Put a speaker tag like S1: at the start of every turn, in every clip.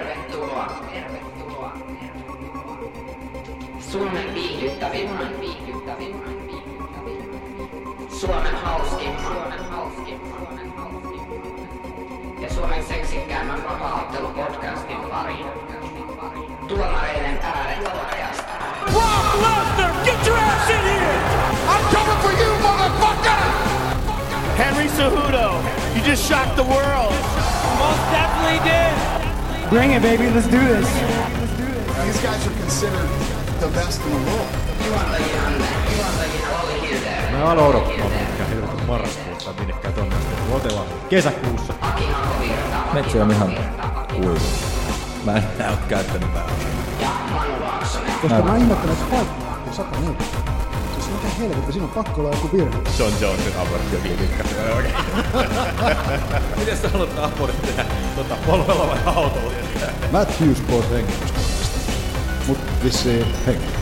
S1: Tervetuloa. Suomen viihdyttävimmän, viihdyttävimmän, viihdyttävimmän. Suomen hauskin, Suomen hauskin, Suomen hauskin. Ja Suomen seksikkäämmän vapaaottelu podcastin pariin. Tuomareiden ääret podcast.
S2: Brock Lesnar, get your ass in here! I'm coming for you, motherfucker! Henry Cejudo, you just shocked the world. Most definitely did.
S3: Bring it, baby. Let's do this.
S4: These guys are considered the best in the world.
S5: Me aloin odottaa mikä helvetin marraskuussa minnekään tonne asti. Otellaan kesäkuussa.
S6: Metsä on ihan kuivu. Mä en näy käyttänyt pääosaa.
S7: Koska mä ihmettelen, että kaikki lähtee 104. Siis mitä helvettiä, siinä on pakko olla joku virhe.
S5: John Jonesin abortti on liikin oikein. Miten sä haluat abortti tehdä? Tota, polvella vai autolla?
S7: Matt Hughes pois hengitystä. Mut vissiin hengittää.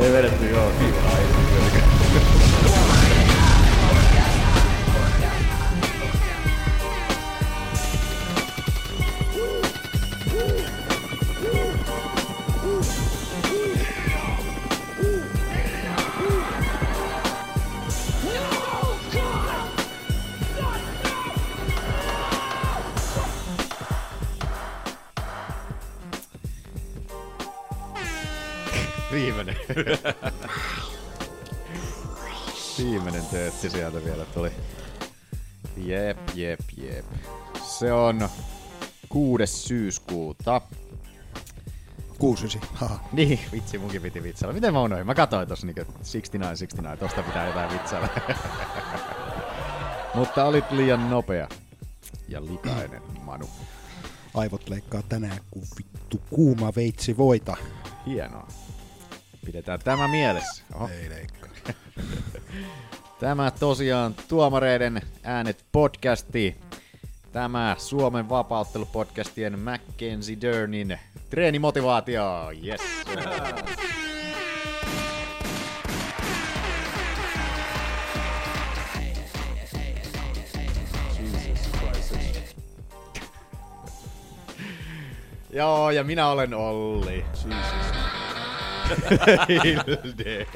S5: Ei vedetty joo. Viimeinen. Viimeinen töötti sieltä vielä tuli. Jep, jep, jep. Se on 6. syyskuuta.
S7: 69. Haha.
S5: Niin, vitsi, munkin piti vitsailla. Miten mä unohdin? Mä katsoin tossa niinku 69, 69, tosta pitää jotain vitsailla. Mutta olit liian nopea ja likainen, Manu.
S7: Aivot leikkaa tänään, kun vittu kuuma veitsi voita.
S5: Hienoa. Pidetään tämä mielessä. Oho.
S7: Ei leikkaa.
S5: Tämä tosiaan Tuomareiden äänet podcasti. Tämä Suomen vapauttelupodcastien Mackenzie Dernin treenimotivaatio. Yes. Joo, ja minä olen Olli. Hilde.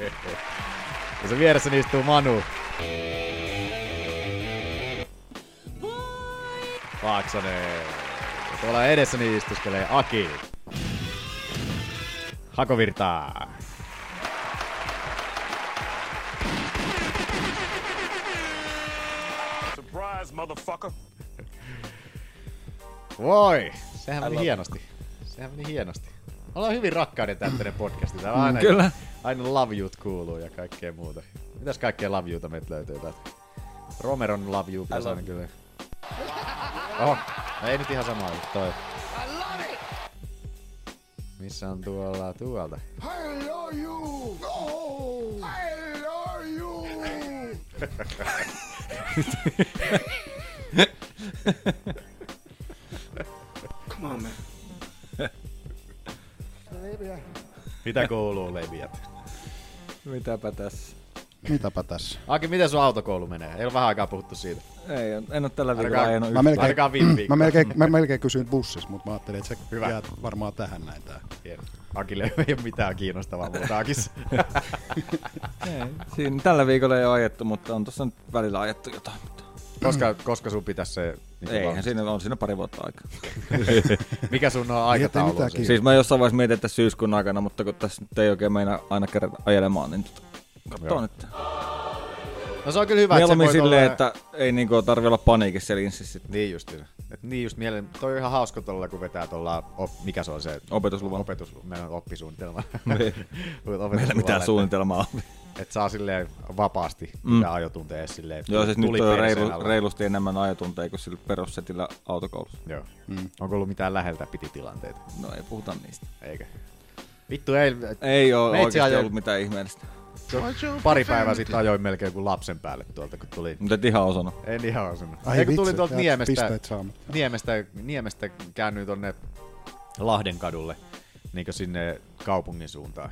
S5: Ja se vieressäni istuu Manu. Paaksonen. Ja tuolla edessäni istuskelee Aki. Hakovirtaa.
S2: Surprise, motherfucker.
S5: Voi! Sehän meni hienosti. Sehän meni hienosti. Ollaan hyvin rakkauden täyttäinen podcasti. Täällä aina,
S6: Kyllä.
S5: aina love you't kuuluu ja kaikkea muuta. Mitäs kaikkea love youta meiltä löytyy täältä? Romeron love you pitäisi aina kyllä. Oho, no ei nyt ihan sama ollut toi. Missä on tuolla tuolta?
S4: I love you! No! I love you!
S5: Mitä kouluu leviät?
S6: Mitäpä tässä?
S7: Mitäpä Niin tässä?
S5: Aki, miten sun autokoulu menee? Ei ole vähän aikaa puhuttu siitä.
S6: Ei, en oo tällä viikolla
S5: Ainakaan-
S6: ajanut
S7: Mä
S6: yhtään.
S7: melkein,
S5: Ainakaan viime viikolla.
S7: mä melkein, mä melkein kysyin bussissa, mutta mä ajattelin, että se
S5: Hyvä.
S7: Hyvä. jää varmaan tähän näin tää.
S5: Hieno. Akille ei ole mitään kiinnostavaa muuta Akissa.
S6: Ei, Siinä, tällä viikolla ei oo ajettu, mutta on tossa nyt välillä ajettu jotain. Mutta...
S5: koska, koska sun pitäisi se... Niin
S6: Eihän siinä, on siinä pari vuotta aikaa.
S5: Mikä sun on
S7: Ei
S5: aikataulu?
S7: mitään
S5: on siis?
S6: Siis mä jossain vaiheessa mietin, että syyskuun aikana, mutta kun tässä nyt ei oikein meina aina kerätä ajelemaan, niin tota,
S5: Joo.
S6: katsotaan nyt.
S5: No se on kyllä hyvä,
S6: Mieluummin
S5: että se voi
S6: silleen,
S5: olla-
S6: että ei niinku tarvi olla paniikissa siellä insissä
S5: Niin just. Et niin just mieleen. Toi on ihan hauska tuolla, kun vetää tuolla... Op, mikä se on se?
S6: opetusluvalla.
S5: Opetus, meillä on oppisuunnitelma.
S6: Meillä Meillä mitään suunnitelmaa on.
S5: Että et saa silleen vapaasti mm. ajotunteja edes silleen.
S6: Joo, siis nyt
S5: tuli
S6: on
S5: perseen
S6: reilu,
S5: alla.
S6: reilusti enemmän ajotunteja kuin sillä perussetillä autokoulussa.
S5: Joo. Mm. Onko ollut mitään läheltä piti tilanteita?
S6: No ei puhuta niistä.
S5: Eikä. Vittu, ei,
S6: Ei ole
S5: Meitsi
S6: oikeasti
S5: ajoi-
S6: ollut mitään ihmeellistä.
S5: se- pari päivää sitten ajoin melkein kuin lapsen päälle tuolta, kun tuli.
S6: Mutta et ihan osannut.
S5: En ihan osunut.
S7: Ai
S5: Ei kun
S7: vitsi,
S5: tuli tuolta
S7: jäät
S5: Niemestä,
S7: pisteet saamatta.
S5: Niemestä, Niemestä käännyin tonne Lahden kadulle, niin sinne kaupungin suuntaan,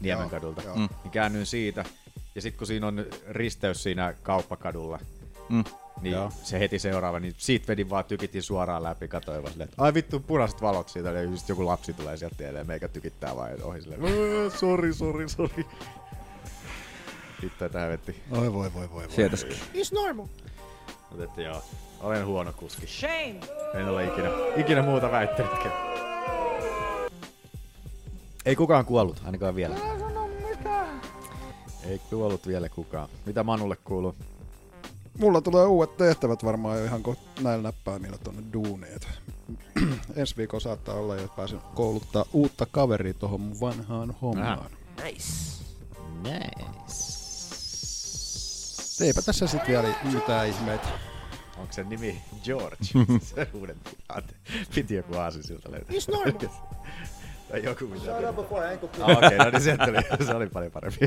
S5: Niemen kadulta. Niin käännyin siitä, ja sitten kun siinä on risteys siinä kauppakadulla,
S6: Mm.
S5: Niin
S6: Joo.
S5: Joo. se heti seuraava, niin siitä vedin vaan tykitin suoraan läpi, katsoin vaan silleen, että ai vittu, punaiset valot siitä, ja just joku lapsi tulee sieltä tielle, ja meikä tykittää vaan ohi silleen, "Ää, sori, sori, sori. Vittu, tähän vetti.
S4: Oi voi voi voi. voi.
S6: Sietäisikin.
S5: Mutta että joo, olen huono kuski.
S8: Shame.
S5: En ole ikinä, ikinä muuta väittänytkään. Ei kukaan kuollut, ainakaan vielä. Ei kuollut vielä kukaan. Mitä Manulle kuuluu?
S4: Mulla tulee uudet tehtävät varmaan jo ihan kohta näillä näppäimillä tonne duuneet. Ensi viikolla saattaa olla, että pääsen kouluttaa uutta kaveria tuohon mun vanhaan hommaan.
S8: Nice.
S5: Nice.
S4: Eipä tässä sitten vielä mitään ihmeitä.
S5: Onko sen nimi George? se uuden Ante, Piti joku aasi siltä löytää. It's normal. tai joku mitä. Shut up before ankle Okei, okay, no niin se tuli. Se oli paljon parempi.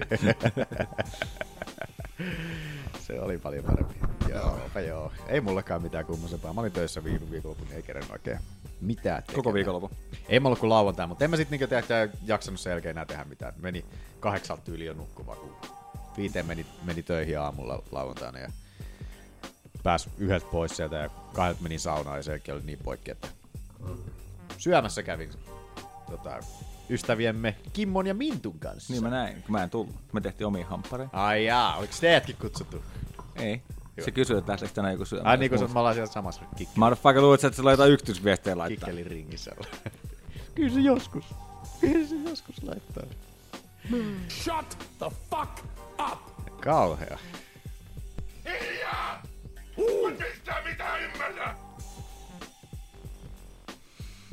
S5: se oli paljon parempi. Joo, joo. Ei mullakaan mitään kummosempaa. Mä olin töissä viime viikonlopun, ei kerran oikein mitään tekemään.
S6: Koko viikonloppu.
S5: Ei mä ollut kuin lauantai, mutta en mä sitten niinku jaksanut sen jälkeen enää tehdä mitään. Meni kahdeksalta yli jo nukkumaan, kun viiteen meni, meni töihin aamulla lauantaina ja pääs yhdeltä pois sieltä ja kahdelta menin saunaan ja sen jälkeen oli niin poikki, että syömässä kävin tota, ystäviemme Kimmon ja Mintun kanssa.
S6: Niin mä näin, kun mä en tullut. Me tehtiin omiin hamppareihin.
S5: Ai jaa, oliks teetkin kutsuttu?
S6: Ei.
S5: Joo.
S6: Se kysyi, että lähdetkö tänään joku syömään.
S5: Ai niin kuin se,
S6: Muut.
S5: me ollaan siellä samassa kik-
S6: Motherfucker luulet, sä, että sillä on jotain yksityisviestejä laittaa.
S5: kikkelin ringissä. Kyllä se joskus. Kyllä se joskus laittaa.
S2: Shut the fuck up!
S5: Kauhea.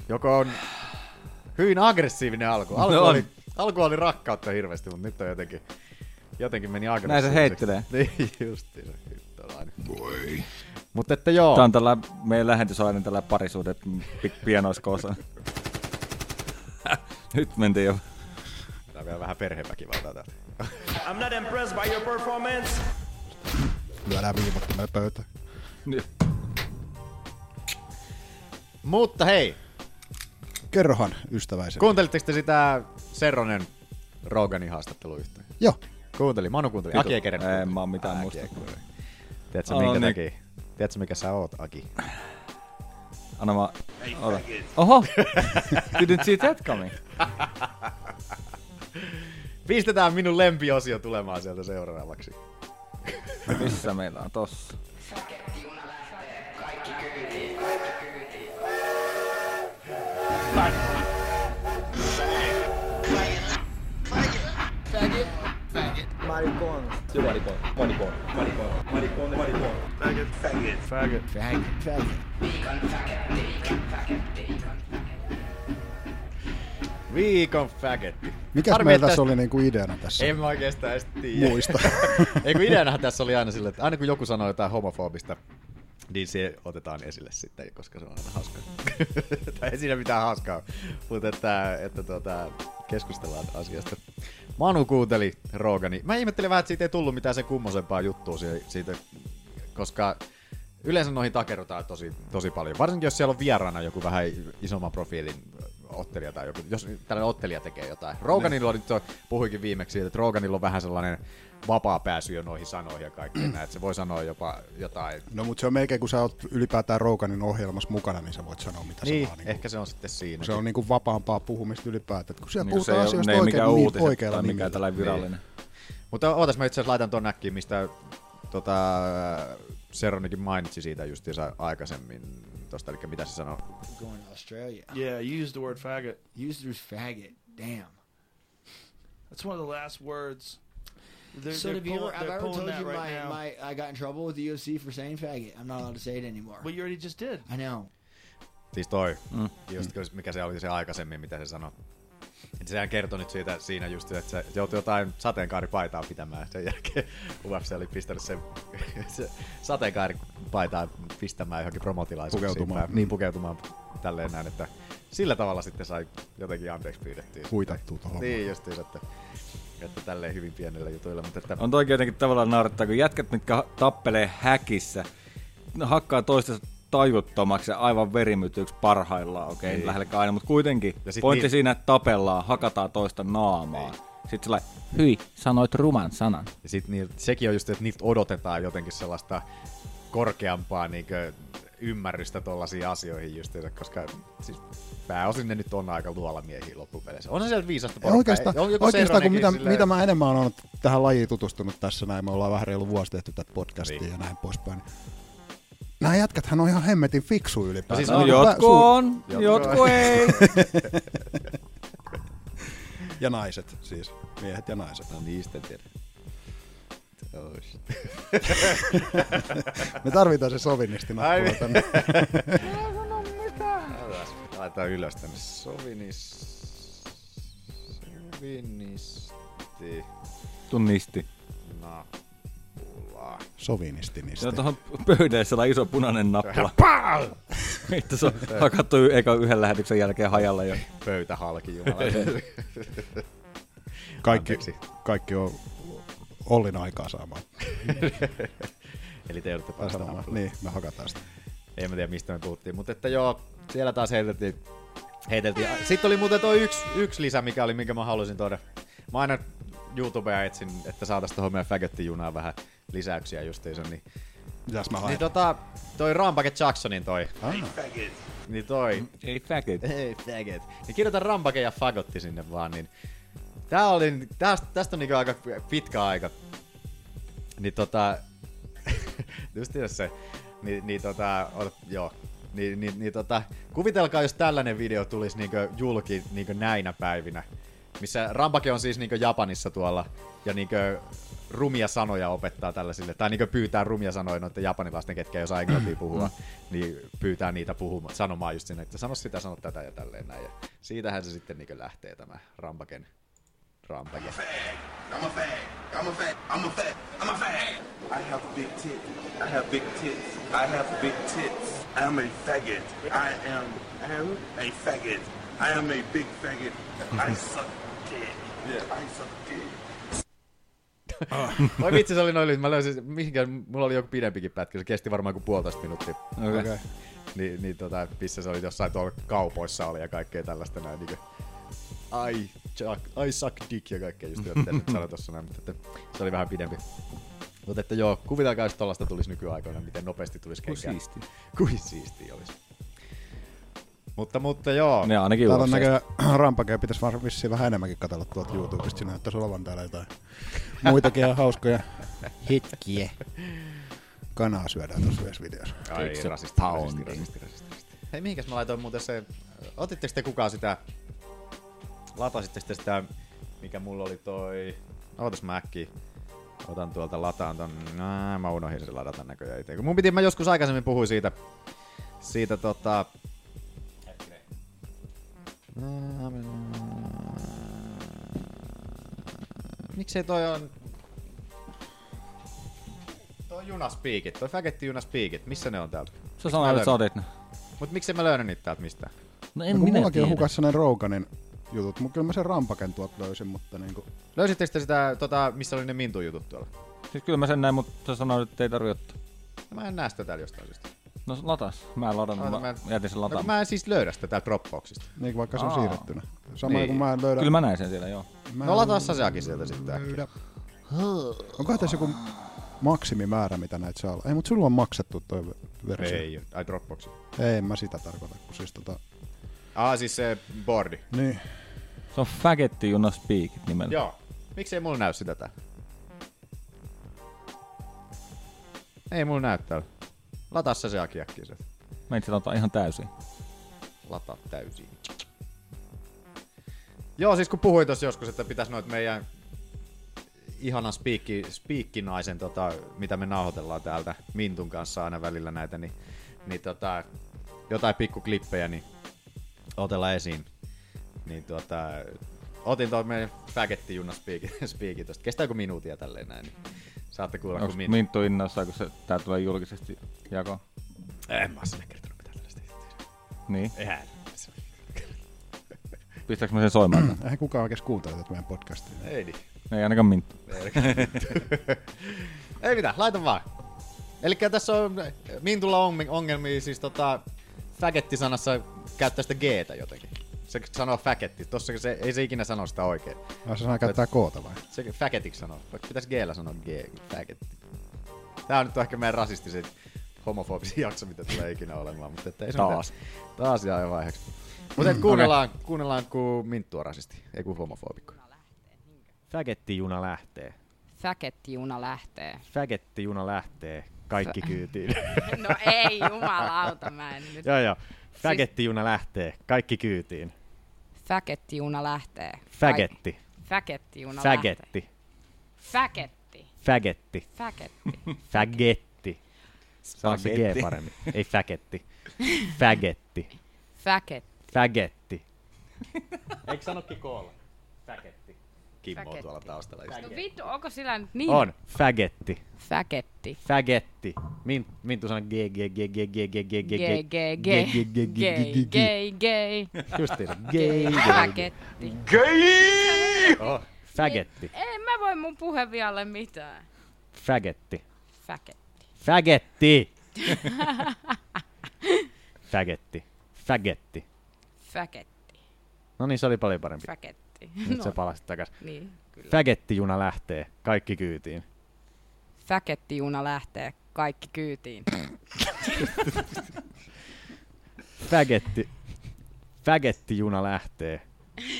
S5: Joko on hyvin aggressiivinen alku. Alku,
S6: No on.
S5: oli, alku oli rakkautta hirveästi, mutta nyt on jotenkin, jotenkin meni aggressiiviseksi.
S6: heittelee.
S5: Niin, justiin. Voi. Mutta että joo.
S6: Tämä on tällä, meidän lähetys on aina tällä parisuudet pi- pienoiskoosa. Nyt mentiin jo.
S5: Tää on vielä vähän perheväkivaltaa täältä.
S2: I'm not impressed by your performance.
S4: Lyödään viivottimelle pöytä.
S5: Mutta hei,
S4: Kerrohan ystäväisen.
S5: kuuntelitteko te sitä Serronen Roganin haastattelua yhtään?
S4: Joo.
S5: Kuunteli, Manu kuunteli. Aki ei kerran
S6: En mä oo mitään muista.
S5: Tiedätkö,
S6: Aa,
S5: minkä
S6: niin.
S5: takia? Tiedätkö, mikä sä oot, Aki?
S6: Anna mä... Ota. Oho! Didn't see that coming.
S5: Pistetään minun lempiosio tulemaan sieltä seuraavaksi.
S6: Missä meillä on tossa?
S5: Viikon fagetti.
S4: Mikäs
S5: Harmi,
S4: meillä
S5: että-
S4: tässä oli niinku ideana tässä?
S5: En mä oikeastaan edes tiedä.
S4: Muista.
S5: Ei kun ideanahan tässä oli aina sillä, että aina kun joku sanoo jotain homofobista, niin se otetaan esille sitten, koska se on aina hauska. tai ei siinä mitään hauskaa, ole, mutta että, että tuota, keskustellaan asiasta. Manu kuunteli Rogani. Mä ihmettelin vähän, että siitä ei tullut mitään sen kummosempaa juttua si- siitä, koska yleensä noihin takerrotaan tosi, tosi paljon. Varsinkin jos siellä on vieraana joku vähän isomman profiilin ottelija tai joku, jos tällainen ottelija tekee jotain. Roganilla on nyt, se puhuikin viimeksi siitä, että Roganilla on vähän sellainen vapaa pääsy jo noihin sanoihin ja kaikkeen näin, että se voi sanoa jopa jotain.
S4: No mutta se on melkein, kun sä oot ylipäätään Roukanin ohjelmassa mukana, niin sä voit sanoa mitä
S5: Niin,
S4: sä vaan.
S5: ehkä se on sitten siinä.
S4: Kun niinku. se on niinku vapaampaa puhumista ylipäätään. että Kun siellä
S6: Niin
S4: niin
S6: kuin
S4: puhutaan
S6: se ei,
S4: asioista
S6: ne ei
S4: oikein,
S6: mikään
S4: niin,
S6: uutiset
S4: oikealla
S6: tai
S4: nimellä.
S6: mikään tällainen virallinen.
S5: Mutta ootas, mä itse asiassa laitan tuon näkkiin, mistä tota, Seronikin mainitsi siitä justiinsa aikaisemmin tosta, eli mitä se sanoi.
S9: going to Australia.
S2: Yeah, you used the word faggot.
S9: Used as faggot. Damn.
S2: That's one of the last words. They're,
S9: so
S2: they're
S9: have you
S2: pulling-
S9: ever, I've
S2: they're
S9: ever
S2: pulling
S9: told
S2: that
S9: you
S2: right
S9: my,
S2: now.
S9: my I got in trouble with the UFC for saying faggot. I'm not allowed to say it anymore.
S2: Well, you already just did.
S9: I know.
S5: Siis toi, mm. just mikä se oli se aikaisemmin, mitä se sanoi. Et sehän kertoi nyt siitä siinä just, että se joutui jotain sateenkaaripaitaa pitämään sen jälkeen. UFC oli pistänyt sen, se sateenkaaripaitaa pistämään johonkin promotilaisuuksiin.
S4: Pukeutumaan.
S5: Pää- Niin pukeutumaan tälleen näin, että sillä tavalla sitten sai jotenkin anteeksi pyydettiin.
S4: Huitattua tuohon.
S5: Niin justiinsa, että, että tälleen hyvin pienellä jutuilla, mutta että,
S6: On toki jotenkin tavallaan naurattaa, kun jätkät, mitkä ha- tappelee häkissä, ne hakkaa toista tajuttomaksi ja aivan verimytyksi parhaillaan, okei, okay, lähellekään aina, mutta kuitenkin
S5: Ja sit
S6: pointti
S5: niin-
S6: niin... siinä, että tapellaan, hakataan toista naamaa. Sitten sillä hyi, sanoit ruman sanan.
S5: niin, ja sit niiltä, sekin on just, että niiltä odotetaan jotenkin sellaista korkeampaa niin ymmärrystä tuollaisiin asioihin just, koska siis pääosin ne nyt on aika luolamiehiä loppupeleissä. On se sieltä viisasta porukkaa.
S4: Oikeastaan,
S5: on joku
S4: oikeastaan kun mitä,
S5: Serronenkin
S4: mitä mä enemmän olen tähän lajiin tutustunut tässä näin, me ollaan vähän reilu vuosi tehty tätä podcastia
S5: Niin.
S4: ja näin poispäin. niin Nämä jätkäthän on ihan hemmetin fiksu ylipäätään.
S5: siis
S6: No,
S5: on
S6: jotkut on,
S5: jotkut
S6: jotkut ei.
S4: Ja naiset siis, miehet ja naiset.
S5: No niistä en tiedä. Oh, shit.
S4: Me tarvitaan se sovinisti
S5: Ai
S4: nappula
S5: niin.
S4: tänne.
S5: Äläs, Laitetaan ylös tänne. Sovinis... Sovinisti...
S6: Tunnisti.
S5: Nappula.
S4: Sovinisti
S6: Se on
S4: niistä.
S6: tuohon pöydällä sellainen iso punainen nappula. Vittu, se on hakattu y- eka yhden lähetyksen jälkeen hajalla jo.
S5: Pöytä halki, jumala.
S4: Kaikki,
S5: Anteeksi.
S4: kaikki on Ollin aikaa saamaan.
S5: Eli te joudutte
S4: Tai
S5: päästä
S4: sanomaan.
S5: nappulaan.
S4: Niin, me hakataan sitä.
S5: En mä tiedä mistä me puhuttiin, mutta että joo, siellä taas heiteltiin. heiteltiin. Sitten oli muuten tuo yksi, yksi lisä, mikä oli, minkä mä halusin tuoda. Mä aina YouTubea etsin, että saataisiin tuohon meidän fagottijunaan vähän lisäyksiä justiinsa. Niin,
S4: Mitäs mä
S5: niin
S4: haen?
S5: tota, toi Rampage Jacksonin toi,
S4: Ah,
S5: niin toi,
S6: Ei faggot.
S5: Ei, faggot. Niin kirjoita rampake ja fagotti sinne vaan, niin... Tää oli, tästä, tästä on niinku aika pitkä aika. Niin tota... just se. Niin, niin tota, ota, joo. Niin, niin, niin tota, kuvitelkaa, jos tällainen video tulisi niinku julki niinku näinä päivinä. Missä Rampake on siis niinku Japanissa tuolla ja niinku rumia sanoja opettaa tällaisille, tai niinku pyytää rumia sanoja noiden japanilaisten, ketkä ei osaa englantia puhua, niin pyytää niitä puhumaan, sanomaan just sinne, että sano sitä, sano tätä ja tälleen näin. Ja siitähän se sitten niinku lähtee tämä Rampaken Rampake.
S8: I'm a fag. I'm a fag. I'm a fag. I'm a fag. I have big tits. I have big tits. I have big tits. I'm a faggot. I am, am a faggot. I am a big faggot. I suck dick. Yeah, I suck dick.
S5: Voi vitsi, se oli noin lyhyt. Mä löysin, mihinkään, mulla oli joku pidempikin pätkä, se kesti varmaan kuin puolitoista minuuttia.
S6: Okei. Okay.
S5: Niin, niin tota, missä se oli jossain tuolla kaupoissa oli ja kaikkea tällaista näin niinku... I, jack, I suck dick ja kaikkea just jotain nyt sano tossa näin, mutta että, se oli vähän pidempi. Mutta että joo, kuvitelkaa jos tollasta tulisi nykyaikoina, miten nopeasti tulisi
S6: Ku
S5: kenkään.
S6: siisti.
S5: Kuin siistiä olisi. Mutta, mutta joo.
S6: Ne ainakin
S4: Täällä
S6: Täällä
S4: on näköjään rampakea, pitäisi vaan vissiin vähän enemmänkin katsella tuolta YouTubesta. Siinä näyttäisi olevan täällä jotain muitakin ihan hauskoja hetkiä. Kanaa syödään tuossa yhdessä videossa.
S5: Ai,
S6: Eikö
S5: rasisti,
S6: se
S5: rasisti,
S6: pounding?
S5: rasisti, rasisti, rasisti, Hei, mihinkäs mä laitoin muuten se... Otitteko te kukaan sitä... Latasitteko te sitä, mikä mulla oli toi... Ootas mä äkkiä. Otan tuolta lataan ton... Nää, mä unohdin sen ladata näköjään itse. Kun Mun piti, mä joskus aikaisemmin puhuin siitä... Siitä tota... Miksei toi on... Toi junaspiikit, toi fagetti junaspiikit, missä ne on täältä?
S6: Sä sanoit, että sä otit ne.
S5: Mut miksei mä löydä niitä täältä mistään?
S6: No
S4: En
S6: en
S4: kun
S6: minä
S4: mullakin
S6: tiedä.
S4: on hukassa ne Roganin jutut, mutta kyllä mä sen rampaken tuolta löysin, mutta niinku...
S5: Löysittekö te sitä, tota, missä oli ne Mintun jutut tuolla?
S6: Siis kyllä mä sen näin, mutta sä sanoit, että ei tarvitse ottaa.
S5: No, Mä en näe sitä täällä jostain syystä.
S6: No latas. Mä en ladan,
S5: Oota,
S6: mä,
S5: mä-
S6: jätin sen
S5: No, kun
S6: lataan.
S5: mä en siis löydä sitä täältä Dropboxista.
S4: Niin vaikka se on
S6: Aa.
S4: siirrettynä. Sama niin. kun mä en löydä...
S6: Kyllä mä näin sen siellä, joo.
S4: mä
S5: No
S4: en
S5: lataa sä seakin sieltä sitten äkkiä.
S4: löydä. Onko tässä joku maksimimäärä, mitä näitä saa olla? Ei, mutta sulla on maksettu toi versio.
S5: Ei, ai Dropboxi.
S4: Ei, en mä sitä tarkoita, kun siis tota...
S5: Ah, siis se boardi.
S4: Niin.
S6: Se on Fagetti Juna Speakit nimellä.
S5: Joo. Miksei mulla näy sitä täällä? Ei mulla näy täällä. Lataa sä seakin äkkiä sieltä.
S6: Mä itse lataan ihan täysin.
S5: lataa täysin. Joo, siis kun puhuin tuossa joskus, että pitäisi noit meidän ihanan spiikki, spiikkinaisen, tota, mitä me nauhoitellaan täältä Mintun kanssa aina välillä näitä, niin, niin tota, jotain pikkuklippejä, niin otella esiin. Niin tota, otin tuon meidän fagetti junna spiikki tosta. Kestääkö minuutia tälleen näin? Niin saatte kuulla,
S6: Onko
S5: kun min...
S6: Minttu innoissaan, kun se, tää tulee julkisesti jako?
S5: En mä oo sinne kertonut mitään tällaista.
S6: Niin.
S5: Eihän.
S6: Pistääks mä sen soimaan? tän?
S4: Eihän kukaan oikeasti kuuntele tätä meidän podcastia.
S5: Ei niin.
S6: Ei ainakaan Minttu.
S5: Ei mitään, laita vaan. Eli tässä on Mintulla on ongelmia, siis tota, faghetti-sanassa käyttää sitä g jotenkin. Se sanoo faghetti, tossa se, ei se ikinä sano sitä oikein.
S4: Ai se saa käyttää koota vai?
S5: Se faghetiksi sanoo, vaikka pitäisi g sanoa g, faghetti. Tää on nyt ehkä meidän rasistiset homofobisin jakso, mitä tulee ikinä olemaan. Mutta että ei se
S6: Taas.
S5: mitään. Taas jää vaiheeksi. Mutta kuunnellaan, okay. kuunnellaan kuin minttu on rasisti, ei kuin homofobikko.
S10: Fägettijuna lähtee.
S1: Fäkettijuna lähtee.
S10: Fägettijuna lähtee. Kaikki kyytiin.
S1: No ei, jumalauta, mä en nyt.
S10: joo, joo.
S1: Siis-
S10: Fägettijuna lähtee. Kaikki kyytiin.
S1: Fäkettijuna lähtee.
S10: Fägetti.
S1: Ai, Fäkettijuna lähtee.
S10: Fägetti.
S1: Fäketti.
S10: Fägetti.
S1: Fäketti.
S10: Fägetti. Saako se G
S6: Spagetti.
S10: paremmin? Ei fägetti. Fägetti.
S1: Fäketti.
S10: Fägetti. Eikö sanokin koolla? Fägetti.
S5: Kimmo on tuolla
S1: Fäketti.
S5: taustalla.
S1: No vittu, onko sillä nyt niin?
S10: On. Fägetti.
S1: Fäketti.
S10: Fägetti. Min, Mintu sanoi g g g g g g g g g
S1: G, g, g, gay, gay, gay,
S10: Justiinsa.
S1: gay,
S10: Gay.
S1: fäketti.
S10: Oh, Fägetti.
S1: Ei mä voi mun puhevialle mitään.
S10: Fägetti.
S1: Fäketti.
S10: Fägetti. Fägetti. Fägetti.
S1: Fäketti.
S10: No niin, se oli paljon parempi.
S1: Fäketti.
S10: Nyt
S1: No,
S10: se palasi takas.
S1: niin, kyllä.
S10: Fägettijuna lähtee. Kaikki kyytiin.
S1: Fäkettijuna lähtee. Kaikki kyytiin.
S10: Fägetti. Fägettijuna lähtee.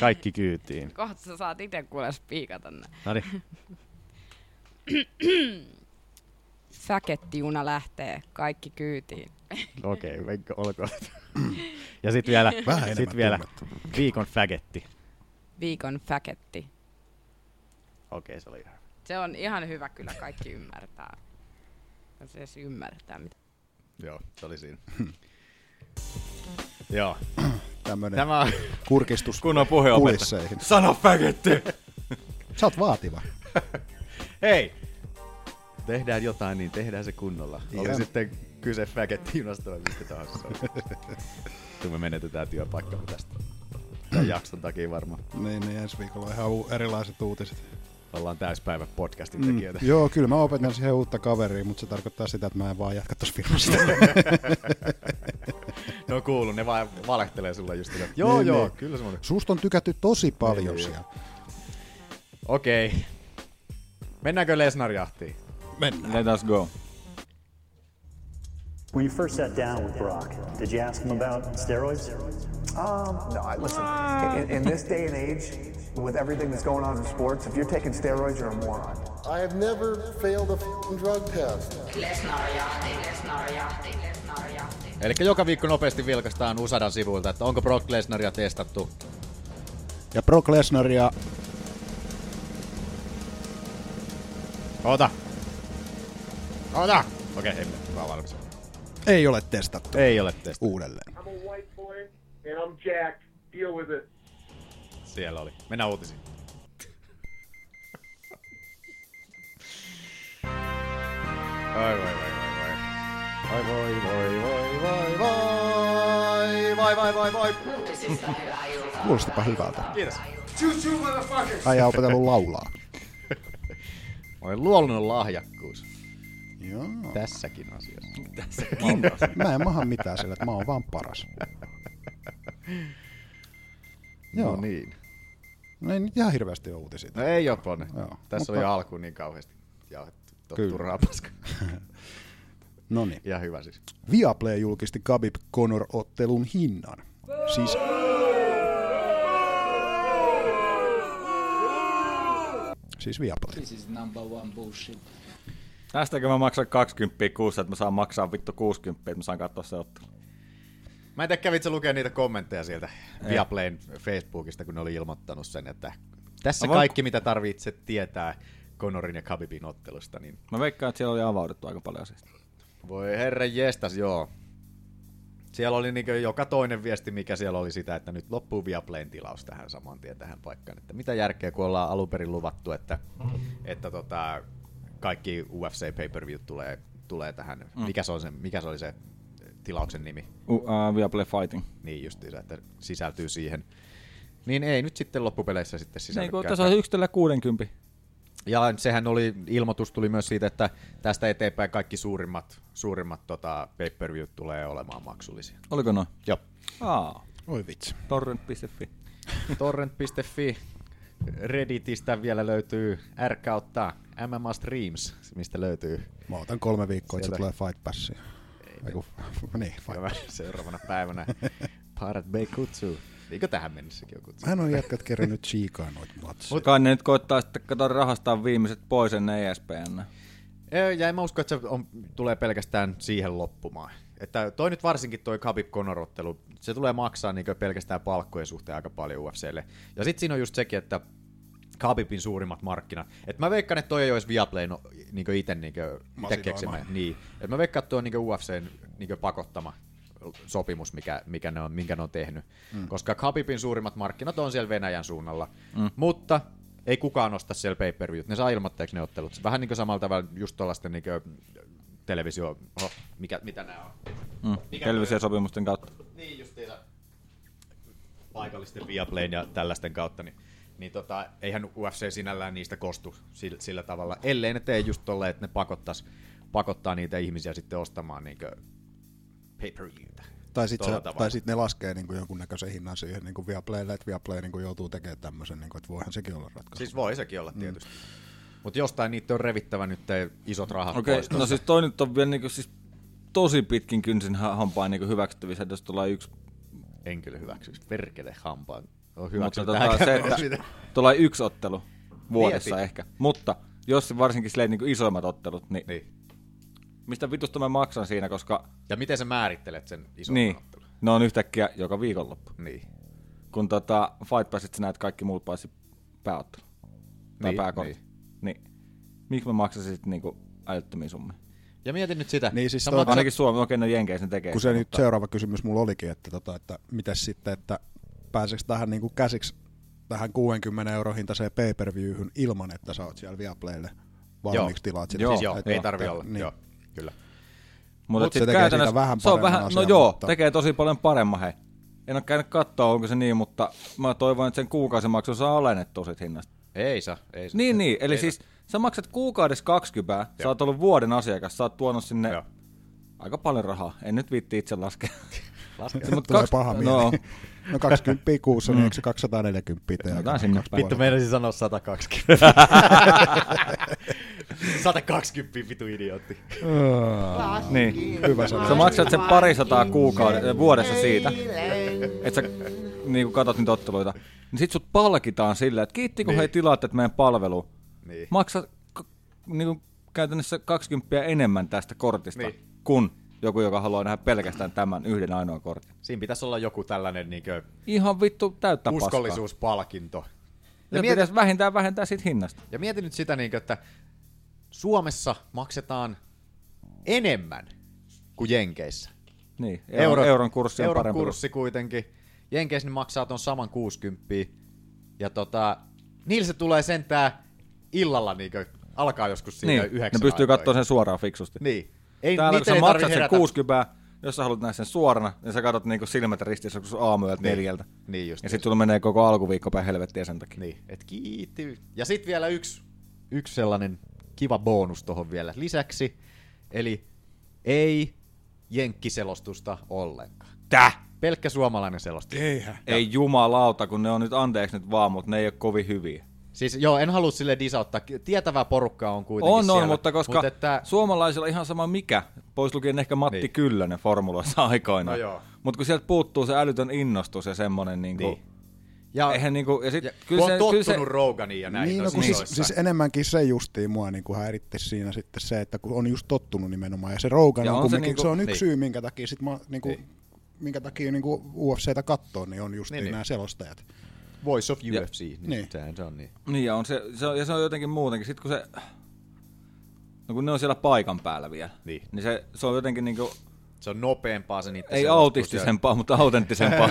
S10: Kaikki kyytiin.
S1: Kohta sä saat ite kuule spiikata nää.
S10: No niin.
S1: Fäkettijuna lähtee. Kaikki kyytiin.
S10: Okei, okay, olkoon. Ja sitten vielä,
S4: Vähän enemmän
S10: sit vielä viikon fägetti.
S1: Viikon fäketti.
S10: Okei, se oli ihan.
S1: Se on ihan hyvä kyllä kaikki ymmärtää. Jos edes ymmärtää mitä.
S5: Joo, se oli siinä. Joo,
S4: Tämmönen
S5: tämä on...
S4: kurkistus
S6: Kunnon puheopettaja.
S4: kulisseihin.
S6: Sano fägetti!
S4: Sä oot vaativa.
S5: Hei! Tehdään jotain, niin tehdään se kunnolla. Oli
S4: Joo.
S5: sitten kyse fäkettijunasta vai mistä tahansa. se on. Sitten me menetetään työpaikkamme tästä. Tämän jakson takia varmaan.
S4: Niin, niin ensi viikolla on ihan u- erilaiset uutiset.
S5: Ollaan täyspäivä podcastin tekijöitä.
S4: Joo, kyllä mä opetan siihen uutta kaveria, mutta se tarkoittaa sitä, että mä en vaan jatka tuossa firmassa.
S5: Ne on kuullut, ne vaan valehtelee sulle just sitä. Joo,
S4: Niin,
S5: joo,
S4: niin.
S5: kyllä se on.
S4: Susta on tykätty tosi paljon
S5: Niin,
S4: siellä.
S5: Okei. Mennäänkö Lesnar-jahtiin?
S6: Let us go.
S11: When you first sat down with Brock, did you ask him about steroids?
S12: Um, no, I, listen, in, in this day and age, with everything that's going on in sports, if you're taking steroids, you're a moron.
S8: I have never failed a f***ing drug test.
S13: Lesnar jahti, Lesnar jahti, Lesnar jahti.
S5: Eli joka viikko nopeasti vilkaistaan Usadan sivuilta, että onko Brock Lesnaria testattu.
S4: Ja Brock Lesnaria,
S5: Ota! Ota! Okei, okay, ei mä valmis.
S4: ei ole testattu
S5: Ei ole testattu.
S4: uudelleen.
S8: I'm a white boy and I'm jacked. Deal with it.
S5: Siellä oli. Mennään uutisiin. Ai voi voi voi voi. Ai voi voi voi voi voi. Vai vai vai vai.
S13: Uutisista hyvää iltaa.
S4: Kuulostapa hyvältä.
S5: Kiitos.
S4: Äijä on opetellut laulaa.
S5: Oi luonnon lahjakkuus.
S4: Joo.
S5: Tässäkin asiassa.
S4: Mä en maha mitään sillä, että mä oon vaan paras. Joo.
S5: No niin.
S4: No ei nyt ihan hirveästi ole uutisia.
S5: No ei oo Pone.
S4: Joo,
S5: Tässä
S4: mutta-
S5: oli jo alkuun niin kauheasti jauhettu. Tuo
S4: Kyllä.
S5: Turhaa paska.
S4: No niin.
S5: Ihan hyvä siis.
S4: Viaplay julkisti Khabib Conor-ottelun hinnan. Siis Siis Viaplay.
S6: Tästäkö mä maksan 20 kuussa, että mä saan maksaa vittu 60, että mä saan katsoa se ottelu.
S5: Mä en tiedä, kävitsä lukea niitä kommentteja sieltä Viaplayn Facebookista, kun ne oli ilmoittanut sen, että tässä
S6: Avaan-
S5: kaikki, mitä tarvitset tietää Conorin ja Khabibin ottelusta, niin
S6: Mä veikkaan, että siellä oli avauduttu aika paljon asiasta.
S5: voi herra jestas, joo. Siellä oli niin joka toinen viesti, mikä siellä oli sitä, että nyt loppuu Viaplayn tilaus tähän saman tien tähän paikkaan. Että mitä järkeä, kun ollaan alun perin luvattu, että, että tota, kaikki UFC pay per view tulee, tulee tähän. Mikä se, on se, mikä se oli se tilauksen nimi?
S6: Uh, uh, Viaplay Fighting.
S5: Niin justiinsa, että sisältyy siihen. Niin ei nyt sitten loppupeleissä sitten
S6: Niin, kun
S5: sisälly.
S6: tässä on yksitellä 60.
S5: Ja sehän oli, ilmoitus tuli myös siitä, että tästä eteenpäin kaikki suurimmat, suurimmat tota, pay-per-view tulee olemaan maksullisia.
S6: Oliko noin?
S5: Joo.
S6: Aa,
S4: Oi vitsi.
S6: torrent.fi.
S5: Torrent.fi Redditistä vielä löytyy r kautta MMA Streams, mistä löytyy.
S4: Mä otan kolme viikkoa, että se
S5: Siellä.
S4: tulee Fight Passia.
S5: Joku
S4: niin,
S5: seuraavana päivänä Pirate Bay kutsuu. Eikö tähän mennessäkin joku kutsu?
S4: Mä en oo jätkät kerännyt chiikaa noita matseja.
S6: Kai ne nyt koittaa sitten kato rahastaa viimeiset pois ennen E ESPN.
S5: Ei, Ja en mä usko, että se on, tulee pelkästään siihen loppumaan. Että toi nyt varsinkin toi Khabib Conor-ottelu, se tulee maksaa niin pelkästään palkkojen suhteen aika paljon UFClle. Ja sitten siinä on just sekin, että Khabibin suurimmat markkinat. Et mä veikkaan, että toi ei olisi Viaplay no, niin itse niin
S4: Masinoima.
S5: keksimä. Niin. Et mä veikkaan, että toi on niin UFCn niin pakottama sopimus, mikä, mikä ne on, minkä ne on tehnyt. Mm. Koska Khabibin suurimmat markkinat on siellä Venäjän suunnalla. Mm.
S6: Mm.
S5: Mutta ei kukaan osta siellä pay per Ne saa ilmoitteeksi ne ottelut. Vähän niin kuin samalla tavalla just tuollaisten niin televisio... Oho, mikä, mitä nämä on?
S6: Mm.
S5: Mikä
S6: Televisiosopimusten kautta.
S5: Niin justiinsa paikallisten Viaplayn ja tällaisten kautta, niin, niin tota, eihän UFC sinällään niistä kostu sillä, sillä tavalla, ellei ne tee just tolleen, että ne pakottas, pakottaa niitä ihmisiä sitten ostamaan niin pay per viewtä
S4: Tai sitten tai sit ne laskee niinku jonkunnäköisen hinnan siihen niinku Viaplaylle, että Viaplay niinku joutuu tekemään tämmöisen, niinku, että voihan sekin olla ratkaisu.
S5: Siis voi sekin olla tietysti. Mm. Mutta jostain niitä on revittävä nyt te isot rahat
S6: Okei,
S5: pois. niin
S6: no
S5: tosta.
S6: siis toi nyt on vielä niinku siis tosi pitkin kynsin ha- hampaan niinku hyväksyttävissä, jos tulee yksi...
S5: En kyllä hyväksyisi, perkele hampaan. On
S6: Mutta
S5: hyväksynyt
S6: tota,
S5: tähän
S6: se,
S5: käydä.
S6: että tulee yksi ottelu vuodessa
S5: Mieti.
S6: ehkä. Mutta jos se varsinkin silleen niinku isoimmat ottelut, niin,
S5: niin.
S6: mistä vitusta mä maksan siinä, koska...
S5: Ja miten sä määrittelet sen ison
S6: niin, ne on yhtäkkiä joka viikonloppu.
S5: Niin.
S6: Kun tota, Fight Passit sä näet kaikki muut paitsi pääottelu. Tai
S5: Niin,
S6: niin, pääkortti. Niin. niin. Miksi mä maksan sitten niinku älyttömiä summia?
S5: Ja mietin nyt sitä.
S4: Niin, siis
S6: Sä
S4: toi-
S6: maksat- Ainakin Suomi, okei no Jenkeissä ne tekee.
S4: Kun se nyt seuraava kysymys mulla olikin, että, tota, että mitäs sitten, että pääseekö tähän niinku käsiksi tähän 60 euron hintaiseen pay per viewhyn ilman, että sä oot siellä Viaplaylle valmiiksi tilaat sitä.
S5: Joo, siis joo
S4: Et-
S5: ei
S4: et-
S5: tarvi olla.
S4: Niin.
S5: Joo, kyllä.
S6: Mutta
S4: Mut
S6: Mut
S4: se tekee
S6: sit
S4: siitä
S6: käytännössä
S4: vähän
S6: se on
S4: paremman
S6: vähän,
S4: asian,
S6: no joo,
S4: mutta-
S6: tekee tosi paljon paremmin hei. En ole käynyt katsoa, onko se niin, mutta mä toivon, että sen kuukausimaksu saa alennettua sit hinnasta.
S5: Ei saa, ei saa.
S6: Niin, niin. Eli siis sä maksat kuukaudessa 20, joo. sä oot ollut vuoden asiakas, sä oot tuonut sinne joo. aika paljon rahaa. En nyt viitti itse laskea.
S5: Laske.
S4: Mut Tulee paha mieli.
S6: No,
S4: No 20 kuussa, niin eikö se 240 tee?
S6: Sanotaan sinne
S4: Kaksi
S6: päin.
S4: puolta.
S5: Vittu, meinasin siis sanoa 120. 120 vitu idiootti.
S6: niin.
S5: Hyvä
S6: sä
S5: sana.
S6: maksat sen parisataa kuukaudessa, vuodessa siitä, että sä niin kun katot niitä otteluita. Niin sit sut palkitaan sillä, että kiitti kun
S5: Niin.
S6: niin. hei tilaatte meidän palvelu.
S5: Niin.
S6: Maksa k- niin kuin käytännössä 20 enemmän tästä kortista,
S5: Niin.
S6: niin. kun joku, joka haluaa nähdä pelkästään tämän yhden ainoan kortin.
S5: Siinä pitäisi olla joku tällainen niinkö
S6: Ihan vittu täyttä paskaa.
S5: uskollisuuspalkinto.
S6: Ja
S5: mietin-
S6: pitäisi vähintään vähentää siitä hinnasta.
S5: Ja mietin nyt sitä, niinkö, että Suomessa maksetaan enemmän kuin Jenkeissä.
S6: Niin, euro- euron kurssi on
S5: euron
S6: parempi.
S5: kurssi kuitenkin. Jenkeissä ne maksaa ton saman 60. Ja tota, niillä se tulee sentään illalla, niinkö, alkaa joskus siinä
S6: Niin,
S5: niin,
S6: ne
S5: yhdeksän
S6: pystyy
S5: aikoihin.
S6: katsoa sen suoraan fiksusti.
S5: Niin.
S6: Ei,
S5: Ei-
S6: Täällä
S5: niitä
S6: kun sä
S5: ei
S6: maksat
S5: tarvi
S6: sen
S5: herätä.
S6: 60, jos sä haluat nähdä sen suorana, niin sä katsot niinku silmät ristissä, kun aamuyöltä
S5: Niin.
S6: neljältä.
S5: Niin just
S6: ja
S5: niin.
S6: sitten sulla menee koko alkuviikko päin helvettiä sen takia.
S5: Niin, et kiitti. Ja sitten vielä yksi, yksi sellainen kiva bonus tuohon vielä lisäksi. Eli ei jenkkiselostusta ollenkaan.
S6: Täh?
S5: Pelkkä suomalainen selostus.
S4: Eihän.
S6: Ei jumalauta, kun ne on nyt anteeksi nyt vaan, mutta ne ei ole kovin hyviä.
S5: Siis joo, en halua sille disauttaa. Tietävää porukkaa on kuitenkin
S6: On,
S5: siellä.
S6: on, mutta koska
S5: Mut
S6: Mut
S5: et,
S6: että... suomalaisilla ihan sama mikä, pois lukien ehkä Matti niin. Kyllönen formuloissa aikoinaan.
S5: No joo.
S6: Mutta kun sieltä puuttuu se älytön innostus ja semmoinen niinku...
S5: Niin.
S6: Niin.
S5: Ja-
S6: eihän niinku, ja sit, ja,
S5: kun on tottunut Roganiin ja näihin
S4: Niin, no,
S5: noissa
S4: kun siis,
S5: isoissa.
S4: siis enemmänkin se justiin mua niin kuin häiritti siinä sitten se, että kun on just tottunut nimenomaan. Ja se Rogan
S6: Ja
S4: on,
S6: on se
S4: kumminkin, se,
S6: niinku-
S4: on yksi
S6: niin.
S4: syy, minkä takia, sit mä, niin kuin, minkä takia niin kuin UFCtä kattoo, niin on justiin
S5: Niin, niin.
S4: nämä selostajat.
S5: Voice of UFC, niin,
S4: Niin.
S5: sehän se on niin.
S6: Niin, ja, on se, se on, ja se on jotenkin muutenkin. Sitten kun se... No kun ne on siellä paikan päällä vielä.
S5: Niin.
S6: Niin se, se on jotenkin niinku...
S5: Se on nopeampaa se niiden
S6: Ei
S5: selostus
S6: autistisempaa,
S5: ja-
S6: mutta autenttisempaa.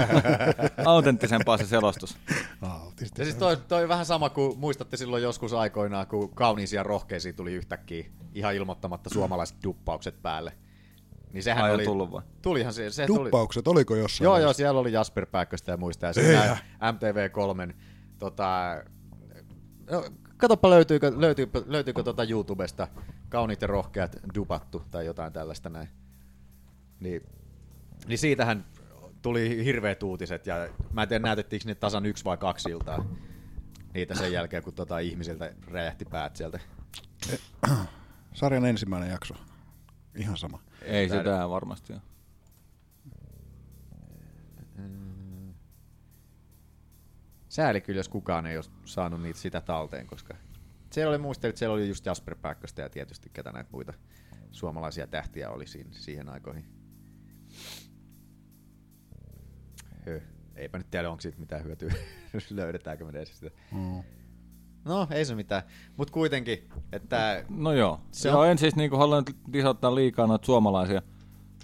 S6: autenttisempaa se selostus.
S5: Ja siis toi, toi vähän sama kuin muistatte silloin joskus aikoinaan, kun kauniisia ja rohkeisiin tuli yhtäkkiä ihan ilmoittamatta suomalaiset duppaukset päälle. Niin sehän
S6: Ai, on
S5: oli...
S6: tullut vai?
S5: Tulihan se, se
S4: Duppaukset,
S5: tuli.
S4: oliko jossain
S5: Joo, joo,
S4: vaiheessa?
S5: siellä oli Jasper Pääkköstä ja muista. Ja
S4: Eihän.
S5: siinä MTV3, tota... No, katoppa löytyykö, löytyykö, löytyykö tota YouTubesta kauniit ja rohkeat dupattu tai jotain tällaista näin. Niin, niin siitähän tuli hirveät uutiset ja mä en tiedä näytettiinkö ne tasan yksi vai kaksi iltaa niitä sen jälkeen, kun tota ihmisiltä räjähti päät sieltä.
S4: Sarjan ensimmäinen jakso. Ihan sama.
S6: Ei sitä varmasti ole.
S5: Sääli kyllä, jos kukaan ei ole saanut niitä sitä talteen, koska siellä oli muistelut, siellä oli just Jasper Pääkköstä ja tietysti ketä näitä muita suomalaisia tähtiä oli siinä, siihen aikoihin. Höh. Eipä nyt tiedä, onko siitä mitään hyötyä, löydetäänkö me edes sitä.
S4: Mm.
S5: No, ei se mitään. Mutta kuitenkin, että...
S6: No joo.
S5: Se
S6: Se
S5: on-
S6: joo, en siis niinku halua nyt lisottaa liikaa noita suomalaisia.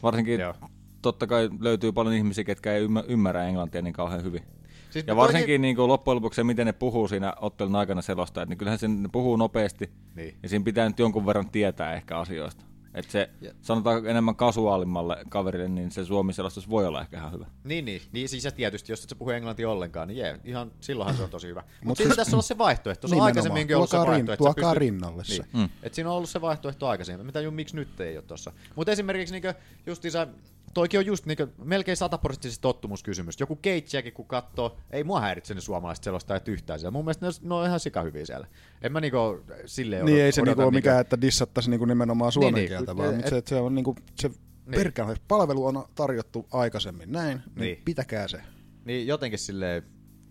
S6: Varsinkin joo. totta kai löytyy paljon ihmisiä, ketkä ei ymmär- ymmärrä englantia niin kauhean hyvin.
S5: Siis
S6: Siis ja
S5: toikin-
S6: varsinkin niinku loppujen lopuksi se, miten ne puhuu siinä ottelun aikana selostaa, että niin kyllähän sen ne puhuu nopeasti
S5: niin.
S6: ja siinä pitää nyt jonkun verran tietää ehkä asioista. Että se,
S5: Ja-
S6: sanotaan enemmän kasuaalimmalle kaverille, niin se suomi selostus voi olla ehkä ihan hyvä.
S5: Niin, niin, niin siis ja tietysti, jos et sä puhu englantia ollenkaan, niin jee, ihan silloinhan se on tosi hyvä. Mutta
S4: Mut
S5: siinä
S4: siis-
S5: tässä on se vaihtoehto, se on
S4: Nimenomaan.
S5: aikaisemminkin ollut se
S4: Tuokaa
S5: vaihtoehto. että
S4: rin-
S5: sä
S4: tuokaa rinnalle se.
S5: Niin.
S4: Mm.
S5: Et siinä on ollut se vaihtoehto aikaisemmin, mitä juu, miksi nyt ei ole tossa. Mutta esimerkiksi niinku, justiinsa, toikin on just niinku, melkein sataprosenttisesti tottumuskysymys. Joku Keitsiäkin kun katsoo, ei mua häiritse ne suomalaiset selostajat yhtään siellä. Mun mielestä ne, on- ne on ihan sikahyviä siellä. En mä niinku silleen
S4: Niin
S5: odota-
S4: ei se
S5: odota
S4: niinku ole
S5: mitään.
S4: mikään, että dissattaisi niinku nimenomaan suomen
S5: Niin,
S4: niin,
S5: niin.
S4: kieltä, vaan
S5: Et- Niin.
S4: mutta se, että se on niinku, se perkele, palvelu on tarjottu aikaisemmin näin, niin,
S5: Niin.
S4: niin. pitäkää se.
S5: Niin jotenkin sille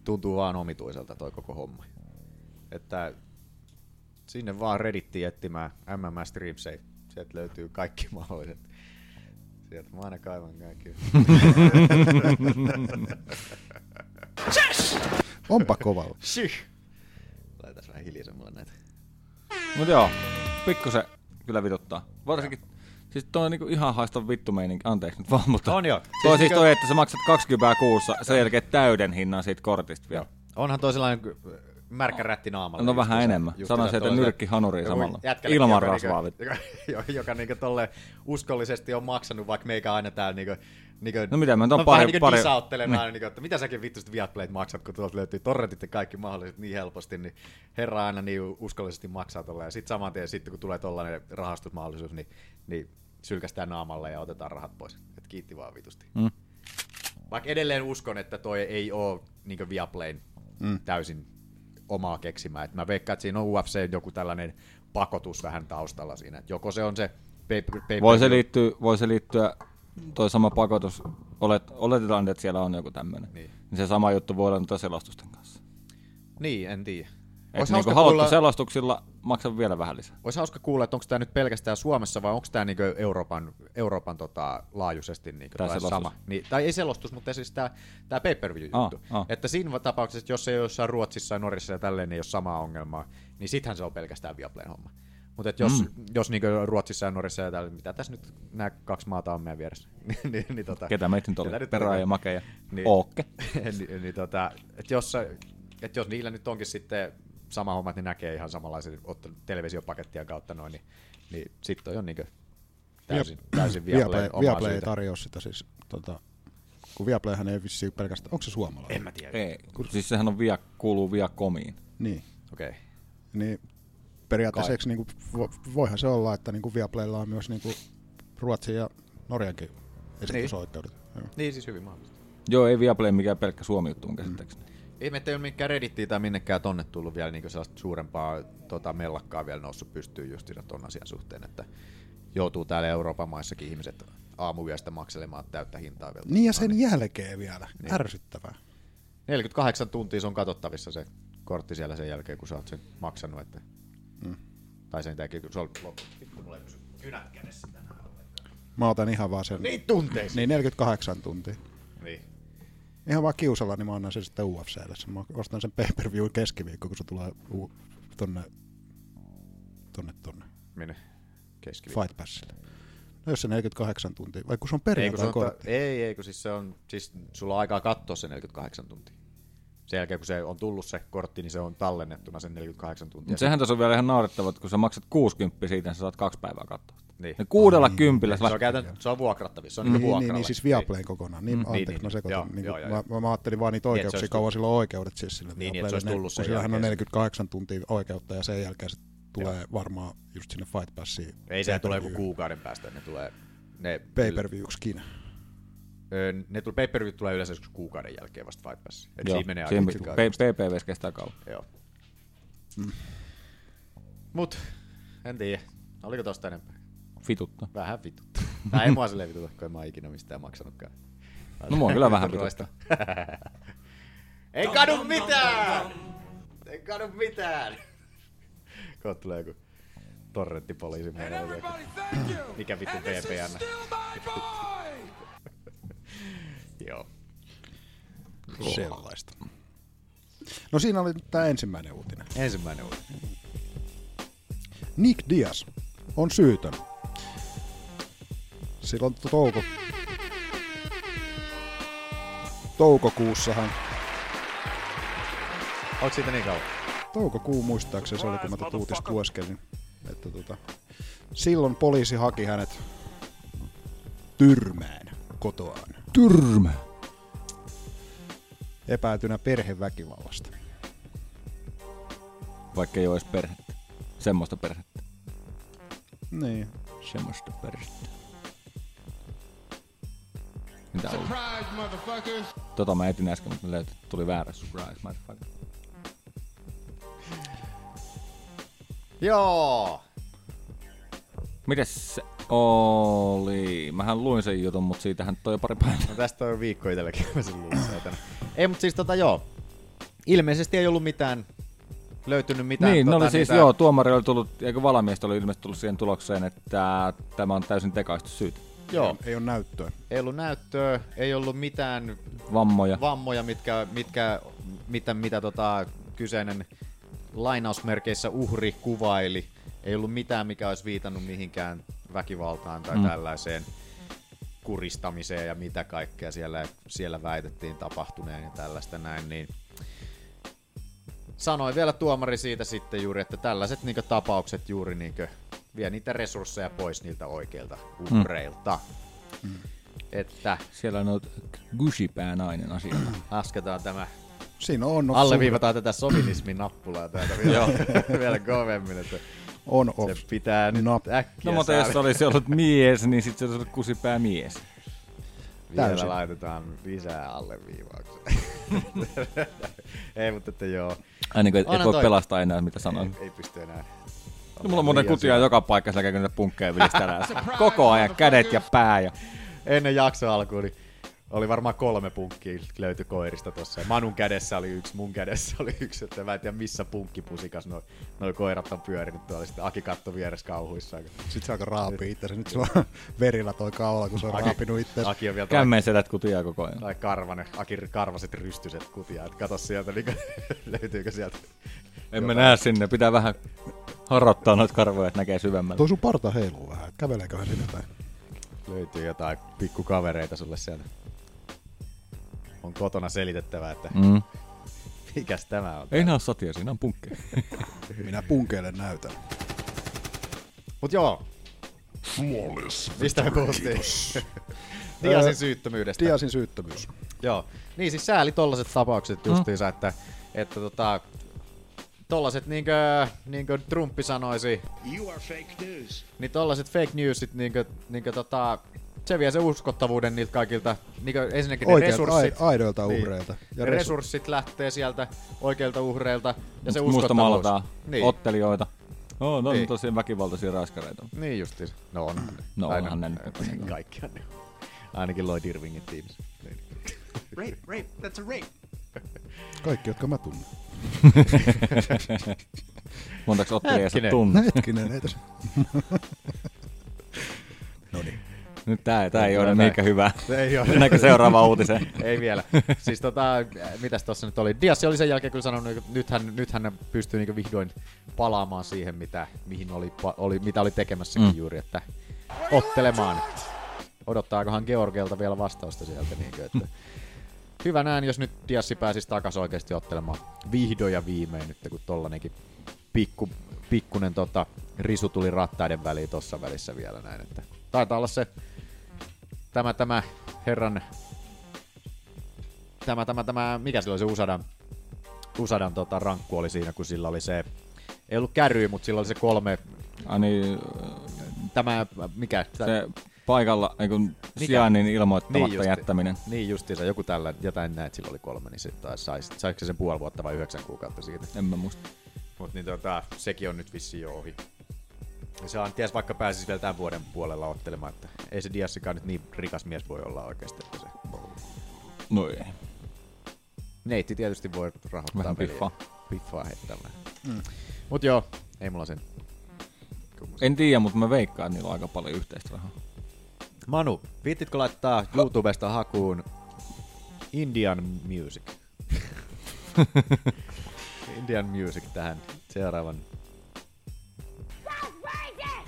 S5: tuntuu vaan omituiselta toi koko homma. Että sinne vaan redittiin etsimään MMA Streamsafe. Sieltä löytyy kaikki mahdolliset. Sieltä mä aina kaivan kaikki. Shush!
S4: Onpa kovalla.
S5: Shush! Laitas vähän hiljaisemmalle näitä.
S6: Mutta joo, pikkusen kyllä vituttaa. Varsinkin, siis toi on niinku ihan haista vittu meininki, anteeksi nyt vaan, mutta...
S5: On joo.
S6: Toi
S5: Siis
S6: on siis
S5: niinku-
S6: toi, että sä maksat 20 kuussa, sen jälkeen täyden hinnan siitä kortista vielä.
S5: Onhan toi sellainen ky- märkä rätti naamalla.
S6: No vähän
S5: Just
S6: enemmän.
S5: just
S6: Sanoisin,
S5: sitä
S6: että
S5: toista-
S6: nyrkki hanuriin
S5: joku
S6: samalla.
S5: jätkäläkin,
S6: Ilman
S5: joka
S6: rasvaa,
S5: niinku- Joka, joka niinku tolle uskollisesti on maksanut, vaikka meikä aina täällä niinku... niinku
S6: No mitä, mä nyt oon
S5: vähän
S6: pari-
S5: niinku
S6: pari-
S5: disauttelemaan,
S6: Niin.
S5: niinku, että mitä säkin vittu sit Viatplayt maksat, kun tuolta löytyy torrentit ja kaikki mahdolliset niin helposti, niin herra aina niin uskollisesti maksaa tolle. Ja sit saman tien, sitten kun tulee tollainen rahastusmahdollisuus, niin, niin sylkästään naamalle ja otetaan rahat pois. Et kiitti vaan vitusti.
S6: Mm.
S5: Vaikka edelleen uskon, että toi ei ole niin Viaplayn mm.
S4: Mm.
S5: täysin omaa keksimää. Et mä veikkaan, että siinä on UFC joku tällainen pakotus vähän taustalla siinä. Et joko se on se pay, pay,
S6: Voi se, liittyä, voi se liittyä, toi sama pakotus, olet, oletetaan, että siellä on joku tämmöinen.
S5: Niin.
S6: Niin. niin. se sama juttu voi olla noita selostusten kanssa.
S5: Niin, en tiedä.
S6: Et
S5: Olisi
S6: niinku,
S5: hauska,
S6: haluatko
S5: kuulla,
S6: selostuksilla, maksa vielä vähän lisää.
S5: ois hauska kuulla, että onko tämä nyt pelkästään Suomessa vai onko tämä niinku Euroopan, Euroopan tota, laajuisesti niinku
S6: Tää
S5: tää
S6: selostus. Ah,
S5: sama. Niin, tai ei selostus, mutta siis tämä pay-per-view
S6: Aa,
S5: juttu.
S6: aa.
S5: Että siinä tapauksessa, että jos ei ole jossain Ruotsissa ja Norjassa ja tälleen, niin ei ole samaa ongelmaa, niin sittenhän se on pelkästään Viaplayn homma. Mutta jos, mm.
S6: Mm.
S5: jos niinku Ruotsissa ja Norjassa ja täällä, mitä tässä nyt nämä kaksi maata on meidän vieressä, niin, niin, niin tota,
S6: Ketä meitä nyt oli?
S5: ketä
S6: Perää
S5: oli?
S6: ja Make ja Ookke.
S5: niin, niin, tota, et jos, et jos niillä nyt onkin sitten sama homma, että ne näkee ihan samanlaisen otta- televisiopakettien kautta noin, niin, niin sitten on jo niinku täysin, täysin Viaplayn omaa
S4: Viaplay ei
S5: syytä.
S4: tarjoa sitä siis, tota, kun Viaplayhän ei vissiin pelkästään, onko se suomalainen?
S5: En mä tiedä.
S6: Ei, siis sehän on via, kuuluu via komiin.
S4: Niin.
S5: Okei. Okay.
S4: Niin periaatteessa
S6: Kai.
S4: eikö niinku, vo, voihan se olla, että niinku Viaplaylla on myös niinku Ruotsin ja Norjankin esitysoikeudet. Niin.
S5: Niin siis hyvin mahdollista.
S6: Joo, ei Viaplay mikään pelkkä suomi-juttu
S5: Mm.
S6: mun käsittääkseni.
S5: Ihme, että ei ole minkään reddittiin tai minnekään tonne tullut vielä niin sellaista suurempaa tota, mellakkaa vielä noussut pystyyn just siinä ton asian suhteen, että joutuu täällä Euroopan maissakin ihmiset aamuyöstä makselemaan täyttä hintaa vielä.
S4: niin ja sen jälkeen vielä.
S5: Niin.
S4: Niin. Ärsyttävää.
S5: 48 tuntia se on katsottavissa se kortti siellä sen jälkeen, kun sä oot sen maksanut. Että... Mm.
S4: Mm.
S5: Tai sen jälkeen, kun se on loppu. Vittu, mulla ei pysy kynät kädessä tänään.
S4: Mä otan ihan vaan sen.
S5: Niin tunteisiin.
S4: Niin 48 tuntia.
S5: Niin.
S4: Ihan vaan kiusalla, niin mä annan sen sitten UFClle. Sen Mä ostan sen pay per view keskiviikko, kun se tulee u- tonne, tonne, tonne
S5: Minne? Keskiviikko.
S4: Fight Passille. No jos se 48 tuntia, vai kun se on
S5: Ei, kun se
S4: perjantai
S5: on,
S4: kortti.
S5: ta- ei, ei, kun siis, se on, siis sulla on aikaa katsoa se 48 tuntia. Sen jälkeen, kun se on tullut se kortti, niin se on tallennettuna sen 48 tuntia.
S6: Mutta sehän tässä on vielä ihan naurettavaa, että kun sä maksat 60 siitä, niin sä saat kaksi päivää katsoa.
S5: Niin.
S6: Ne kuudella kympillä.
S5: se on, käytännössä, se on vuokrattavissa, se on niinku
S4: niin,
S5: vuokralla.
S4: niin, niin, siis Viaplayn kokonaan. Niin,
S5: Mm.
S4: mm.
S5: Niin,
S4: anteeksi,
S5: niin,
S4: niin, mä sekoitan.
S5: joo,
S4: Niin,
S5: joo,
S4: joo,
S5: joo,
S4: mä,
S5: joo.
S4: mä, ajattelin vaan niitä
S5: Niin, että se
S4: oikeuksia,
S5: olisi
S4: kauan sillä on oikeudet siis sillä
S5: Niin, niin, että se olisi
S4: Viaplaylle.
S5: tullut sen
S4: Kun sillähän on
S5: jälkeen.
S4: 48 tuntia oikeutta ja sen jälkeen se tulee varmaan just sinne Fight Passiin.
S5: Ei, sehän tulee joku kuukauden päästä, ne tulee. Ne,
S4: pay per viewskin
S5: Öö, ne tuli, pay-per-view tulee yleensä joskus kuukauden jälkeen vasta Fight Pass. Et
S6: Joo,
S5: siinä menee aika
S6: siinä
S5: pitkä aika.
S6: PPV kestää kauan.
S5: Joo. Mut, en tiedä. Oliko tosta enempää?
S6: vituttaa.
S5: Vähän vituttaa. Tämä ei mua silleen vituta, kun en mä oon ikinä mistään maksanutkaan.
S6: No mua kyllä vähän
S5: Roista. Ei kadu mitään! Ei kadu mitään! Kohta tulee joku torrenttipoliisi meille. Mikä vittu VPN? Joo.
S4: Sellaista. No siinä oli tämä ensimmäinen uutinen.
S5: Ensimmäinen uutinen.
S4: Nick Diaz on syytön. Silloin touko... toukokuussahan,
S5: Onko siitä niin kauan?
S4: toukokuu muistaakseni se oli, kun mä tätä uutista lueskelin, että tota, silloin poliisi haki hänet tyrmään kotoaan.
S6: Tyrmä.
S4: Epäiltynä perheväkivallasta.
S6: Vaikka ei ole edes perhettä. Semmoista perhettä.
S4: Niin.
S6: Semmoista perhettä. Mitä on? Tota mä etin äsken, mutta mä löytin. Tuli väärä surprise, motherfucker.
S5: Joo!
S6: Mites se oli? Mähän luin sen jutun, mutta siitähän toi jo pari päivää.
S5: No tästä on viikko itselläkin, mä sen luulen. saatana. Ei, mutta siis tota joo. Ilmeisesti ei ollut mitään löytynyt mitään.
S6: niin,
S5: tota,
S6: no oli siis,
S5: niitä-
S6: joo, tuomari oli tullut, eikö valamiestä oli ilmeisesti tullut siihen tulokseen, että tämä on täysin tekaistu syyt.
S5: Joo.
S4: Ei ole näyttöä.
S5: Ei ollut näyttöä, ei ollut mitään
S6: Vammoja.
S5: vammoja mitkä, mitkä, mitä, mitä tota, kyseinen lainausmerkeissä uhri kuvaili. Ei ollut mitään, mikä olisi viitannut mihinkään väkivaltaan tai
S6: Mm.
S5: mm. tällaiseen kuristamiseen ja mitä kaikkea siellä, siellä väitettiin tapahtuneen ja tällaista näin, niin sanoi vielä tuomari siitä sitten juuri, että tällaiset niinkö tapaukset juuri niinkö vie niitä resursseja pois niiltä oikeilta
S6: Mm.
S5: uhreilta. Että
S6: Siellä on ollut gushipää nainen asialla.
S5: lasketaan tämä
S4: Siinä on off
S5: Alleviivataan tätä sovinismin nappulaa täältä vielä,
S6: Joo.
S5: vielä kovemmin, että
S4: On off.
S5: se pitää nyt
S4: No.
S5: äkkiä
S6: No mutta
S5: saada.
S6: jos se olisi ollut mies, niin sitten se olisi ollut kusipää mies.
S5: Vielä
S6: Täysin.
S5: laitetaan lisää alleviivauksia. ei, mutta että joo.
S6: Aina kun et, et
S5: Onhan
S6: voi
S5: toi- Niin.
S6: pelastaa enää, mitä sanoin.
S5: Ei, ei pysty enää.
S6: No, mulla on
S5: Niin,
S6: muuten kutia joka paikassa, siellä käy niitä punkkeja vilistellään. Koko ajan kädet ja pää. Ja...
S5: Ennen jaksoa alkuun, niin oli varmaan kolme punkkia löytyi koirista tossa. Manun kädessä oli yksi, mun kädessä oli yksi, että mä en tiedä missä punkkipusikas noi, noi koirat on pyörinyt tuolla. Sitten Aki katto vieressä kauhuissaan.
S4: Sitten se alkaa raapia itsensä. Nyt se on verillä toi kaula, kun se on
S5: Aki-
S4: raapinut itseensä.
S5: Aki on vielä
S6: Kämmeen sedät kutia koko ajan.
S5: Tai karvanen, Akin karvaset rystyset kutia, et kato sieltä, niin löytyykö sieltä.
S6: Emme näe sinne, pitää vähän harrottaa noita karvoja, että näkee syvemmälle.
S4: Tuo sun parta heiluu vähän. että Käveleeköhän sinne jotain?
S5: Löytyy jotain pikkukavereita sulle sieltä. On kotona selitettävää, että
S6: Mm.
S5: mm. mikäs tämä on.
S6: Ei nää oo satia, siinä on punkkeja.
S4: Minä punkeille näytän.
S5: Mut joo,
S4: Flawless.
S5: mistä me puhuttiin? Diasin syyttömyydestä.
S4: Diasin syyttömyys.
S5: Joo. Niin siis sääli tollaset tapaukset
S6: Mm.
S5: justiinsa, että, että tota, tollaset niinkö, niinkö Trumpi sanoisi,
S14: You are fake news.
S5: niin tollaset fake newsit, niinkö, niinkö tota, se vie se uskottavuuden niiltä kaikilta, niinkö ensinnäkin ne
S4: Oikeilta,
S5: resurssit.
S4: ai- aidoilta uhreilta.
S5: Ja
S4: Ja
S5: ne
S4: resu-
S5: resurssit lähtee sieltä oikeilta uhreilta ja se
S6: Musta
S5: uskottavuus.
S6: maalataan
S5: Niin.
S6: ottelijoita. No, no,
S5: Niin.
S6: niin. tosiaan väkivaltaisia raiskareita.
S5: Niin justiin. No on.
S6: No
S5: Aina.
S6: onhan ne nyt.
S5: Kaikkihan ne on. Ainakin Lloyd Irvingin tiimissä. Niin.
S14: Rape, rape, that's a rape.
S4: Kaikki, jotka mä tunnen.
S6: Montaks ottelijaa sä
S5: Hetkinen. No.
S6: tunnet?
S4: Hetkinen, ei tässä.
S6: Nyt tää, tää ei
S5: Kyllä
S6: ole
S5: tää-
S6: niinkään hyvä.
S5: Ei ole.
S6: Mennäänkö seuraavaan uutiseen?
S5: Ei vielä. Siis tota, mitäs tossa nyt oli? Dias oli sen jälkeen kyllä sanonut, että nythän, nythän ne pystyy niinku vihdoin palaamaan siihen, mitä, mihin oli, pa- oli, mitä oli tekemässäkin
S6: Mm.
S5: mm. juuri, että ottelemaan. Odottaakohan Georgelta vielä vastausta sieltä. Niinkö, että hyvä näin, jos nyt Diassi pääsisi takaisin oikeasti ottelemaan vihdoin ja viimein nyt, kun tollanenkin pikku, pikkunen tota, risu tuli rattaiden väliin tuossa välissä vielä näin. Että taitaa olla se tämä, tämä herran, tämä, tämä, tämä, mikä sillä oli se Usadan, Usadan tota, rankku oli siinä, kun sillä oli se, ei ollut kärry, mutta sillä oli se kolme,
S6: Ani,
S5: tämä, mikä?
S6: niin, se paikalla, ei kun
S5: Mikä?
S6: sijainnin ilmoittamatta
S5: Niin justi-
S6: jättäminen.
S5: Niin justiinsa, joku tällä, jotain näet sillä oli kolme, niin sitten taas sais, saiko se sen puoli vuotta vai yhdeksän kuukautta siitä.
S6: En mä muista.
S5: Mut niin tota, sekin on nyt vissiin jo ohi. Se on, ties vaikka pääsisi vielä tämän vuoden puolella ottelemaan, että ei se Diassikaan nyt niin rikas mies voi olla oikeasti, että se...
S6: No ei.
S5: Neitti tietysti voi rahoittaa
S6: Vähän
S5: peliä.
S6: piffaa.
S5: Piffaa heittää vähän.
S6: Mm.
S5: Mut joo, ei mulla sen.
S6: En tiedä, mutta mä veikkaan, että niillä on aika paljon yhteistä rahaa.
S5: Manu, viittitko laittaa YouTubesta hakuun Indian Music? Indian Music tähän seuraavan.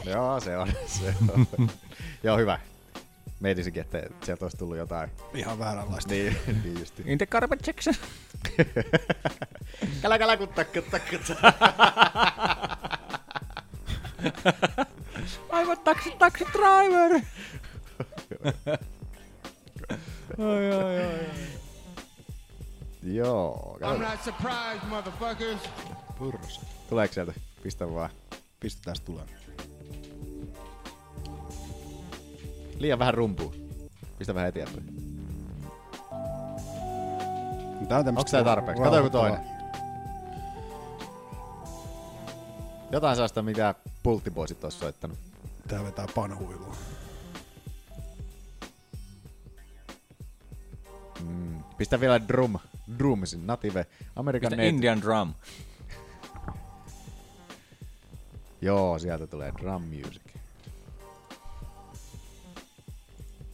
S5: Joo, se on. Se on. Joo, hyvä. Meitisinkin, että sieltä olisi tullut jotain.
S4: Ihan vääränlaista.
S5: Niin, niin justi.
S6: Inte Carmen Jackson.
S5: Kala kala kutta kutta kutta.
S6: Aivan taksi, taksi driver.
S2: Ai, ai, ai, ai.
S5: Joo,
S2: I'm
S5: katsotaan.
S2: not surprised, motherfuckers.
S4: Purros.
S5: Tuleeko sieltä? Pistä vaan.
S4: Pistetään se tulemaan.
S5: Liian vähän rumpua. Pistä vähän eteenpäin.
S4: Tää on tämmöstä
S5: Onks tää tarpeeksi? Kato joku toinen. Jotain sellaista, mitä pulttiboisit olisi soittanut.
S4: Tää vetää panhuilua.
S5: Mm. Pistä vielä drum. Drumsin, native. Amerikan
S6: Pistä
S5: native.
S6: Indian drum.
S5: Joo, sieltä tulee drum music.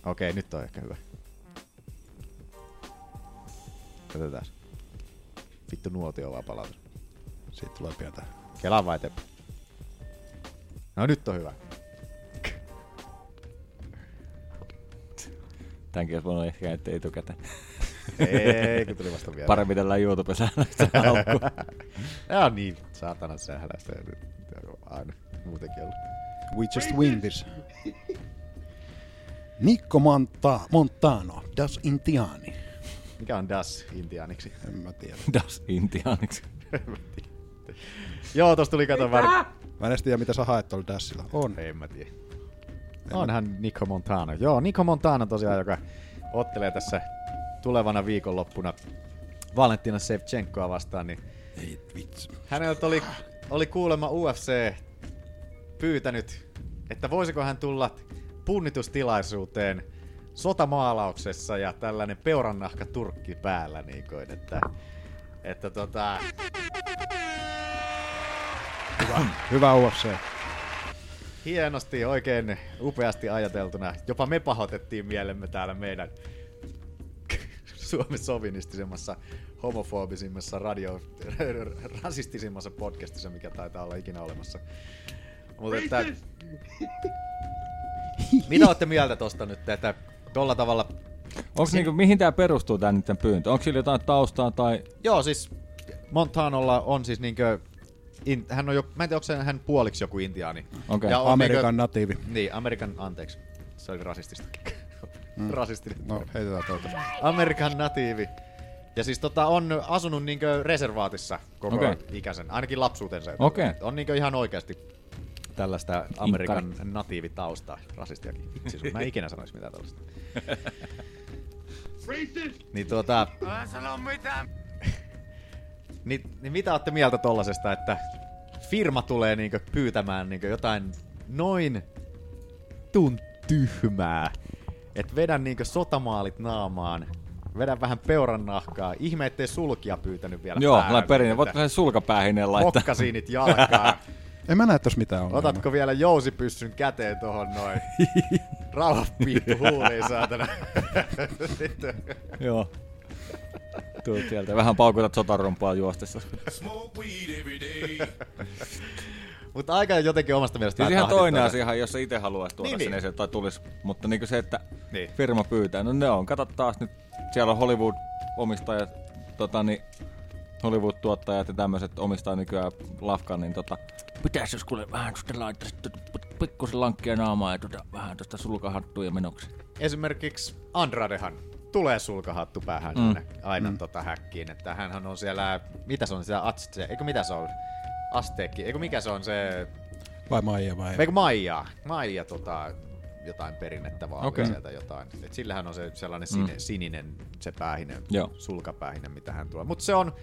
S5: Okei, nyt on ehkä hyvä. Katsotaan. Vittu nuotio vaan palautus.
S4: Siitä tulee pientä.
S5: Kelaa vai teppä. No nyt on hyvä.
S6: Tämänkin olisi voinut ehkä että etukäteen.
S5: Ei, kun tuli vasta vielä.
S6: Parempi tällä YouTubessa näistä alkuun.
S5: Ja niin, saatana sählästä. Aina muutenkin ollut.
S4: We just win this. Nikko Monta- Montano, Das Intiani.
S5: Mikä on Das intianiksi?
S4: En mä tiedä.
S6: Das intianiksi.
S5: Joo, tosta tuli kato var...
S4: Mä en edes tiedä, mitä sä haet tuolla Dashilla. On.
S5: En mä tiedä.
S4: En
S5: Onhan Nico Montano. Joo, Nico Montano tosiaan, joka ottelee tässä tulevana viikonloppuna Valentina Shevchenkoa vastaan, niin
S4: Ei vitsi.
S5: häneltä oli, oli kuulemma UFC pyytänyt, että voisiko hän tulla punnitustilaisuuteen sotamaalauksessa ja tällainen peurannahka turkki päällä, niin kuin, että, että tota,
S4: Hyvä UFC.
S5: Hienosti, oikein upeasti ajateltuna. Jopa me pahoitettiin mielemme täällä meidän Suomen sovinistisemmassa, homofobisimmassa, radio, rasistisimmassa podcastissa, mikä taitaa olla ikinä olemassa. Mutta että, mitä olette mieltä tosta nyt, että tolla tavalla...
S6: Onko niinku, mihin tämä perustuu tämä niiden pyyntö? Onko sillä jotain taustaa tai...
S5: Joo, siis Montanolla on siis niinkö... In, hän on jo, mä en tiedä, onko se hän puoliksi joku intiaani.
S6: Okei.
S5: Ja on
S4: Amerikan
S5: niinkö-
S4: natiivi.
S5: Niin, Amerikan, anteeksi. Se oli rasistista.
S4: Mm.
S5: Rasistinen.
S4: No, heitetään tuota.
S5: Amerikan natiivi. Ja siis tota, on asunut niinkö reservaatissa koko okay.
S6: Okei.
S5: ikäisen, ainakin lapsuutensa.
S6: Okei.
S5: On niinkö ihan oikeasti tällaista Amerikan natiivitaustaa, rasistiakin. Itse sun, mä en ikinä sanoisi mitään tällaista. Niin tuota,
S2: Älä sano mitään.
S5: niin, niin mitä olette mieltä tollasesta, että firma tulee niinkö pyytämään niinkö jotain noin tun tyhmää. Et vedän niinkö sotamaalit naamaan, vedän vähän peuran nahkaa. Ihme, ettei sulkia pyytänyt vielä
S6: Joo,
S5: päähän.
S6: mä perinne. Voitko sen sulkapäähineen laittaa?
S5: Mokkasiinit jalkaan.
S4: En mä näe tossa mitään ongelmaa.
S5: Otatko vielä jousipyssyn käteen tohon noin? Rauha piippu huuliin, saatana. Sitten-
S6: Joo. Tuu sieltä. Vähän paukutat sotarompaa juostessa. Siis
S5: Mutta aika jotenkin omasta mielestä
S6: Siis
S5: vähän
S6: ihan toinen
S5: ahdistaa.
S6: asia, ihan, jos sä itse haluaisi tuoda
S5: Niin,
S6: niin,
S5: niin.
S6: sen esiin tai tulisi. Mutta niin se, että
S5: Niin.
S6: niin. firma pyytää. No ne on. Kato taas nyt. Siellä on Hollywood-omistajat, tota niin, Hollywood-tuottajat ja tämmöiset omistaa nykyään lafkan, niin tota, pitäis jos kuule vähän sitä laittaisit tuota pik- pikkusen lankkia naamaa ja tuota, vähän tuosta sulkahattuja menoksi.
S5: esimerkiksi Andradehan tulee sulkahattu päähän
S6: Mm.
S5: mm. aina mm.
S6: Mm.
S5: tota häkkiin, että hänhän on siellä, mitä se on, siellä Azte, eikö mitä se on, Asteekki, eikö mikä se on se,
S4: Vai Maija vai?
S5: eikö Maija, Maija tota, jotain perinnettä vaan okay.
S4: Okei.
S5: sieltä jotain. Et sillähän on se sellainen sine, mm.
S6: Mm.
S5: sininen, se päähinen,
S6: Joo.
S5: sulkapäähinen, mitä hän tulee. Mutta se on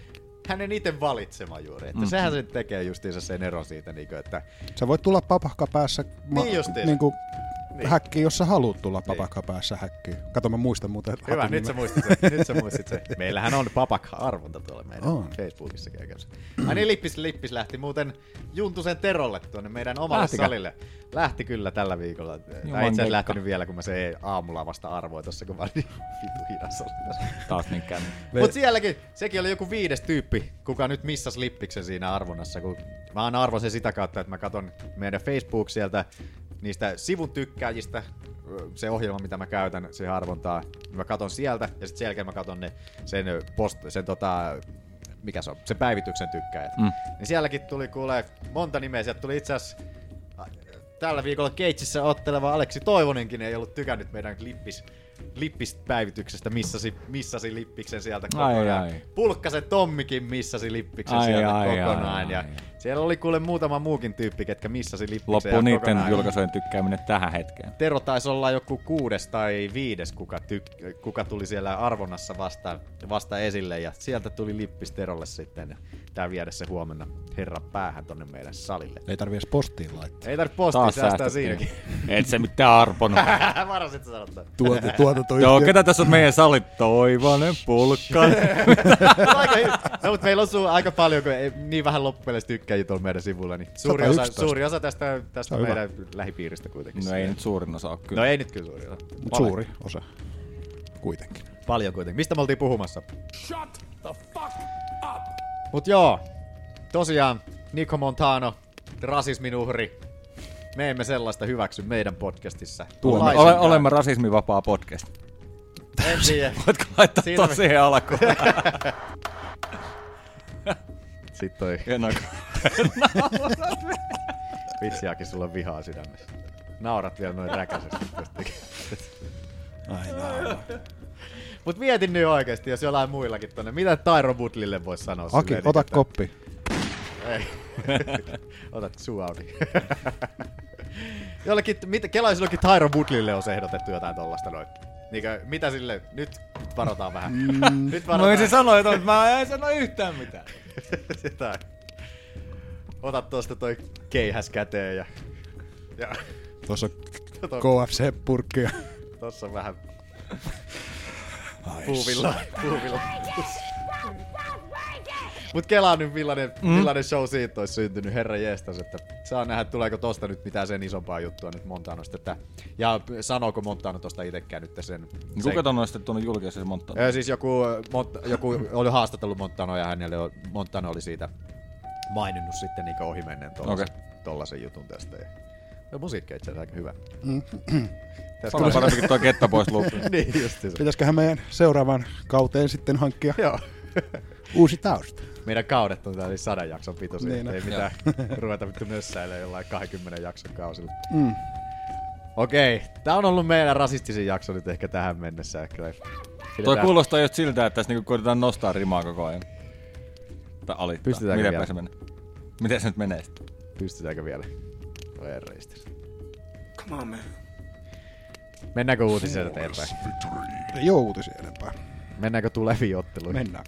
S5: hänen itse valitsema juuri. Että
S4: Mm.
S5: Sehän se tekee justiinsa sen eron siitä, niin kuin, että
S4: Sä voit tulla papahka päässä
S5: Niin justiinsa.
S4: niin kuin,
S5: Niin.
S4: niin. häkkiin, jos sä haluat tulla papahka päässä häkkiin. Kato, mä muistan muuten.
S5: Hyvä,
S4: hakunimen.
S5: nyt sä muistit sen. Nyt sä muistit sen. Meillähän on papakka-arvonta tuolla meidän
S4: On.
S5: Facebookissa käykässä. Ai niin, Lippis Lippis lähti muuten Juntusen Terolle tuonne meidän omalle
S6: Lähtikö?
S5: salille. Lähti kyllä tällä viikolla. Tai itse
S6: Juman
S5: asiassa
S6: kekka.
S5: lähtenyt vielä, kun mä se aamulla vasta arvoin tossa, kun mä olin vittu hidas
S6: Taas niin kävi.
S5: Mut sielläkin, sekin oli joku viides tyyppi, kuka nyt missasi lippiksen siinä arvonnassa. Kun mä aina arvon sen sitä kautta, että mä katson meidän Facebook sieltä niistä sivun tykkääjistä, ö, se ohjelma, mitä mä käytän, se arvontaa. Mä katon sieltä ja sitten sen jälkeen mä katon ne, sen, post, sen tota, mikä se on, sen päivityksen tykkäjät. Mm.
S6: Mm.
S5: Niin sielläkin tuli kuule monta nimeä, sieltä tuli itse asiassa ä, tällä viikolla Keitsissä otteleva Aleksi Toivonenkin ei ollut tykännyt meidän lippis, lippispäivityksestä, missasi, missasi lippiksen sieltä
S6: Ai,
S5: kokonaan.
S6: ai.
S5: Pulkkasen Tommikin missasi lippiksen
S6: Ai,
S5: sieltä
S6: ai,
S5: kokonaan.
S6: ai,
S5: ja Siellä oli kuule muutama muukin tyyppi, ketkä missasi lippiksen
S6: Loppu
S5: ihan
S6: niiden
S5: kokonaan.
S6: julkaisujen tykkääminen tähän hetkeen.
S5: Tero taisi olla joku kuudes tai viides, kuka, tyk- kuka tuli siellä arvonnassa vasta, vasta esille. Ja sieltä tuli lippis Terolle sitten. Tää viedä se huomenna herra päähän tonne meidän salille.
S4: Ei tarvi edes postiin laittaa.
S5: Ei tarvitse postia
S6: Taas
S5: säästää
S6: säästettiin.
S5: siinäkin.
S6: Et se mitään arponut.
S5: Varasit sä sanottaa.
S4: Tuote- tuotantoyhtiö.
S6: Joo, ketä tässä on meidän salit? Toivonen, Pulkkanen.
S5: aika hyvä. No, mutta meillä osuu aika paljon, kun ei, niin vähän loppupeleissä tykkääjiä tuolla meidän sivulla. Niin suuri, osa,
S6: 111.
S5: suuri osa tästä, tästä
S6: Se on hyvä.
S5: meidän lähipiiristä kuitenkin.
S6: No ei nyt suurin osa ole kyllä.
S5: No ei nyt kyllä suuri osa.
S4: Mut
S5: Paljon.
S4: suuri osa. Kuitenkin.
S5: Paljon kuitenkin. Mistä me oltiin puhumassa?
S2: Shut the fuck up!
S5: Mut joo, tosiaan Nico Montano, rasismin uhri. Me emme sellaista hyväksy meidän podcastissa.
S6: Tuomi. Ole,
S5: Laisinkaan.
S6: olemme rasismivapaa podcast.
S5: En tiedä.
S6: Voitko laittaa
S5: Siitä
S6: tuon
S5: me-
S6: siihen alkuun?
S5: Sitten toi.
S6: Ennak.
S5: Vitsiäkin sulla on vihaa sydämessä. Naurat vielä noin räkäisesti.
S4: Ai naura.
S5: Mut mietin nyt oikeesti, jos jollain muillakin tonne. Mitä Tyron Woodlille voisi sanoa?
S4: Aki,
S5: silleen,
S4: ota
S5: että-
S4: koppi.
S5: Ei. Otat suu auki. Jollekin, mit, kelaisi jollekin Tyron Woodlille on ehdotettu jotain tollasta noin. Niinkö, mitä sille, nyt varotaan vähän.
S6: Mm.
S5: nyt
S6: Mä voisin sanoa jotain, mutta mä en sano yhtään mitään.
S5: Sitä. Ota tuosta toi keihäs käteen ja... ja
S4: Tuossa
S5: Tota-
S4: KFC-purkkia.
S5: tossa on vähän...
S4: Ai
S5: Puuvilla.
S4: saa.
S5: Puuvilla. Mut kelaa nyt millainen, mm. millainen show siitä olisi syntynyt, herra jestas, että saa nähdä tuleeko tosta nyt mitään sen isompaa juttua nyt Montanosta, että, ja sanooko Montano tosta itekään nyt sen...
S6: Niin
S5: sen
S6: Kuka ton on sitten tuonut julkisesti monta?
S5: Ö, siis joku, ö, Mont, joku oli haastatellut Montanoa ja hänelle on, Montano oli siitä maininnut sitten niin ohimennen tollasen, okay. tollasen jutun tästä. Ja, ja musiikki on itse asiassa aika hyvä.
S4: Mm.
S5: Tässä
S6: Paljon
S5: tulee-
S6: parempi kuin tuo kettä pois luuppi.
S5: niin just se.
S4: Pitäisiköhän meidän seuraavan kauteen sitten hankkia
S5: Joo.
S4: uusi tausta.
S5: Meidän kaudet on täällä siis sadan jakson pitoisia,
S4: Niin
S5: niin
S4: on.
S5: ei mitään ruveta vittu nössäilemään jollain 20 jakson kausilla.
S4: Mm.
S5: Okei, tää on ollut meidän rasistisin jakso nyt ehkä tähän mennessä. Kyllä.
S6: Tuo
S5: Pidetään-
S6: kuulostaa just siltä, että tässä niinku koitetaan nostaa rimaa koko ajan. Tai alittaa.
S5: Pystytäänkö
S6: Miten
S5: vielä?
S6: se menee? Miten se nyt menee sitten?
S5: Pystytäänkö vielä? Voi herreistä.
S2: Come on, man.
S5: Mennäänkö uutisia eteenpäin?
S4: Ei oo uutisia enempää.
S5: Mennäänkö tuleviin otteluihin?
S4: Mennään.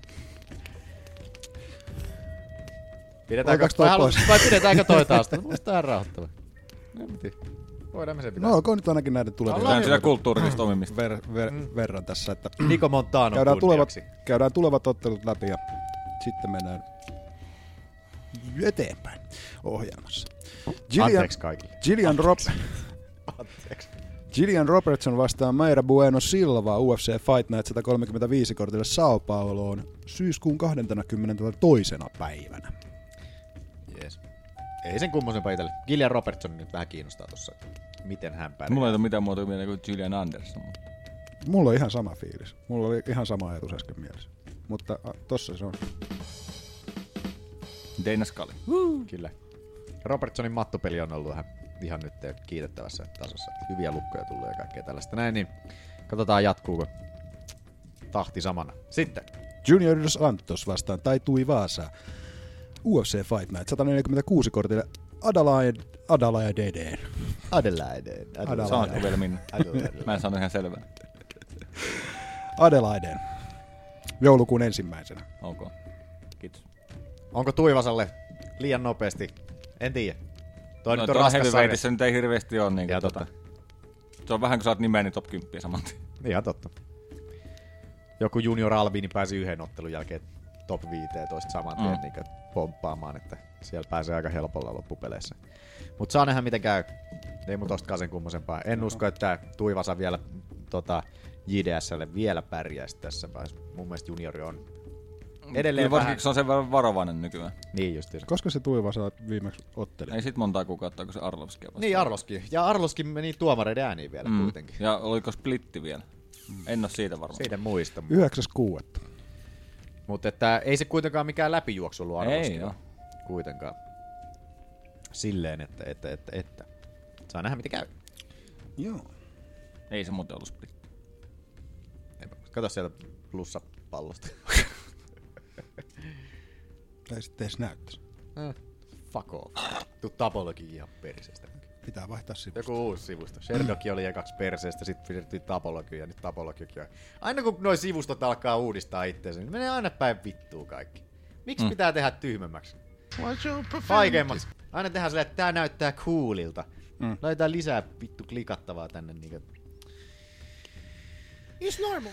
S5: Pidetäänkö,
S4: Otaks toi
S5: vai, haluat,
S4: pois?
S5: vai pidetäänkö toi taas? Musta tää on rauhoittava. No, En mä tiedä. Voidaan me se pitää.
S4: No olkoon nyt ainakin näiden
S5: Ollaan
S4: tulevien.
S5: Sitä hyvä.
S6: kulttuurista omimista.
S4: Ver, ver, verran tässä, että
S5: Niko Montano
S4: käydään tulevat,
S5: kunniaksi.
S4: käydään tulevat ottelut läpi ja sitten mennään eteenpäin ohjelmassa.
S5: Anteeksi kaikille.
S4: Gillian, Rob, Gillian Robertson vastaa Meira Bueno Silva UFC Fight Night 135 kortille Sao Pauloon syyskuun 22. päivänä.
S5: Jees. Ei sen kummosempaa itselle. Gillian Robertson nyt vähän kiinnostaa tossa. Miten hän pärjää.
S6: Mulla ei ole mitään muuta mieleen kuin Julian Anderson. mutta
S4: Mulla on ihan sama fiilis. Mulla oli ihan sama ajatus äsken mielessä. Mutta a, tossa se on.
S6: Dana Scully.
S5: Kyllä. Robertsonin mattopeli on ollut ihan, ihan nyt kiitettävässä tasossa. Hyviä lukkoja tullut ja kaikkea tällaista näin, niin katsotaan jatkuuko tahti samana. Sitten.
S4: Junior Dos Santos vastaan taitui Vaasa. UFC Fight Night 146 kortille Adelaide, Adelaide DD.
S5: Adelaide.
S4: Adelaide.
S6: Saanko vielä minne?
S5: Adelaide.
S6: Mä en saanut ihan selvää.
S4: Adelaide. Joulukuun ensimmäisenä.
S6: Onko? Kiitos.
S5: Onko Tuivasalle liian nopeasti? En tiedä. Toi
S6: no,
S5: nyt on
S6: tuolla
S5: raskas sarja.
S6: heavyweightissa nyt ei hirveästi ole. Niin tota. Se on vähän kuin saat nimeä, niin top 10 saman tien.
S5: Ihan totta. Joku junior Alvini pääsi yhden ottelun jälkeen top 15 saman tien
S6: Mm.
S5: mm. niin pomppaamaan, että siellä pääsee aika helpolla loppupeleissä. Mutta saa nähdä miten käy. Ei mun tostakaan sen kummosempaa. En usko, että Tuivasa vielä tota, JDSlle vielä pärjäisi tässä vaiheessa. Mun mielestä juniori on edelleen
S6: Mm, Kyllä
S5: vähän...
S6: varsinkin, kun se on sen verran varovainen nykyään.
S5: Niin justiinsa.
S4: Koska se tuiva saa viimeksi otteli?
S6: Ei sit montaa kuukautta, kun se Arlovski on
S5: Niin Arloski. Ja Arloski meni tuomareiden ääniin vielä mm. kuitenkin.
S6: Ja oliko splitti vielä? En ole siitä varma.
S5: Siitä en muista.
S4: 9.6.
S5: Mutta että ei se kuitenkaan mikään läpijuoksu ollut
S6: Ei
S5: Arlovski.
S6: oo.
S5: Kuitenkaan. Silleen, että, että, että, että. Saa nähdä, miten käy.
S4: Joo.
S6: Ei se muuten ollut splitti.
S5: Kato sieltä plussa pallosta.
S4: Tai sitten edes näyttäisi.
S5: Fuck off. Tuu Tapolokin ihan perseestä.
S4: Pitää vaihtaa sivusta.
S5: Joku uusi sivusto. Sherlock oli ekaksi perseestä, sitten siirtyi Tapolokin ja nyt Tapolokin. on- Aina kun noi sivustot alkaa uudistaa itseensä, niin menee aina päin vittuun kaikki. Miksi
S2: Mm.
S5: mm. pitää tehdä tyhmemmäksi?
S2: What's your
S5: Vaikeammaksi. Aina tehdään silleen, että tää näyttää coolilta.
S4: Mm.
S5: Mm. Laitetaan lisää vittu klikattavaa tänne. Niin
S2: It's normal.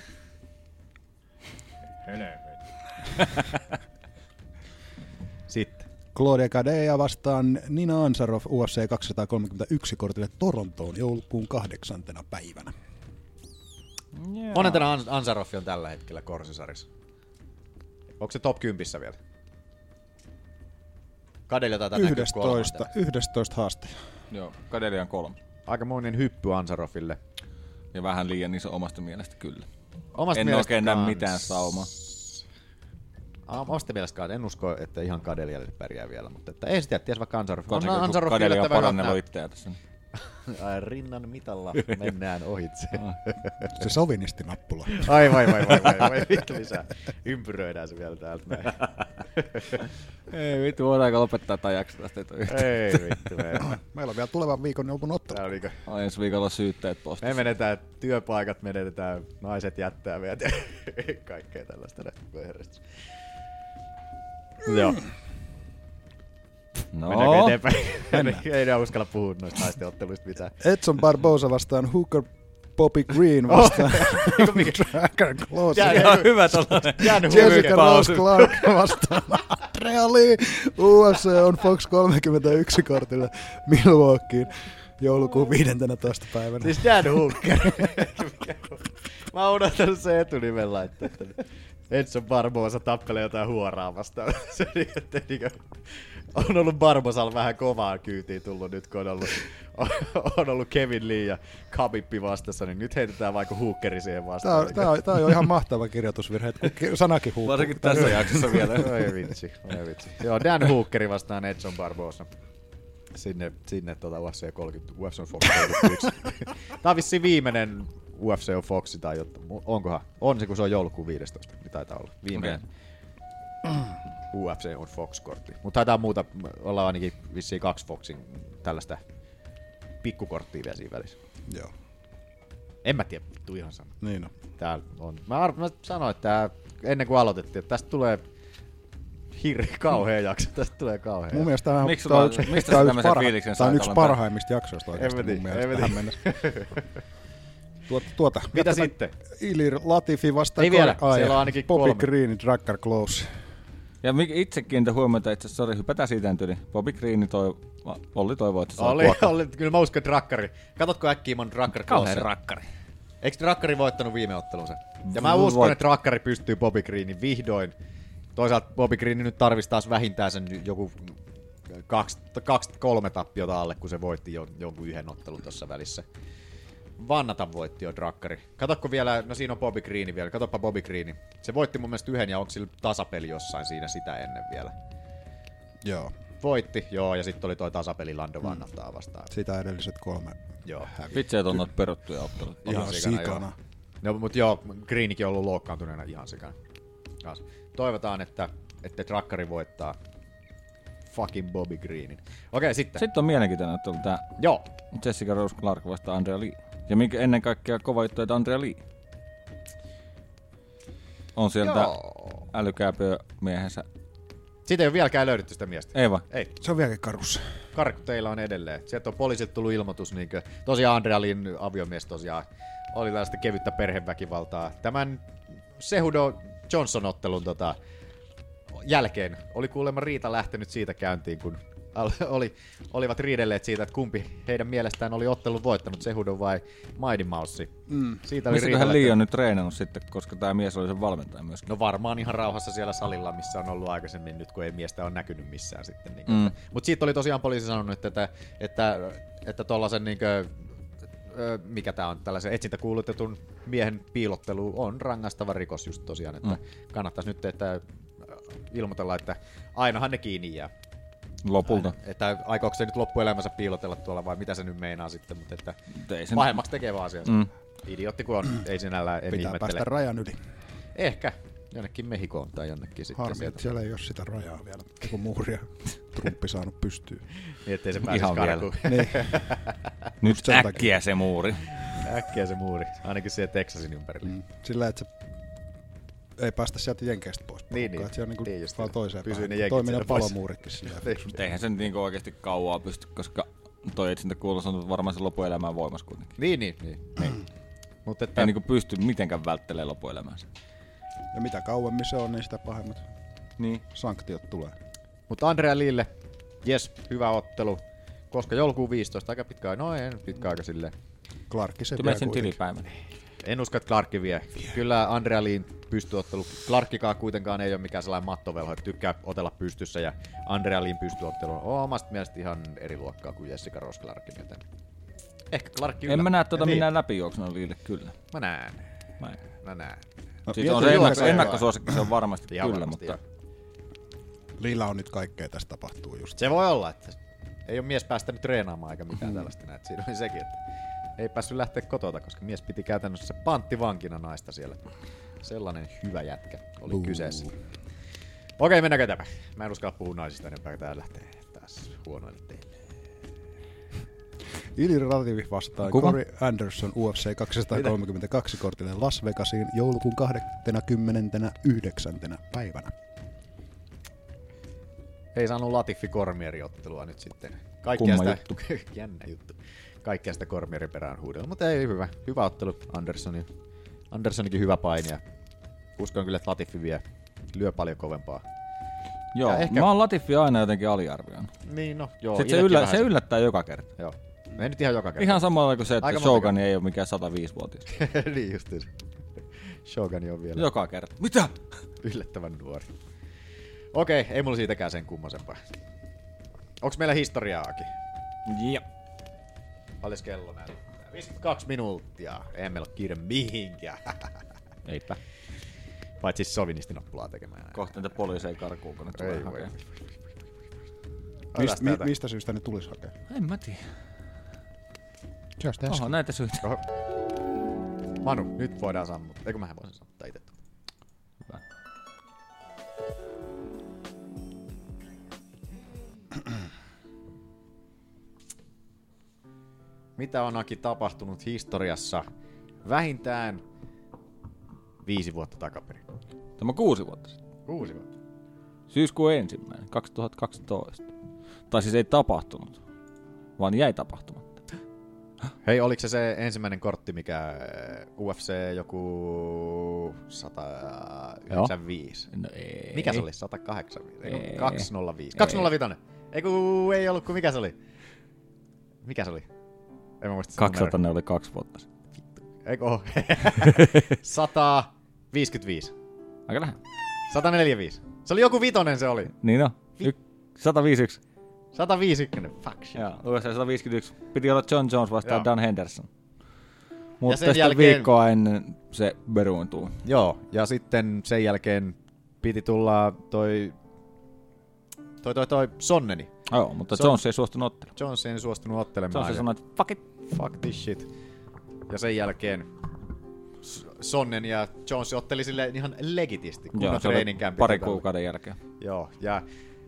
S5: Sitten.
S4: Claudia Gadea vastaan Nina Ansarov UFC 231 kortille Torontoon joulukuun kahdeksantena päivänä.
S5: yeah. Monentena Ans- Ansaroffi on tällä hetkellä Korsisarissa. Onko se top 10 vielä? Kadella taitaa näkyä kolmantena.
S4: 11, 11 haastaja.
S6: Joo, Kadelia on kolme.
S5: Aikamoinen hyppy Ansarofille.
S6: Ja vähän liian iso omasta mielestä kyllä.
S5: Omasta
S6: en
S5: mielestä
S6: oikein näe
S5: kans.
S6: mitään saumaa.
S5: Ah, Omasta mielestä kans. en usko, että ihan Kadelialle pärjää vielä, mutta että ei sitä, ties vaikka Ansaroffi. On
S6: Varsinkin, kun
S5: Ansaroffi
S6: Kadelia on
S5: yllättävän hyvät
S6: parannellut
S5: näyt-
S6: itseään tässä.
S5: Ai, Rinnan mitalla mennään ohitse.
S4: Se sovinisti-nappula.
S5: Ai vai vai vai vai, vai. vittu lisää. Ympyröidään se vielä täältä näin.
S6: Ei vittu, voidaanko lopettaa tai jaksaa tästä
S5: Ei vittu, me ei.
S4: Meillä on vielä tulevan viikon joulun ottelu.
S5: Tää on niinku...
S6: Ai ensi viikolla syytteet postissa.
S5: Me menetään työpaikat, menetetään, naiset jättää meidät ja kaikkea tällaista. näin. Voi herrastus. Joo.
S6: No.
S5: Mennäänkö eteenpäin?
S4: Mennään.
S5: ei enää uskalla puhua noista naisten otteluista mitään.
S4: Edson Barbosa vastaan Hooker Bobby Green vastaan
S5: Eiku mikä-
S4: Dragon Close.
S5: Jää- Ihan hyvä tollanen. Jäänyt
S4: Jessica
S5: hurricane
S4: Rose
S5: pausi.
S4: Clark vastaan Andrea Lee. UFC on Fox 31 kortilla Milwaukeein joulukuun 15. päivänä.
S5: Siis Dan Hooker. Mä oon unohtanut sen etunimen laittaa. tänne. Edson Barbosa tappelee jotain huoraa vastaan. Se on niin, että niinku- on ollut Barbosalla vähän kovaa kyytiä tullut nyt, kun on ollut, on ollut Kevin Lee ja Khabib vastassa, niin nyt heitetään vaikka Hookeri siihen
S4: Tää
S5: vastaan.
S4: on, tää, on, tää on jo ihan mahtava kirjoitusvirhe, että kun ki- sanakin huukkuu.
S5: Oi No vitsi, oi vitsi. Joo, Dan Hookeri vastaan Edson Barbosa. Sinne, sinne tuota UFC 30, UFC on Fox 31. Tää on vissiin viimeinen UFC on Fox tai jotain. Onkohan? On se, kun se on joulukuun 15, niin taitaa olla. Viimeinen. UFC on Fox-kortti. Mutta taitaa muuta, olla ainakin vissiin kaksi Foxin tällaista pikkukorttia vielä siinä välissä.
S4: Joo.
S5: En mä tiedä, vittu ihan sama.
S4: Niin on.
S5: Tää on. Mä, ar- mä sanoin, että tää, ennen kuin aloitettiin, että tästä tulee hirveä kauhea jakso. Tästä tulee kauhea
S4: Mun
S5: jakso.
S4: mielestä tämä on, tää on yksi, tää on yksi, parha, tää on yksi parhaimmista jaksoista oikeasti
S5: En mä
S4: mun
S5: tiedä,
S4: mielestä
S5: en mä
S4: tähän
S5: tiedä.
S4: mennessä. Tuota, tuota.
S5: Mitä
S4: Jätetään
S5: sitten?
S4: Ilir Latifi vastaan.
S5: Ei vielä,
S4: Ai,
S5: siellä on ainakin
S4: Bobby
S5: kolme.
S4: Green, Drakkar Close.
S6: Ja mi- itse kiinnitän huomiota, itse asiassa, sori, hypätään siitä en tyli. Bobby Green toi, Olli toivoo, että se saa
S5: Oli,
S6: kuokan.
S5: oli, kyllä mä uskon drakkari. Katotko äkkiä mun drakkar
S6: Kauhean
S5: Klaasen?
S6: rakkari.
S5: Eikö drakkari voittanut viime ottelunsa? Ja
S6: Mm,
S5: mä uskon,
S6: voit-
S5: että drakkari pystyy Bobby Greenin vihdoin. Toisaalta Bobby Green nyt tarvisi taas vähintään sen joku kaksi, kaksi kolme tappiota alle, kun se voitti jo, jonkun yhden ottelun tuossa välissä. Vannatan voitti jo drakkari. Katokko vielä, no siinä on Bobby Green vielä, katoppa Bobby Green. Se voitti mun mielestä yhden ja onko sillä tasapeli jossain siinä sitä ennen vielä.
S4: Joo.
S5: Voitti, joo, ja sitten oli toi tasapeli
S6: Mm.
S5: Lando Vannattaa vastaan.
S4: Sitä edelliset kolme.
S5: Joo.
S6: Vitsi, että on noita peruttuja ottelut.
S4: Ihan
S5: Ihan
S4: sikana.
S5: sikana, No, mutta joo, Greenikin on ollut loukkaantuneena ihan sikana. Kans. Toivotaan, että, että Trakkari voittaa fucking Bobby Greenin. Okei, sitten.
S6: Sitten on mielenkiintoinen ottelu tää
S5: Joo.
S6: Jessica Rose Clark vastaan Andrea Lee. Ja mikä ennen kaikkea kova juttu, että Andrea Lee on sieltä
S5: Joo.
S6: älykääpö miehensä
S5: Siitä ei ole vieläkään löydetty sitä miestä.
S6: Ei vaan.
S5: Ei.
S4: Se on vieläkin karussa.
S5: Karkku teillä on edelleen. Sieltä on poliisit tullut ilmoitus. Niin tosiaan Andrea Lin aviomies tosiaan oli tällaista kevyttä perheväkivaltaa. Tämän Sehudo Johnson-ottelun tota, jälkeen oli kuulemma riita lähtenyt siitä käyntiin, kun al- oli, olivat riidelleet siitä, että kumpi heidän mielestään oli ottelun voittanut, Sehudo vai Mighty Mouse.
S6: Mm.
S5: Siitä oli riita
S6: Mistäköhän
S5: lähtenyt.
S6: Lee on nyt treenannut sitten, koska tämä mies oli sen valmentaja myöskin.
S5: No varmaan ihan rauhassa siellä salilla, missä on ollut aikaisemmin nyt, kun ei miestä ole näkynyt missään sitten. Niin
S6: Mm.
S5: mm. Mutta siitä oli tosiaan poliisi sanonut, että, että, että tollasen niin ö, mikä tämä on, tällaisen etsintäkuulutetun miehen piilottelu on rangaistava rikos just tosiaan, että
S6: Mm.
S5: mm. kannattaisi nyt että ö, ilmoitella, että ainahan ne kiinni jää.
S6: Lopulta.
S5: Aina. Että aikooko se nyt loppuelämänsä piilotella tuolla vai mitä se nyt meinaa sitten, mutta että
S6: ei
S5: se
S6: se-
S5: pahemmaksi tekee vaan asiansa.
S6: Mm.
S5: Mm. Idiotti kun on, ei sinällään, en
S4: Pitää
S5: ihmettele.
S4: päästä rajan yli.
S5: Ehkä. Jonnekin Mehikoon tai jonnekin sitten.
S4: Harmi,
S5: sieltä.
S4: että siellä ei ole sitä rajaa vielä. Joku muuria Trumpi saanut pystyyn.
S5: Niin, ettei se pääsisi karkuun.
S4: Niin.
S6: Nyt
S4: Just sen
S6: äkkiä se muuri.
S5: Äkkiä se muuri. Ainakin siellä Texasin ympärillä. Mm.
S4: Sillä, että se ei päästä sieltä jenkeistä pois.
S5: Niin, niin.
S4: Että siellä on niinku
S5: Niin just
S4: vaan
S5: niin.
S4: toiseen
S5: Pysyy
S4: päähän.
S5: ne jenkit
S4: Toimii ne
S5: siellä pois. Niin.
S4: palomuuritkin sillä.
S6: Mut Eihän se nyt niinku oikeasti kauaa pysty, koska toi etsintä kuulos on varmaan se lopuelämään voimassa kuitenkin.
S5: Niin, niin, niin. Mutta että...
S6: Ei niinku pysty mitenkään välttelemään lopuelämäänsä.
S4: Ja mitä kauemmin se on, niin sitä pahemmat
S6: niin.
S4: sanktiot tulee.
S5: Mutta Andrea Lille, jes, hyvä ottelu. Koska joulukuun 15, aika pitkä aika. No ei, nyt pitkä aika silleen.
S4: Clarkki se
S6: Tulee sen tilipäivänä.
S5: En usko, että Clarkki vie. Kyllä Andrea Lin pystyottelu. Clarkkikaan kuitenkaan ei ole mikään sellainen mattovelho, että tykkää otella pystyssä. Ja Andrea Lin pystyottelu on omasta mielestä ihan eri luokkaa kuin Jessica Rose Clarkin. Joten ehkä Clarkki
S6: En mä näe tuota
S5: Niin.
S6: minä läpijuoksuna liille kyllä.
S5: Mä näen.
S6: Mä en.
S5: Mä näen.
S6: No, Siis on se ennakko, ennakkosuosikki, se on varmasti
S5: Ihan
S6: kyllä,
S5: varmasti,
S6: mutta
S4: Lillä on nyt kaikkea, tässä tapahtuu just.
S5: Se voi olla, että ei ole mies päästänyt treenaamaan eikä mitään tällaista. Näin. Siinä oli sekin, että ei päässyt lähteä kotota, koska mies piti käytännössä panttivankina naista siellä. Sellainen hyvä jätkä oli
S4: Buu.
S5: kyseessä. Okei, mennäänkö tämä? Mä en uskalla puhua naisista enempää, kun tää lähtee taas huonoille teille.
S4: Ili Rativi vastaan
S5: Kuka?
S4: Corey Anderson UFC 232 kortille Las Vegasiin joulukuun 29. päivänä.
S5: Ei saanut Latifi Kormieri-ottelua nyt sitten. Kaikkea
S6: Kumma
S5: sitä,
S6: juttu.
S5: jännä juttu. Kaikkea sitä Kormierin perään huudella, mutta ei hyvä. Hyvä ottelu Anderssonin. Anderssonikin hyvä painija. Uskon kyllä, että Latifi vie. Lyö paljon kovempaa.
S6: Joo,
S5: Ja
S6: ehkä... mä oon Latifi aina jotenkin aliarvioinut.
S5: Niin, no, joo,
S6: Sitten se,
S5: itsekin
S6: yllä,
S5: vähän
S6: se
S5: se-
S6: yllättää joka kerta.
S5: Joo. Ei nyt ihan joka kerta.
S6: Ihan samalla kuin se, että
S5: Aika monta
S6: Shogun ei ole mikään 105-vuotias.
S5: kertaa. niin justiin. Shogun on vielä
S6: Joka kerta. Mitä?
S5: yllättävän nuori. Okei, ei mulla siitäkään sen kummosempaa. Onks meillä historiaakin?
S6: Jep.
S5: Paljon kello näyttää? 52 minuuttia. Eihän meillä ole kiire mihinkään.
S6: Eipä.
S5: Paitsi sovinisti nappulaa tekemään.
S6: Kohta niitä poliiseja karkuun, kun ne
S5: Ei
S6: tulee
S5: voi.
S6: hakemaan.
S5: Mist-
S4: Mist, mi,
S5: täältä.
S4: mistä syystä ne tulisi hakea?
S6: En mä tiedä.
S4: Just
S6: Oho,
S4: äsken.
S6: näitä syitä.
S5: Oho. Manu, nyt voidaan sammuttaa. Eikö mähän voisin sammuttaa itse?
S6: Hyvä.
S5: Mitä on Aki tapahtunut historiassa vähintään viisi vuotta takaperin?
S6: Tämä on kuusi vuotta sitten.
S5: Kuusi vuotta.
S6: Syyskuun ensimmäinen, 2012. Tai siis ei tapahtunut, vaan jäi tapahtumatta.
S5: Hei, oliko se se ensimmäinen kortti, mikä äh, UFC joku 195?
S6: No ei.
S5: Mikä se oli? 185? Ei.
S6: Ei.
S5: kun 205.
S6: Ei.
S5: 205. Ei kun ei ollut, kun mikä se oli? Mikä se oli? En mä muista. sitä numeroa.
S6: 200 ne oli kaksi vuotta sitten.
S5: Eikö oo? 155.
S6: Aika lähellä.
S5: 145. Se oli joku vitonen se oli.
S6: Niin on. Y- 151.
S5: 151. Fuck shit.
S6: Joo, UFC 151. Piti olla John Jones vastaan
S5: Joo.
S6: Dan Henderson. Mutta
S5: sen
S6: sitten
S5: jälkeen-
S6: viikkoa ennen se peruuntuu.
S5: Joo, ja sitten sen jälkeen piti tulla toi, toi, toi, toi Sonneni.
S6: Joo, mutta
S5: Son-
S6: Jones ei suostunut ottelemaan.
S5: Jones ei suostunut ottelemaan.
S6: Jones
S5: ja-
S6: sanoi, että fuck it.
S5: fuck this shit. Ja sen jälkeen S- Sonnen ja Jones otteli sille ihan legitisti, kun
S6: Joo,
S5: Joo,
S6: se oli
S5: treeninkämpi.
S6: pari
S5: tota-
S6: kuukauden jälkeen.
S5: Joo, ja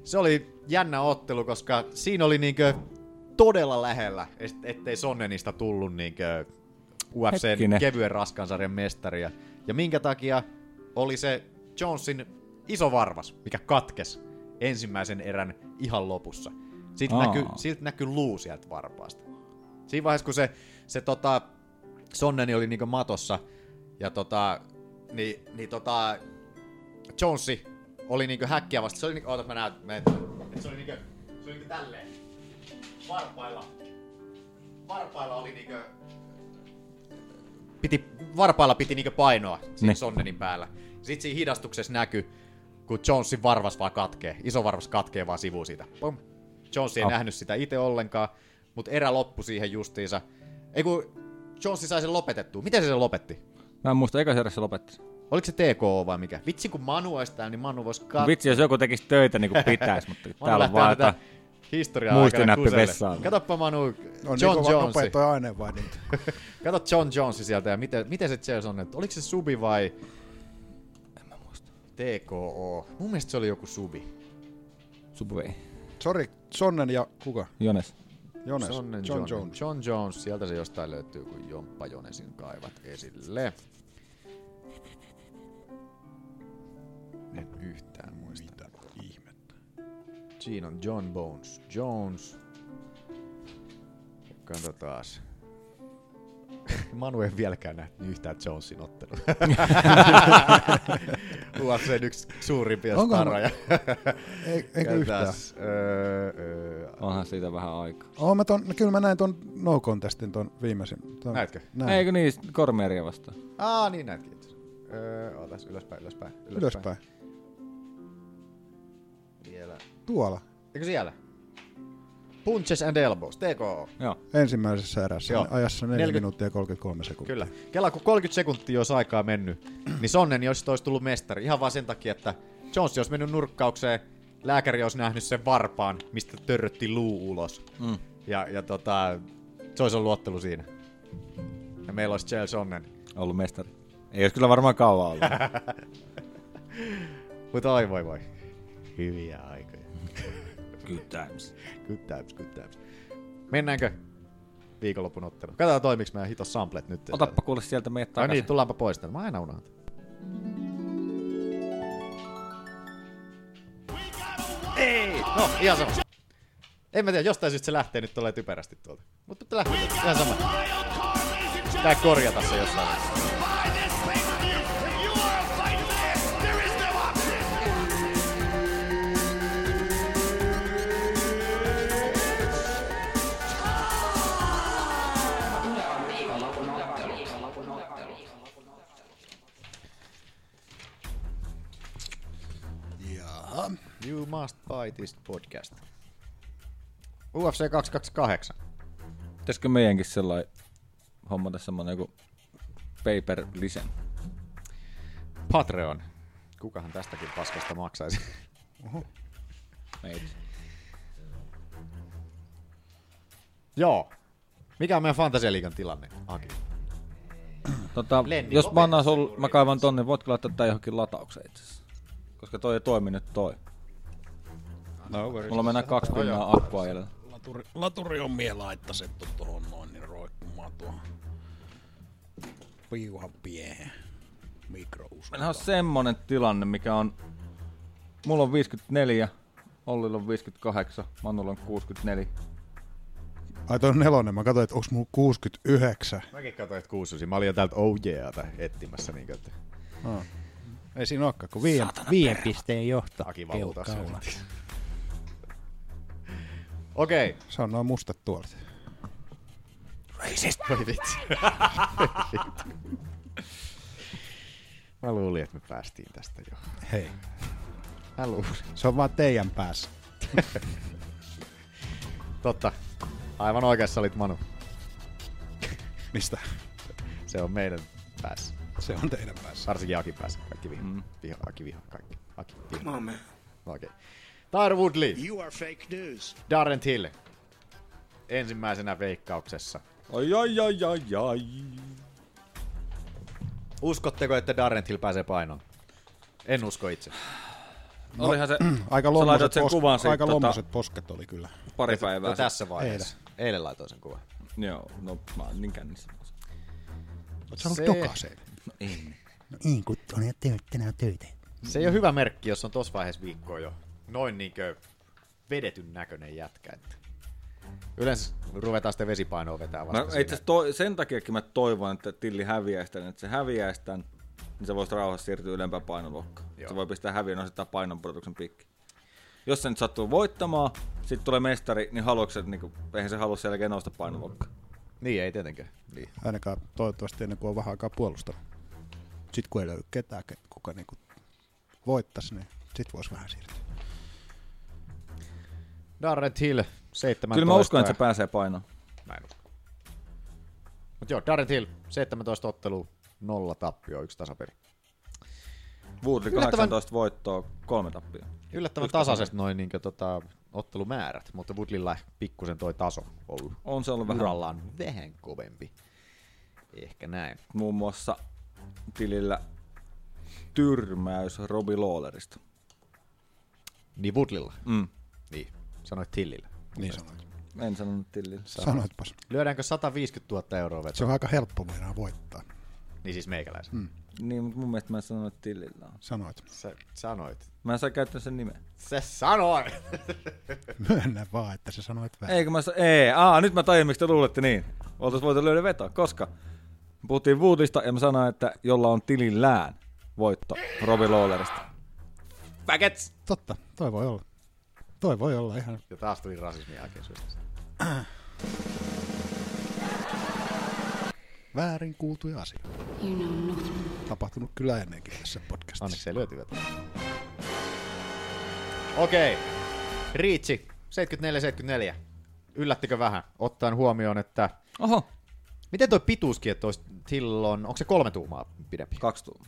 S5: se oli jännä ottelu, koska siinä oli niinkö todella lähellä, et- ettei Sonnenista tullut niinkö UFCn
S6: Hetkinen.
S5: kevyen raskansarjan mestaria. Ja minkä takia oli se Jonesin iso varvas, mikä katkes ensimmäisen erän ihan lopussa. Sitten
S6: Aa.
S5: näkyy, silt näkyy luu sieltä varpaasta. Siinä vaiheessa, kun se, se tota, Sonneni oli niinku matossa, ja tota, niin, niin tota, Jonesi oli niinku häkkiä vasta. Se oli niinku, ootas mä näytän, mä näytän. Et se oli niinku, se oli niinku tälleen. Varpailla. Varpailla oli niinku, piti, varpailla piti niinku painoa siinä
S6: Ne.
S5: Sonnenin päällä. Sitten siinä hidastuksessa näkyy, kun Jonesin varvas vaan katkee. Iso varvas katkee vaan sivu siitä. Pum. Jones ei
S6: Ah.
S5: nähnyt sitä itse ollenkaan, mutta erä loppu siihen justiinsa. Ei kun Jones sai sen lopetettua. Miten se sen lopetti?
S6: Mä en muista, eikä se lopetti.
S5: Oliko se TKO vai mikä? Vitsi, kun Manu olisi täällä, niin Manu voisi katsoa.
S6: Vitsi, jos joku tekisi töitä niin kuin pitäisi, mutta
S5: Manu
S6: täällä on
S5: lähtee
S6: vaan
S5: tätä
S6: jotain
S5: historiaa
S6: muistinäppi
S5: aikana kuselle.
S6: vessaan.
S5: Katoppa Manu,
S4: On
S5: John
S4: niin kova
S5: Jones.
S4: nopea toi aineenvaihdunta.
S5: Kato John Jonesi sieltä ja miten, miten se Chelsea on, että oliko se subi vai... En mä muista. TKO. Mun mielestä se oli joku subi.
S6: Subway.
S4: Sori, Sonnen ja kuka?
S6: Jones.
S4: Jones.
S5: Sonnen
S4: John
S5: John
S4: Jones.
S5: Jones. John Jones, sieltä se jostain löytyy, kun Jomppa Jonesin kaivat esille. En yhtään muista. Mitä ihmettä. Siinä on John Bones Jones. Katsotaan. Manu ei vieläkään nähnyt niin yhtään Jonesin ottelua. UFCn yksi suurimpia
S4: Onkohan-
S5: staroja.
S4: Ei- eikä
S5: Käytäs,
S4: yhtään.
S5: Öö, öö,
S6: Onhan siitä vähän aikaa.
S4: Oh, mä ton, kyllä mä näin ton no contestin ton viimeisin. Ton,
S5: Näitkö?
S4: Näin.
S6: Eikö niin, Kormeeria vastaan.
S5: Aa, niin näetkin. Öö, ootas, ylöspäin, ylöspäin,
S4: Ylöspäin.
S5: Vielä.
S4: Tuolla.
S5: Eikö siellä? Punches and elbows, TKO.
S6: Joo.
S4: Ensimmäisessä erässä
S5: Joo.
S4: Joo. ajassa 4
S5: 40
S4: minuuttia 33 sekuntia.
S5: Kyllä. Kela, kun 30 sekuntia olisi aikaa mennyt, niin Sonnen olisi, olisi tullut mestari. Ihan vaan sen takia, että Jones olisi mennyt nurkkaukseen, lääkäri olisi nähnyt sen varpaan, mistä törrötti luu ulos.
S6: Mm.
S5: Ja, ja tota, se olisi ollut ottelu siinä. Ja meillä olisi Chael Sonnen.
S6: Ollut mestari. Ei olisi kyllä varmaan kauan ollut.
S5: Mutta oi voi voi. Hyviä aikoja.
S6: Good times.
S5: Good times, good times. Mennäänkö viikonlopun otteluun? Katsotaan toimiks meidän hitos samplet nyt.
S6: Otappa kuule sieltä meidät
S5: Ai
S6: takaisin.
S5: niin, tullaanpa pois täältä. Mä aina unohdan. Ei! No, ihan sama. En mä tiedä, jostain syystä se lähtee nyt tulee typerästi tuolta. Mutta nyt lähtee tuolta. Ihan sama. Tää korjata se jossain. vaiheessa.
S4: Jaha.
S5: You must buy this podcast. UFC 228.
S6: Pitäisikö meidänkin sellainen hommata semmonen joku paper lisen?
S5: Patreon. Kukahan tästäkin paskasta maksaisi?
S6: Meitä.
S5: Joo. Mikä on meidän Fantasialiikan tilanne, Aki?
S6: Tota,
S5: Lenni,
S6: jos
S5: lopeta
S6: mä, annan sul, mä kaivan tonne, voitko laittaa tää johonkin lataukseen itse asiassa? Koska toi ei toimi nyt toi.
S4: No worries.
S6: Mulla mennään kaksi
S4: No
S6: pinnaa
S4: joo.
S6: akkua jäljellä.
S4: Laturi, laturi on mie laittasettu tuohon noin, niin roikkumaan tuohon piuhan piehen mikrousuun.
S6: Meillä on semmonen tilanne, mikä on... Mulla on 54, Ollilla on 58, Manulla on 64.
S4: Ai toi on nelonen, mä katsoin, että onks mulla 69.
S5: Mäkin katsoin, että kuususi. Mä olin jo täältä oh yeah etsimässä. Niin että...
S4: No. Ei siinä olekaan, kun viien,
S5: Saatana
S4: viien
S5: perhana.
S4: pisteen johtaa.
S5: Aki valuutas.
S4: Keukkaula.
S5: Okei.
S4: Se on noin mustat tuolit.
S5: Racist. Voi vitsi. Mä luulin, että me päästiin tästä jo.
S4: Hei.
S5: Mä luulin.
S4: Se on vaan teidän päässä.
S5: Totta. Aivan oikeassa olit Manu.
S4: Mistä?
S5: Se on meidän päässä.
S4: Se on teidän päässä.
S5: Varsinkin Akin päässä. Kaikki viha. Mm. viha Aki viha. Kaikki. Aki viha.
S14: Come on, man.
S5: No, Okei. Okay. Tyler Woodley.
S14: You are fake news.
S5: Darren Till. Ensimmäisenä veikkauksessa.
S6: Ai ai ai ai ai.
S5: Uskotteko, että Darren Till pääsee painoon? En usko itse.
S6: No, Olihan se...
S4: Aika
S6: sä
S4: lommoset,
S6: laitoit sen
S4: pos-
S6: kuvan siitä,
S4: aika
S6: tota,
S4: lommoset posket oli kyllä.
S6: Pari
S5: Et-
S6: päivää
S5: no,
S6: sitten.
S5: tässä vaiheessa. Eilen. Eilen laitoin sen kuvan.
S6: Joo, no mä oon niin kännissä.
S4: Oot saanut jokaisen.
S6: No en.
S4: Niin, kun on tehnyt tänään töitä.
S5: Se ei ole hyvä merkki, jos on tuossa vaiheessa viikkoa jo noin niinkö vedetyn näköinen jätkä. että Yleensä ruvetaan sitten vesipainoa vetää vasta
S6: Mä No, itse asiassa toi, sen takiakin mä toivon, että Tilli häviäisi tämän, että se häviäisi tämän, niin se voisi rauhassa siirtyä ylempään painoluokkaan. Se voi pistää häviön asettaa painonpudotuksen piikki. Jos se nyt sattuu voittamaan, sitten tulee mestari, niin haluatko niin kuin, eihän se halua sen jälkeen nousta painoluokkaan.
S5: Niin, ei tietenkään. Niin.
S4: Ainakaan toivottavasti ennen kuin on vähän aikaa puolustanut. Sitten kun ei löydy ketään, ke- kuka niinku voittaisi, niin sit voisi vähän siirtyä.
S5: Darren Till, 17.
S6: Kyllä mä uskon, että se pääsee painoon.
S5: Mä en usko. Mut joo, Darren Till, 17 ottelua, nolla tappio, yksi tasapeli.
S6: Woodley
S5: Yllättävän-
S6: 18 voittoa, kolme tappia.
S5: Yllättävän
S6: Yksi tasapeli.
S5: tasaisesti noin niin tota, ottelumäärät, mutta Woodlilla pikkusen toi taso ollut.
S6: On se ollut vähän-
S5: Urallaan vähän kovempi. Ehkä näin.
S6: Muun muassa Tillillä tyrmäys Robbie Lawlerista.
S5: Niin Woodlilla?
S6: Mm.
S5: Niin, sanoit Tillillä.
S4: Niin sanoit.
S6: En sanonut Tillillä.
S4: Sanoitpas.
S5: Lyödäänkö 150 000 euroa vetoa?
S4: Se on aika helppo meinaa voittaa.
S5: Niin siis meikäläisen.
S4: Mm.
S6: Niin, mutta mun mielestä mä sanoin, että Tillillä on.
S4: Sanoit.
S5: Sä sanoit.
S6: Mä en saa käyttää sen nimen.
S5: Se sanoi!
S4: Myönnä vaan, että sä sanoit väärin.
S6: Eikö mä sa- Ei, aa, nyt mä tajun, miksi te luulette niin. Oltais voitu löydä vetoa, koska me puhuttiin Woodista ja mä sanoin, että jolla on tilillään voitto Robbie Lawlerista. Packets!
S4: Totta, toi voi olla. Toi voi olla ihan.
S5: Ja taas tuli rasismi jälkeen syystä.
S4: Väärin kuultuja asioita.
S1: You know nothing.
S4: Tapahtunut kyllä ennenkin tässä podcastissa.
S5: Onneksi ei lyöty vetoa. Okei. Riitsi. 74-74. Yllättikö vähän? Ottaen huomioon, että...
S6: Oho.
S5: Miten toi pituuskin, että olisi silloin... Onko se kolme tuumaa pidempi?
S6: Kaksi tuumaa.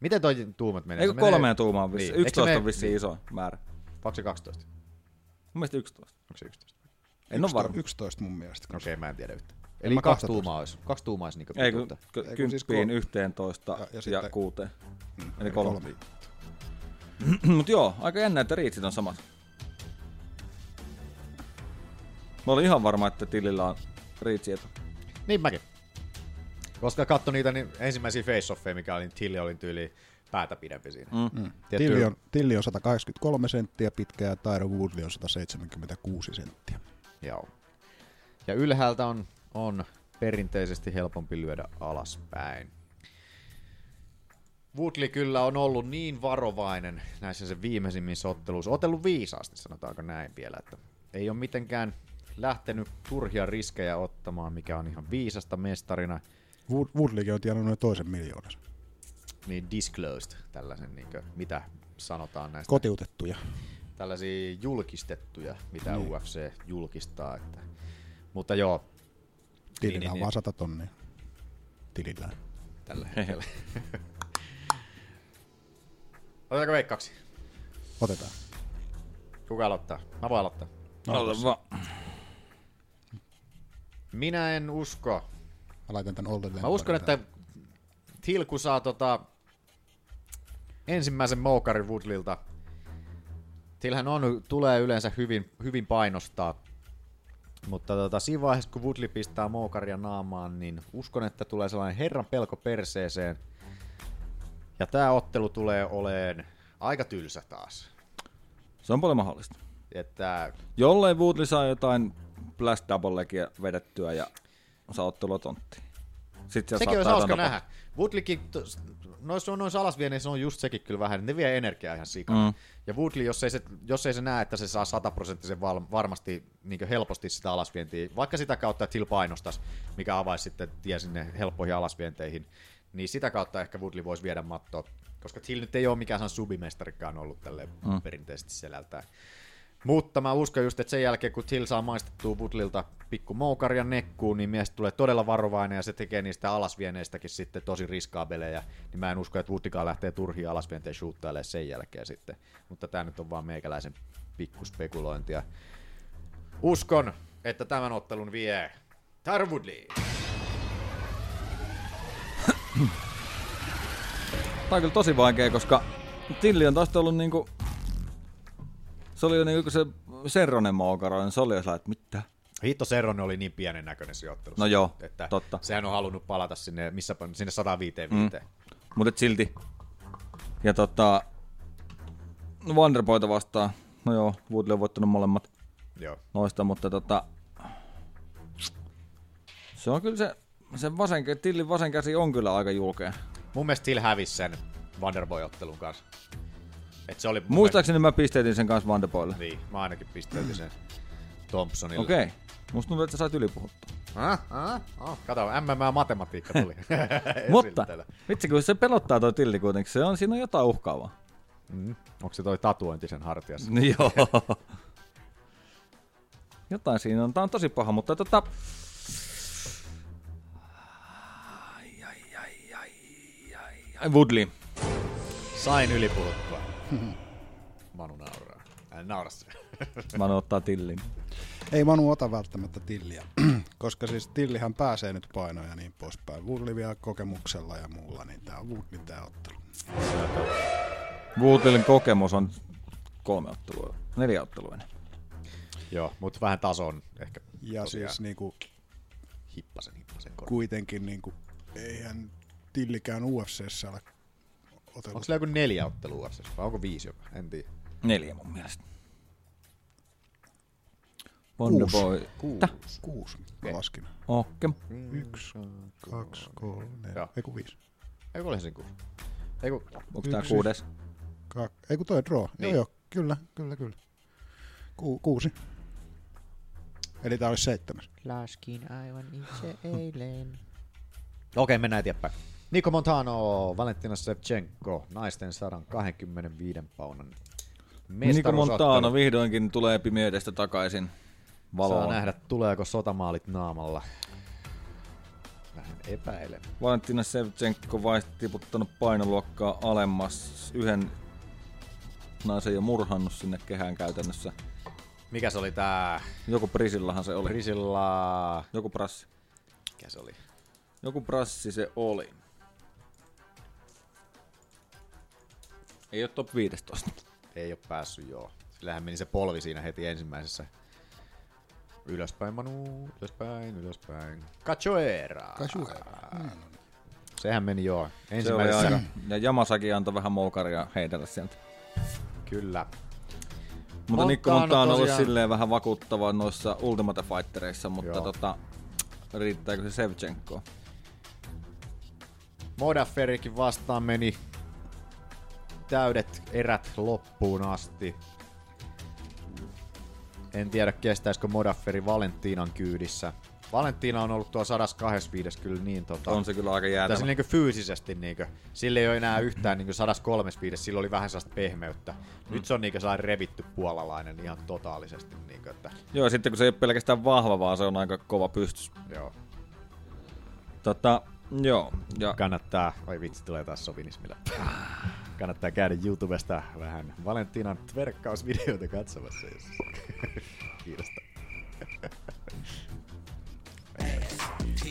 S5: Miten toi tuumat menee?
S6: Eikö
S5: Se menee- Niin.
S6: kolmeen tuumaan vissiin?
S5: Eikö se
S6: 11 on
S5: mene-
S6: vissiin iso määrä.
S5: Onko se 12?
S6: Mun mielestä 11.
S5: Onko se 11?
S6: En ole
S4: Yksito-
S6: varma.
S4: 11 mun mielestä.
S5: Okei, okay, mä en tiedä yhtään.
S4: En
S5: Eli
S4: mä 12.
S5: kaksi tuumaa olisi. Kaksi tuumaa olisi niinku
S6: Ei, kun,
S5: pituutta.
S6: kun,
S4: Ei, kun siis
S6: kymppiin,
S4: kol-
S6: yhteentoista
S4: Ja- ja
S6: ja, ja
S4: sitten-
S6: kuuteen.
S4: Mm,
S6: Eli
S4: eli
S6: kolme.
S4: kolme.
S6: Mut joo, aika jännä, että riitsit on samat. Mä olin ihan varma, että tilillä on riitsietu.
S5: Niin mäkin. Koska katso niitä niin ensimmäisiä face-offeja, mikä oli, niin Tilli oli tyyli päätä pidempi siinä.
S4: Mm.
S5: Tietty-
S4: Tilli, on, Tilli on 183 senttiä pitkä ja Tyron Woodley on 176 senttiä.
S5: Joo. Ja ylhäältä on, on perinteisesti helpompi lyödä alaspäin. Woodley kyllä on ollut niin varovainen näissä sen viimeisimmissä otteluissa. Otellut viisaasti, sanotaanko näin vielä, että ei ole mitenkään lähtenyt turhia riskejä ottamaan, mikä on ihan viisasta mestarina.
S4: Wood- Woodleykin on tienannut noin toisen miljoonan.
S5: Niin disclosed, tällaisen niin kuin, mitä sanotaan näistä
S4: Kotiutettuja.
S5: tällaisia julkistettuja, mitä
S4: Niin.
S5: UFC julkistaa. Että. Mutta joo,
S4: Tilillä
S5: Niin,
S4: on
S5: niin,
S4: vaan 100 tonnia. Tilillään.
S5: tällä hetkellä. Otetaanko veikkaaksi?
S4: Otetaan.
S5: Kuka aloittaa? Mä voin aloittaa.
S6: Aloita vaan.
S5: Minä en usko.
S4: Mä laitan tän Olden
S5: Mä uskon, että Tilku saa tota ensimmäisen moukarin Woodlilta. Tilhän on, tulee yleensä hyvin, hyvin painostaa. Mutta tota, siinä vaiheessa, kun Woodley pistää moukaria naamaan, niin uskon, että tulee sellainen herran pelko perseeseen. Ja tämä ottelu tulee oleen aika tylsä taas.
S6: Se on paljon mahdollista.
S5: Että
S6: Jollei Woodley saa jotain blast doublegia vedettyä ja saa ottelua tonttiin. Sitten siellä
S5: Sekin olisi
S6: saattaa
S5: hauska
S6: jotain
S5: nähdä. Woodleykin, to- noissa, noissa alasvieneissä on just sekin kyllä vähän, ne vie energiaa ihan sikana.
S6: Mm.
S5: Mm. Ja Woodley, jos ei, se, jos ei se näe, että se saa sataprosenttisen val, varmasti niin helposti sitä alasvientiä, vaikka sitä kautta, että Hill painostaisi, mikä avaisi sitten tie sinne helppoihin alasvienteihin, niin sitä kautta ehkä Woodley voisi viedä mattoa, koska Hill nyt ei ole mikään sellainen subimestarikaan ollut tälle
S6: Mm.
S5: mm. perinteisesti selältään. Mutta mä uskon just, että sen jälkeen kun Till saa maistettua Woodlilta pikku moukaria nekkuun, niin mies tulee todella varovainen ja se tekee niistä alasvieneistäkin sitten tosi riskaabelejä. Niin mä en usko, että Woodlikaan lähtee turhiin alasvienteen shoottailemaan sen jälkeen sitten. Mutta tää nyt on vaan meikäläisen pikku spekulointia. Uskon, että tämän ottelun vie Tyron Woodley.
S6: Tää on kyllä tosi vaikea, koska Tilli on taas ollut niinku... Se oli jo niinku se Serronen moukaro, niin se oli jo sellainen, että mitä?
S5: Hitto Serron oli niin pienen näköinen sijoittelussa.
S6: No joo,
S5: että
S6: totta.
S5: Sehän on halunnut palata sinne, missä, sinne 105.
S6: Mm.
S5: Mm.
S6: Mut et silti. Ja tota... Wonderboyta vastaan. No joo, Woodley on voittanut molemmat
S5: Joo.
S6: noista, mutta tota, se on kyllä se, sen vasen, kä- tillin vasen käsi on kyllä aika julkea.
S5: Mun mielestä Till hävisi sen Vanderboy-ottelun kanssa. Et se oli mun
S6: Muistaakseni mä pisteytin sen kanssa Vanderboylle.
S5: mielestä- Niin, mä ainakin pisteytin sen Thompsonille.
S6: Okei. Okay. Musta tuntuu, että sä sait ylipuhuttua.
S5: Ah, ah, ah. Kato, MMA matematiikka tuli. Esille
S6: Mutta
S5: täällä.
S6: vitsi, kun se pelottaa toi tilli kuitenkin, se on, siinä on jotain uhkaavaa.
S5: Mm. Onko se toi tatuointi sen hartiassa?
S6: No joo. Jotain siinä on. Tää on tosi paha, mutta tota... Ai, ai, ai, ai, ai, ai. Woodley.
S5: Sain ylipuhuttua. Manu nauraa. Älä naura se.
S6: Manu ottaa tillin.
S4: Ei Manu ota välttämättä tilliä, koska siis tillihän pääsee nyt painoja ja niin poispäin. Woodley vielä kokemuksella ja muulla, niin tää on Woodley tää ottelu.
S6: Woodleyn kokemus on kolme ottelua, neljä ottelua.
S5: Joo, mutta vähän tason ehkä.
S4: Ja siis niinku,
S5: Hippasen, hippasen korva.
S4: kuitenkin niinku, eihän tillikään UFCssä ole otellut.
S5: Onko sillä joku neljä ottelua UFC:ssä vai onko viisi jopa? En tiedä.
S6: Neljä mun mielestä.
S4: Kuusi.
S6: Wonderboy.
S4: Kuusi. Kuusi. Mä laskin.
S6: Okei.
S4: Yksi, kaksi, kolme,
S5: Joo.
S4: ei kun viisi.
S5: Ei kun olisin kuusi. Ei kun...
S6: Onko tää
S4: Yksi.
S6: kuudes?
S4: Kak... Ei kun toi draw. Niin.
S5: Niin.
S4: Joo, joo, kyllä, kyllä, kyllä. Ku, kuusi. Eli tää olisi seitsemäs.
S15: Laskin aivan itse eilen.
S5: Okei, mennään eteenpäin. Niko Montano, Valentina Shevchenko, naisten 125 paunan
S6: Niko Montano
S5: mestaruusottelu.
S6: vihdoinkin tulee pimeydestä takaisin valoon.
S5: Saa nähdä, tuleeko sotamaalit naamalla. Vähän epäilen.
S6: Valentina Sevchenko vai tiputtanut painoluokkaa alemmas. Yhden naisen jo murhannut sinne kehään käytännössä.
S5: Mikä se oli tää?
S6: Joku Prisillahan se oli.
S5: Prisilla...
S6: Joku prassi.
S5: Mikä se oli?
S6: Joku prassi se oli. Ei ole top 15.
S5: Ei ole päässyt, joo. Sillähän meni se polvi siinä heti ensimmäisessä. Ylöspäin, Manu. Ylöspäin, ylöspäin. Cachoeira. Cachoeira. Sehän meni joo.
S6: Se oli
S5: Ensimmäisessä.
S6: aika. Ja Jamasaki antoi vähän moukaria heitellä sieltä.
S5: Kyllä.
S6: Mutta Nikko
S5: Montano
S6: Montano on ollut
S5: tosiaan-
S6: silleen vähän vakuuttava noissa Ultimate Fightereissa, mutta
S5: Joo.
S6: tota, riittääkö se Sevchenkoon?
S5: Modaferikin vastaan meni täydet erät loppuun asti. En tiedä, kestäisikö Modaferi Valentinan kyydissä. Valentina on ollut tuo 125 kyllä niin tota...
S6: On se kyllä aika jäätävä.
S5: Tässä niinku fyysisesti niinku, sillä ei ole enää yhtään niinku 135, sillä oli vähän sellaista pehmeyttä. Nyt se on niinku sellainen revitty puolalainen ihan totaalisesti niinku, että...
S6: Joo, ja sitten kun se ei ole pelkästään vahva, vaan se on aika kova pystys.
S5: Joo.
S6: Tota, joo. Ja
S5: Kannattaa, oi vitsi, tulee taas sovinismilla. Kannattaa käydä YouTubesta vähän Valentinan verkkausvideoita katsomassa, jos kiinnostaa.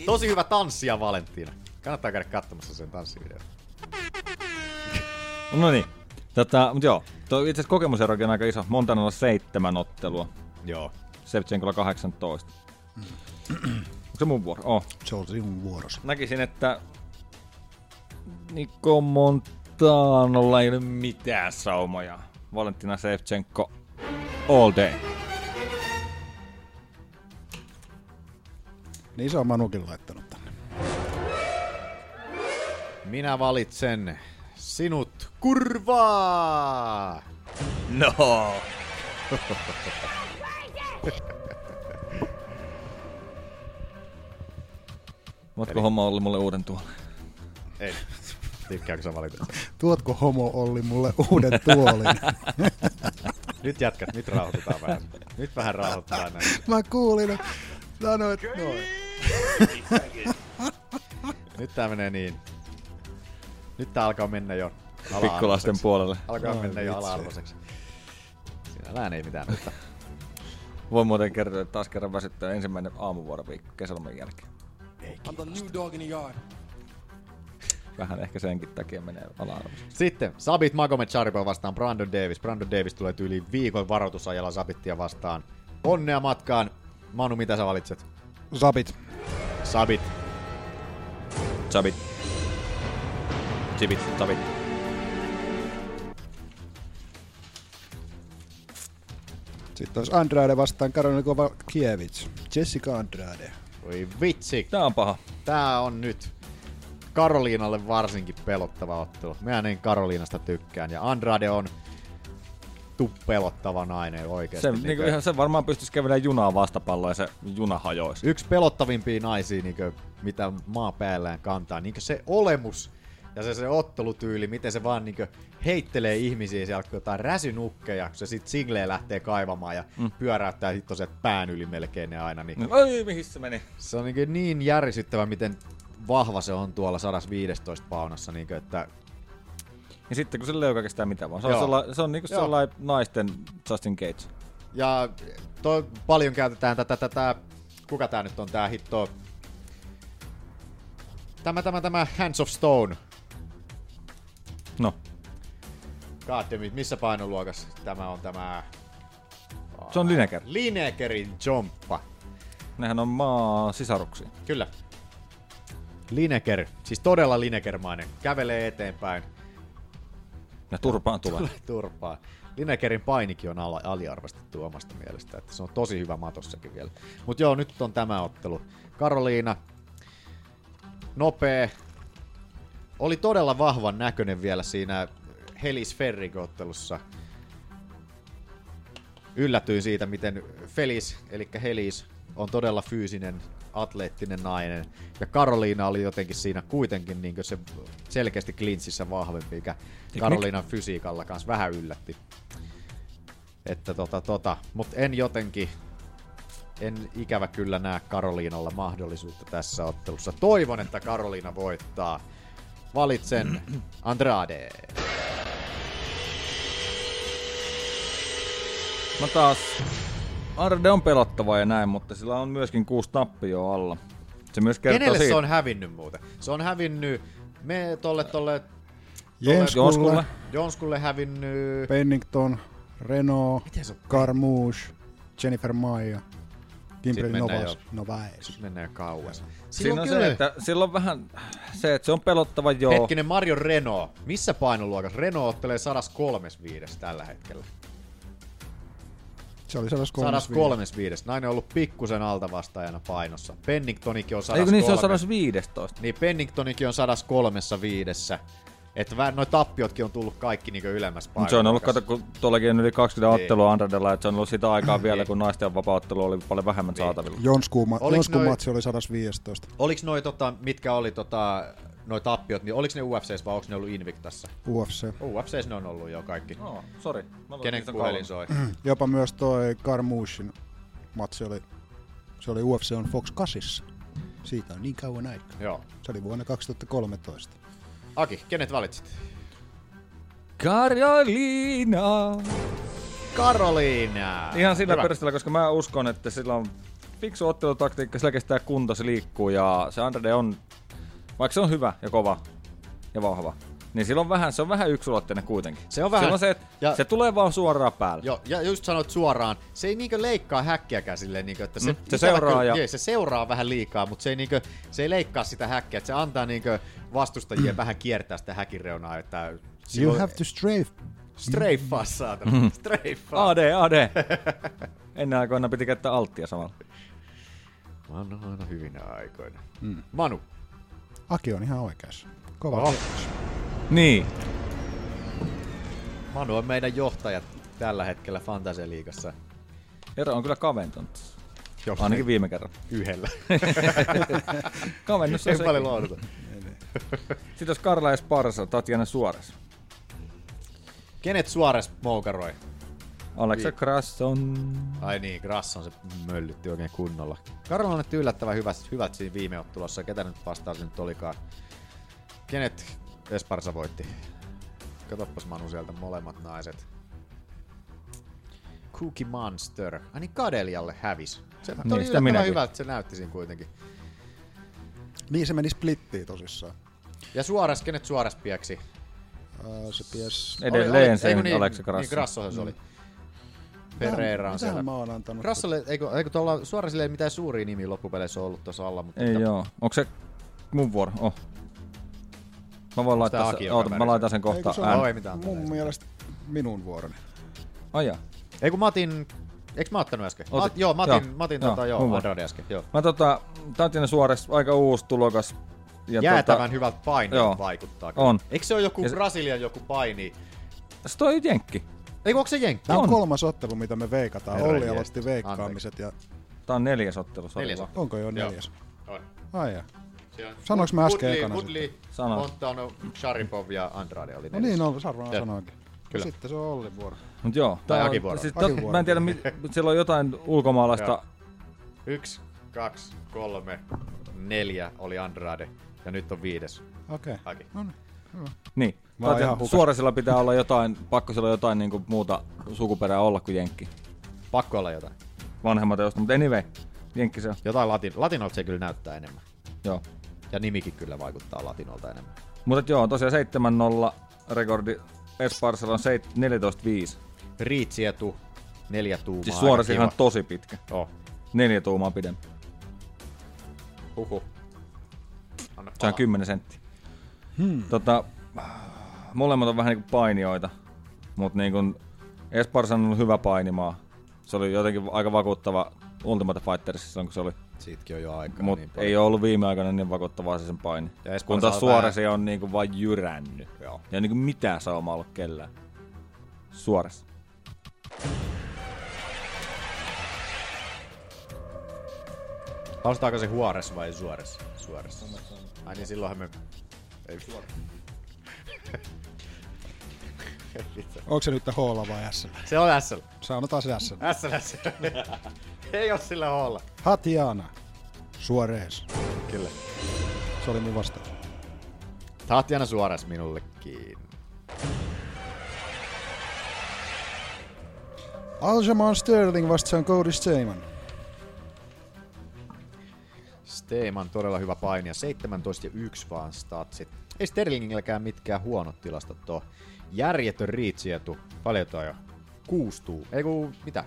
S5: Tosi hyvä tanssia Valentina. Kannattaa käydä katsomassa sen tanssivideon.
S6: No niin. Tota, mut joo. Tuo itse asiassa kokemuserokin on aika iso. Montanolla seitsemän ottelua.
S5: Joo.
S6: Sevchenkolla 18. Onko se mun vuoro? Oh.
S4: Se on sinun vuorosi.
S6: Näkisin, että Niko Montanolla ei ole mitään saumoja. Valentina Sevchenko all day.
S4: Niin se on Manukin laittanut tänne.
S5: Minä valitsen sinut kurvaa!
S6: No! Voitko homma olla mulle uuden tuolle?
S5: Ei. Tykkääkö sä valita sen?
S4: Tuotko homo Olli mulle uuden tuolin?
S5: Nyt jätkät, nyt rauhoitutaan vähän. Nyt vähän rauhoitutaan näin.
S4: Mä kuulin, sanoit noin.
S5: Nyt tää menee niin. Nyt tää alkaa mennä jo ala-arvoiseksi.
S6: Pikkulasten puolelle.
S5: Alkaa
S6: Ai
S5: mennä jo
S6: No, vitsi.
S5: ala-arvoiseksi. Sinällään ei mitään, mutta
S6: Voin muuten kertoa, että taas kerran väsyttää ensimmäinen aamuvuoroviikko kesälomien jälkeen.
S16: I'm the new dog in the yard.
S6: Vähän ehkä senkin takia menee ala-arvoisesti.
S5: Sitten Sabit Magomed Sharipov vastaan Brandon Davis. Brandon Davis tulee tyyliin viikon varoitusajalla Sabittia vastaan. Onnea matkaan. Manu, mitä sä valitset?
S4: Sabit.
S5: Sabit.
S6: Sabit. Sabit. Sabit.
S4: Sitten olisi Andrade vastaan Karolina Kovakiewicz. Jessica Andrade.
S5: Voi vitsi.
S6: Tää on paha.
S5: Tää on nyt Karoliinalle varsinkin pelottava ottelu. Mä niin Karoliinasta tykkään. Ja Andrade on tu pelottava nainen oikeesti.
S6: Se, niinku, ihan, se varmaan pystyisi kävelemään junaa vastapalloa ja se juna hajoisi.
S5: Yksi pelottavimpia naisia, niinkö, mitä maa päällään kantaa. Niinkö se olemus ja se, se ottelutyyli, miten se vaan niinkö heittelee ihmisiä siellä, kun jotain räsynukkeja, kun se sit singleen lähtee kaivamaan ja mm. pyöräyttää sit tosiaan pään yli melkein ne aina. Niin
S6: No, Oi, mihin se meni?
S5: se on niin, niin järisyttävä, miten vahva se on tuolla 115 paunassa, niin kuin, että
S6: Ja Niin sitten kun sille ei ole oikeastaan mitään, vaan se on,
S5: Joo.
S6: sella, se on niinku
S5: Joo.
S6: sellainen naisten Justin Cage.
S5: ja to, paljon käytetään tätä, tätä, kuka tää nyt on tää hitto? Tämä, tämä, tämä Hands of Stone.
S6: No.
S5: Goddammit, missä painoluokassa tämä on tämä?
S6: Se on Lineker.
S5: Linekerin jomppa.
S6: Nehän on maa sisaruksia.
S5: Kyllä. Lineker, siis todella Linekermainen, kävelee eteenpäin.
S6: Ja turpaan tulee.
S5: turpaa. Linekerin painikin on ala- aliarvostettu omasta mielestä, että se on tosi hyvä matossakin vielä. Mutta joo, nyt on tämä ottelu. Karoliina, nopea, oli todella vahvan näköinen vielä siinä Helis Ferrig-ottelussa. Yllätyin siitä, miten Felis, eli Helis, on todella fyysinen, atleettinen nainen. Ja Karoliina oli jotenkin siinä kuitenkin niin se selkeästi klintsissä vahvempi, mikä Karoliinan fysiikalla kanssa vähän yllätti. Että tota tota, mut en jotenkin, en ikävä kyllä näe Karoliinalla mahdollisuutta tässä ottelussa. Toivon, että Karoliina voittaa. Valitsen Andrade.
S6: No taas, Arde on pelottava ja näin, mutta sillä on myöskin kuusi tappioa alla. Se myös kertoo
S5: Kenelle
S6: siitä.
S5: se on hävinnyt muuten? Se on hävinnyt me tolle tolle...
S4: Jonskulle.
S5: Jonskulle. Jonskulle hävinnyt...
S4: Pennington, Renault, Carmouche, Jennifer Maija,
S5: Sitten
S4: Kimberly
S5: mennään
S4: Novas.
S5: jo-
S4: Novais.
S5: Sitten mennään jo kauas.
S6: Siinä on se, että sillä on vähän se, että se on pelottava joo.
S5: Hetkinen, Mario Renault. Missä painoluokassa? Renault ottelee 135 tällä hetkellä.
S4: Se oli 135.
S5: 135. Nainen on ollut pikkusen alta vastaajana painossa. Penningtonikin on
S6: Eikö niin, se on
S5: 103.
S6: 115.
S5: Niin Penningtonikin on 135. Että vähän noi tappiotkin on tullut kaikki niinku ylemmässä
S6: Mut se on ollut, kato,
S5: painoluokassa.
S6: kun tuollakin on yli 20
S5: Niin.
S6: ottelua Andradella, että se on ollut sitä aikaa vielä, kun naisten vapauttelu oli paljon vähemmän
S5: Niin.
S6: saatavilla.
S4: Jonskuun ma-
S5: Oliks
S4: Jonskuun
S5: noi-
S4: matsi oli 115.
S5: Oliks noi tota, mitkä oli tota, noi tappiot, niin oliks ne UFCs vai onks ne ollut Invictassa? No,
S4: UFC.
S5: UFCs ne on ollut jo kaikki.
S6: Oh, sori.
S5: Kenen puhelin soi?
S4: Jopa myös toi Carmouchin matsi oli, se oli UFC on Fox 8. Siitä on niin kauan aikaa.
S5: Joo.
S4: Se oli vuonna 2013.
S5: Aki, kenet valitsit?
S6: Karoliina!
S5: Karoliina!
S6: Ihan sillä
S5: Hyvä.
S6: perusteella, koska mä uskon, että sillä on fiksu ottelutaktiikka, sillä kestää kunto, se liikkuu ja se Andrade on, vaikka se on hyvä ja kova ja vahva, niin sillä on vähän, se on vähän yksulotteinen kuitenkin.
S5: Se on vähän-
S6: Silloin se, että
S5: ja-
S6: se tulee vaan suoraan päälle.
S5: Joo, ja just sanoit suoraan, se ei niinkö leikkaa häkkiäkään silleen, niinkö, että se,
S6: Mm, se
S5: ikävä
S6: seuraa
S5: kyllä-
S6: ja-
S5: jee, se seuraa vähän liikaa, mutta se ei, niinkö, se ei leikkaa sitä häkkiä, että se antaa niinkö vastustajien vähän kiertää sitä häkin reunaa, että
S4: You
S5: silloin
S4: have to strafe.
S5: streifaa saatana,
S6: Mm.
S5: streifaa.
S6: AD, AD. Ennen aikoina piti käyttää alttia samalla.
S5: Vanhoina hyvinä aikoina.
S4: Mm.
S5: Manu.
S4: Aki on ihan oikeassa. Kova.
S5: Oho.
S6: Niin.
S5: Manu on meidän johtaja tällä hetkellä Fantasia Liigassa.
S6: Ero on kyllä kaventunut.
S5: Joo,
S6: Ainakin
S5: se-
S6: viime kerran.
S5: Yhdellä.
S6: Kavennus on
S5: Ei
S6: sekin.
S5: paljon lohduta.
S6: Sitten olisi Karla Esparza, Tatjana Suores.
S5: Kenet Suores moukaroi?
S6: Alexa
S5: Niin.
S6: Grasson.
S5: Ai niin, Grasson se möllytti oikein kunnolla. Karla on yllättävän hyvät, hyvät siinä viime ottelussa. Ketä nyt vastaan se nyt olikaan? Kenet Esparsa voitti? Katoppas Manu sieltä molemmat naiset. Cookie Monster. Ai niin Kadeljalle hävis. Se
S6: Niin,
S5: niin, oli
S6: sitä
S5: yllättävän
S6: minäkin.
S5: hyvä, että se näytti siinä kuitenkin.
S4: Niin se meni splittiin tosissaan.
S5: Ja Suores, kenet Suores pieksi?
S4: Ää, se pies...
S6: Edelleen
S5: Oli-
S6: se
S5: eiku
S6: Alexa Mm. Grasso.
S5: Niin, Grassohan se oli. Pereira on
S4: Mitähän
S5: siellä.
S4: mä oon antanut?
S5: Grassolle, eikö, eikö tuolla suoraan silleen mitään suuria nimiä loppupeleissä ollut tuossa alla, mutta
S6: Ei
S5: että-
S6: joo. Onko se mun vuoro? Oh. Mä voin laittaa,
S5: Aki,
S6: se,
S5: joka
S6: oota, mä
S5: värisee?
S6: laitan sen kohta
S4: Eikö se
S5: ole-
S6: äänen.
S5: mitään
S4: Mun mielestä minun vuoroni.
S6: Ai jaa.
S5: Ei kun mä otin Eikö mä ottanut äsken? Mä, joo, mä otin, mä otin tota, joo,
S6: mun vuoro.
S5: Andrade äsken. Joo.
S6: Mä tota, Tatiana Suores, aika uusi tulokas.
S5: Jäätävän hyvältä painilta vaikuttaa kyllä.
S6: tota- On.
S5: Eikö se ole joku
S6: Ja
S5: se...
S6: se-
S5: Brasilian joku paini?
S6: Se on jenkki.
S5: Eikö onko se jenkki?
S4: Tämä on kolmas ottelu, mitä me veikataan.
S6: Herran
S4: Olli
S6: jees.
S4: aloitti veikkaamiset. Ja...
S6: Tää on neljäs ottelu. sori
S5: Neljäs
S6: vaan.
S5: ottelu.
S4: Onko jo neljäs?
S5: On.
S4: Ai No ja.
S5: Se on-
S4: Sanoinko mä äsken ekana
S5: Woodley,
S4: sitten?
S5: Sano.
S4: Sanoit.
S5: Montano, Sharipov ja Andrade oli
S4: No
S5: neljäs.
S4: niin, on, Sarvaan
S5: Joo.
S4: sanoinkin.
S5: Kyllä.
S4: No Sitten se on Ollin vuoro.
S6: Mut joo.
S5: Tai
S6: tää on-
S5: Akin vuoro.
S6: Siis
S4: Akin
S6: tot,
S4: vuoro.
S6: mä en tiedä, mit, mut siellä on jotain ulkomaalaista.
S5: Joo. Yksi, kaksi, kolme, neljä oli Andrade ja nyt on viides.
S4: Okei.
S5: Haki.
S4: No niin. Hyvä.
S6: Niin.
S4: Mä oon ihan
S6: Tatiana
S4: hukas.
S6: Suoresilla pitää olla jotain, pakko sillä jotain niin kuin muuta sukuperää olla kuin jenkki.
S5: Pakko olla jotain.
S6: Vanhemmat josta, mutta anyway. Jenkki se on.
S5: Jotain latin, latinolta se kyllä näyttää enemmän.
S6: Joo.
S5: Ja nimikin kyllä vaikuttaa latinolta enemmän.
S6: Mutta joo, tosiaan 7-0 rekordi Esparsella on seit- 14-5.
S5: Riitsietu, neljä tuumaa.
S6: Siis
S5: aika
S6: suorasi
S5: kiva. Oh,
S6: ihan tosi pitkä.
S5: Joo.
S6: Neljä tuumaa pidempi.
S5: Huhu. Anna
S6: Se on 10 senttiä. Hmm. Tota, molemmat on vähän niin kuin painioita, mutta niin kuin Esparsa on ollut hyvä painimaa. Se oli jotenkin aika vakuuttava Ultimate Fighterissa silloin, kun se oli.
S5: Siitäkin on jo aikaa
S6: Mut
S5: niin paljon.
S6: ei ole ollut viime aikoina niin vakuuttavaa se sen paini.
S5: Ja Esparza
S6: kun
S5: on
S6: taas Suoresi on niin kuin vain jyrännyt. Joo. Ja niin kuin mitään saumaa ollut kellään. Suores.
S5: Lausutaanko se huores vai suores? Suores. Ai niin silloinhan me... Ei suores.
S4: Onko se nyt H vai S?
S5: Se on SL.
S4: Sanotaan se S.
S5: SL, SL. ei ole sillä olla.
S4: Hatiana. Suorees.
S5: Kyllä.
S4: Se oli mun vastaus.
S5: Tatjana Suores minullekin.
S4: Aljamain Sterling vastaan Cody Stamen.
S5: Steeman todella hyvä painija. 17 ja 1 vaan statsit. Ei Sterlingilläkään mitkään huonot tilastot oo. Järjetön riitsietu. Paljon toi on? Kuusi tuu. Ei ku, mitä?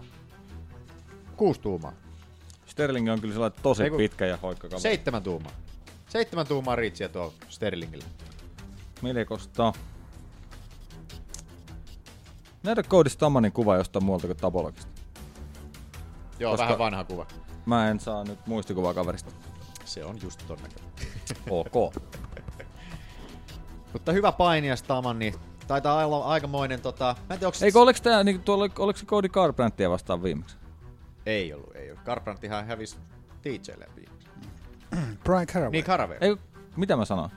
S5: Kuusi tuumaa.
S6: Sterling on kyllä sellainen tosi
S5: Ei kun-
S6: pitkä ja hoikka kaveri.
S5: Seitsemän tuumaa. Seitsemän tuumaa riitsietu on Sterlingillä.
S6: Melkoista. Näytä Cody Stamanin kuva jostain muualta kuin Tabologista.
S5: Joo,
S6: Koska-
S5: vähän vanha kuva.
S6: Mä en saa nyt muistikuvaa kaverista.
S5: Se on just ton näköinen.
S6: ok.
S5: Mutta hyvä painija Staman, niin taitaa olla aikamoinen tota... Mä en tiedä, onks...
S6: Eikö oliks tää, niinku, tuolla, oliks se Cody Garbrandt vastaan viimeksi?
S5: Ei ollut, ei ollut. Carbrandthan hävisi DJlle viimeksi.
S4: Brian Caraway.
S5: Niin Caraway.
S6: Ei, ku- mitä mä sanoin?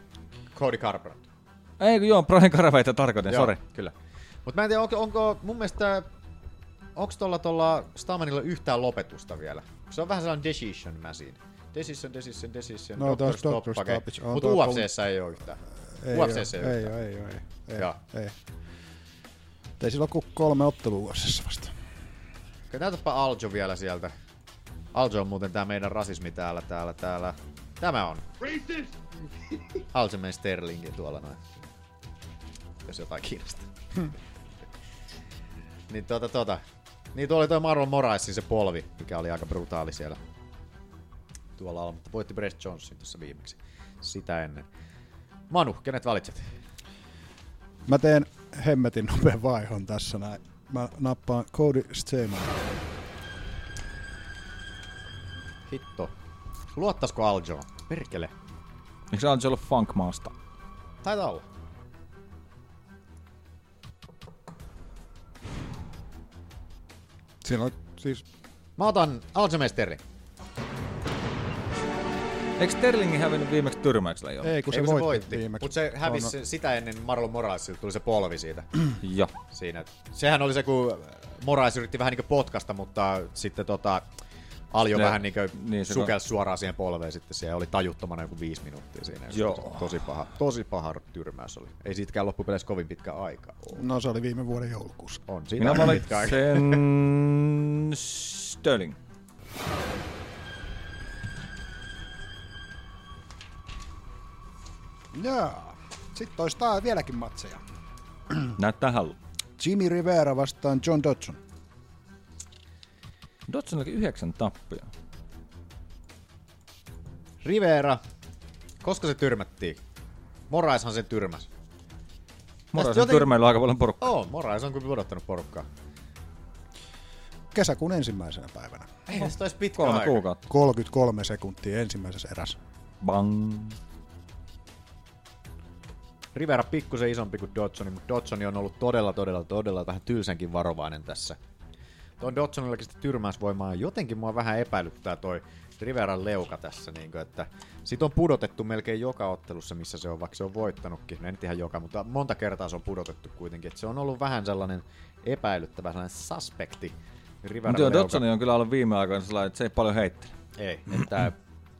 S5: Cody Carbrandt.
S6: Ei, kun joo, Brian Carawayta tarkoitin,
S5: Joo,
S6: sori.
S5: Kyllä. Mutta mä en tiedä, onko, onko mun mielestä... Onko tuolla tuolla Stamanilla yhtään lopetusta vielä? Se on vähän sellainen decision machine. Decision, decision, decision.
S4: No,
S5: doctor
S4: taas
S5: stop,
S4: doctor
S5: pake.
S4: stoppage. On
S5: Mut
S4: tuo-
S5: UFCssä ei ole yhtään.
S4: Ei
S5: UFCssä
S4: oo,
S5: ei ole
S4: ei, oo, ei,
S5: yhtään.
S4: oo, ei, ei,
S5: Joo.
S4: ei. Ei sillä ole kuin kolme ottelua vuosissa vasta.
S5: Okei, Näytäpä Aljo vielä sieltä. Aljo on muuten tää meidän rasismi täällä, täällä, täällä. Tämä on.
S14: Racist!
S5: Algemen Sterlingi tuolla noin. Jos jotain kiinnostaa. niin tuota, tuota. Niin tuo oli toi Marlon Moraisin se polvi, mikä oli aika brutaali siellä tuolla alla, mutta voitti Brest Johnson tuossa viimeksi. Sitä ennen. Manu, kenet valitset?
S4: Mä teen hemmetin nopean vaihon tässä näin. Mä nappaan Cody Stamen.
S5: Hitto. Luottaisiko Aljoon? Perkele.
S6: Eikö se Angelo Funkmaasta?
S5: Taitaa olla.
S4: Siinä on siis...
S5: Mä otan Algemen Sterling.
S6: Eikö Sterlingin hävinnyt viimeksi tyrmäyksellä jo?
S4: Ei, kun se,
S5: Ei,
S4: voitti, viimeksi.
S5: Mutta se hävisi
S4: Vuonna-
S5: se- sitä ennen Marlon Moraisilta tuli se polvi siitä.
S6: Joo.
S5: Siinä. Sehän oli se, kun Morais yritti vähän niinku potkasta, mutta sitten tota, Aljo
S6: Ne-
S5: vähän niinku niin,
S6: niin, se
S5: sukelsi suoraan siihen polveen sitten se oli tajuttomana joku viisi minuuttia siinä.
S6: Joo.
S5: Tosi, tosi, paha, tosi paha tyrmäys oli. Ei siitäkään loppupeleissä kovin pitkä aika ole.
S4: No se oli viime vuoden joulukuussa.
S5: On siinä
S6: Minä
S5: aika pitkä aika.
S6: valitsen Sterling.
S4: Jaa. Sitten toistaa vieläkin matseja.
S5: Mm.
S6: Näyttää hallu.
S4: Jimmy Rivera vastaan John Dodson.
S6: Dodson oli yhdeksän tappia.
S5: Rivera, koska se tyrmättiin? Moraishan sen tyrmäs.
S6: Morais on
S5: jotenkin-
S6: joten... tyrmäillyt aika paljon porukkaa.
S5: Oo, Morais on kyllä odottanut porukkaa.
S4: kesäkuun ensimmäisenä päivänä.
S5: Ei se olisi pitkä
S6: No, Kolme
S5: aika.
S6: kuukautta.
S4: 33 sekuntia ensimmäisessä erässä.
S6: Bang.
S5: Rivera pikkusen isompi kuin Dodsoni, mutta Dodsoni on ollut todella, todella, todella vähän tylsänkin varovainen tässä. Tuon Dodsonillakin sitä tyrmäysvoimaa jotenkin mua vähän epäilyttää toi Riveran leuka tässä, niin kuin, että sit on pudotettu melkein joka ottelussa, missä se on, vaikka se on voittanutkin, no ei nyt ihan joka, mutta monta kertaa se on pudotettu kuitenkin, että se on ollut vähän sellainen epäilyttävä, sellainen suspekti Riveran
S6: Mutta joo,
S5: leuka.
S6: Dodsoni on kyllä ollut viime aikoina sellainen, että se ei paljon heittele.
S5: Ei, että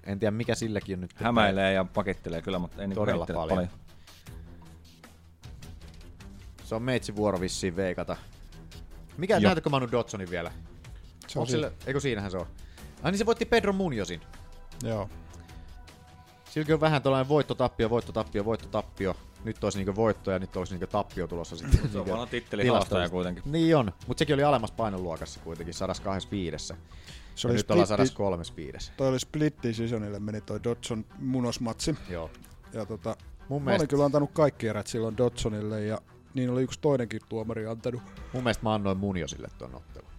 S5: en tiedä mikä silläkin on nyt.
S6: Hämäilee ja pakettelee kyllä, mutta ei niinku
S5: Todella
S6: heittele
S5: paljon. Se on meitsi vuoro vissiin veikata. Mikä,
S6: Joo.
S5: näytäkö Manu Dotsonin vielä?
S4: Se on
S5: Onko sillä, eikö siinähän se on? Ai niin se voitti Pedro Muniosin.
S4: Joo.
S5: Silläkin on vähän tällainen voittotappio, voittotappio, voittotappio. Nyt olisi niinkö voitto ja nyt olisi niinkö tappio tulossa sitten.
S6: Se on
S5: niinkö
S6: vaan titteli
S5: tilastollisesti.
S6: haastaja kuitenkin.
S5: Niin on, mutta sekin oli alemmassa painoluokassa kuitenkin, 125.
S4: Se
S5: Se
S4: oli
S5: oli nyt
S4: splitti-
S5: ollaan 135.
S4: Toi oli split decisionille, meni toi Dodson munosmatsi.
S5: Joo.
S4: Ja tota,
S5: Mun
S4: mä
S5: mielestä-
S4: olin kyllä antanut kaikki erät silloin Dodsonille ja niin oli yksi toinenkin tuomari antanut.
S5: Mun mielestä mä annoin Muniosille tuon ottelun.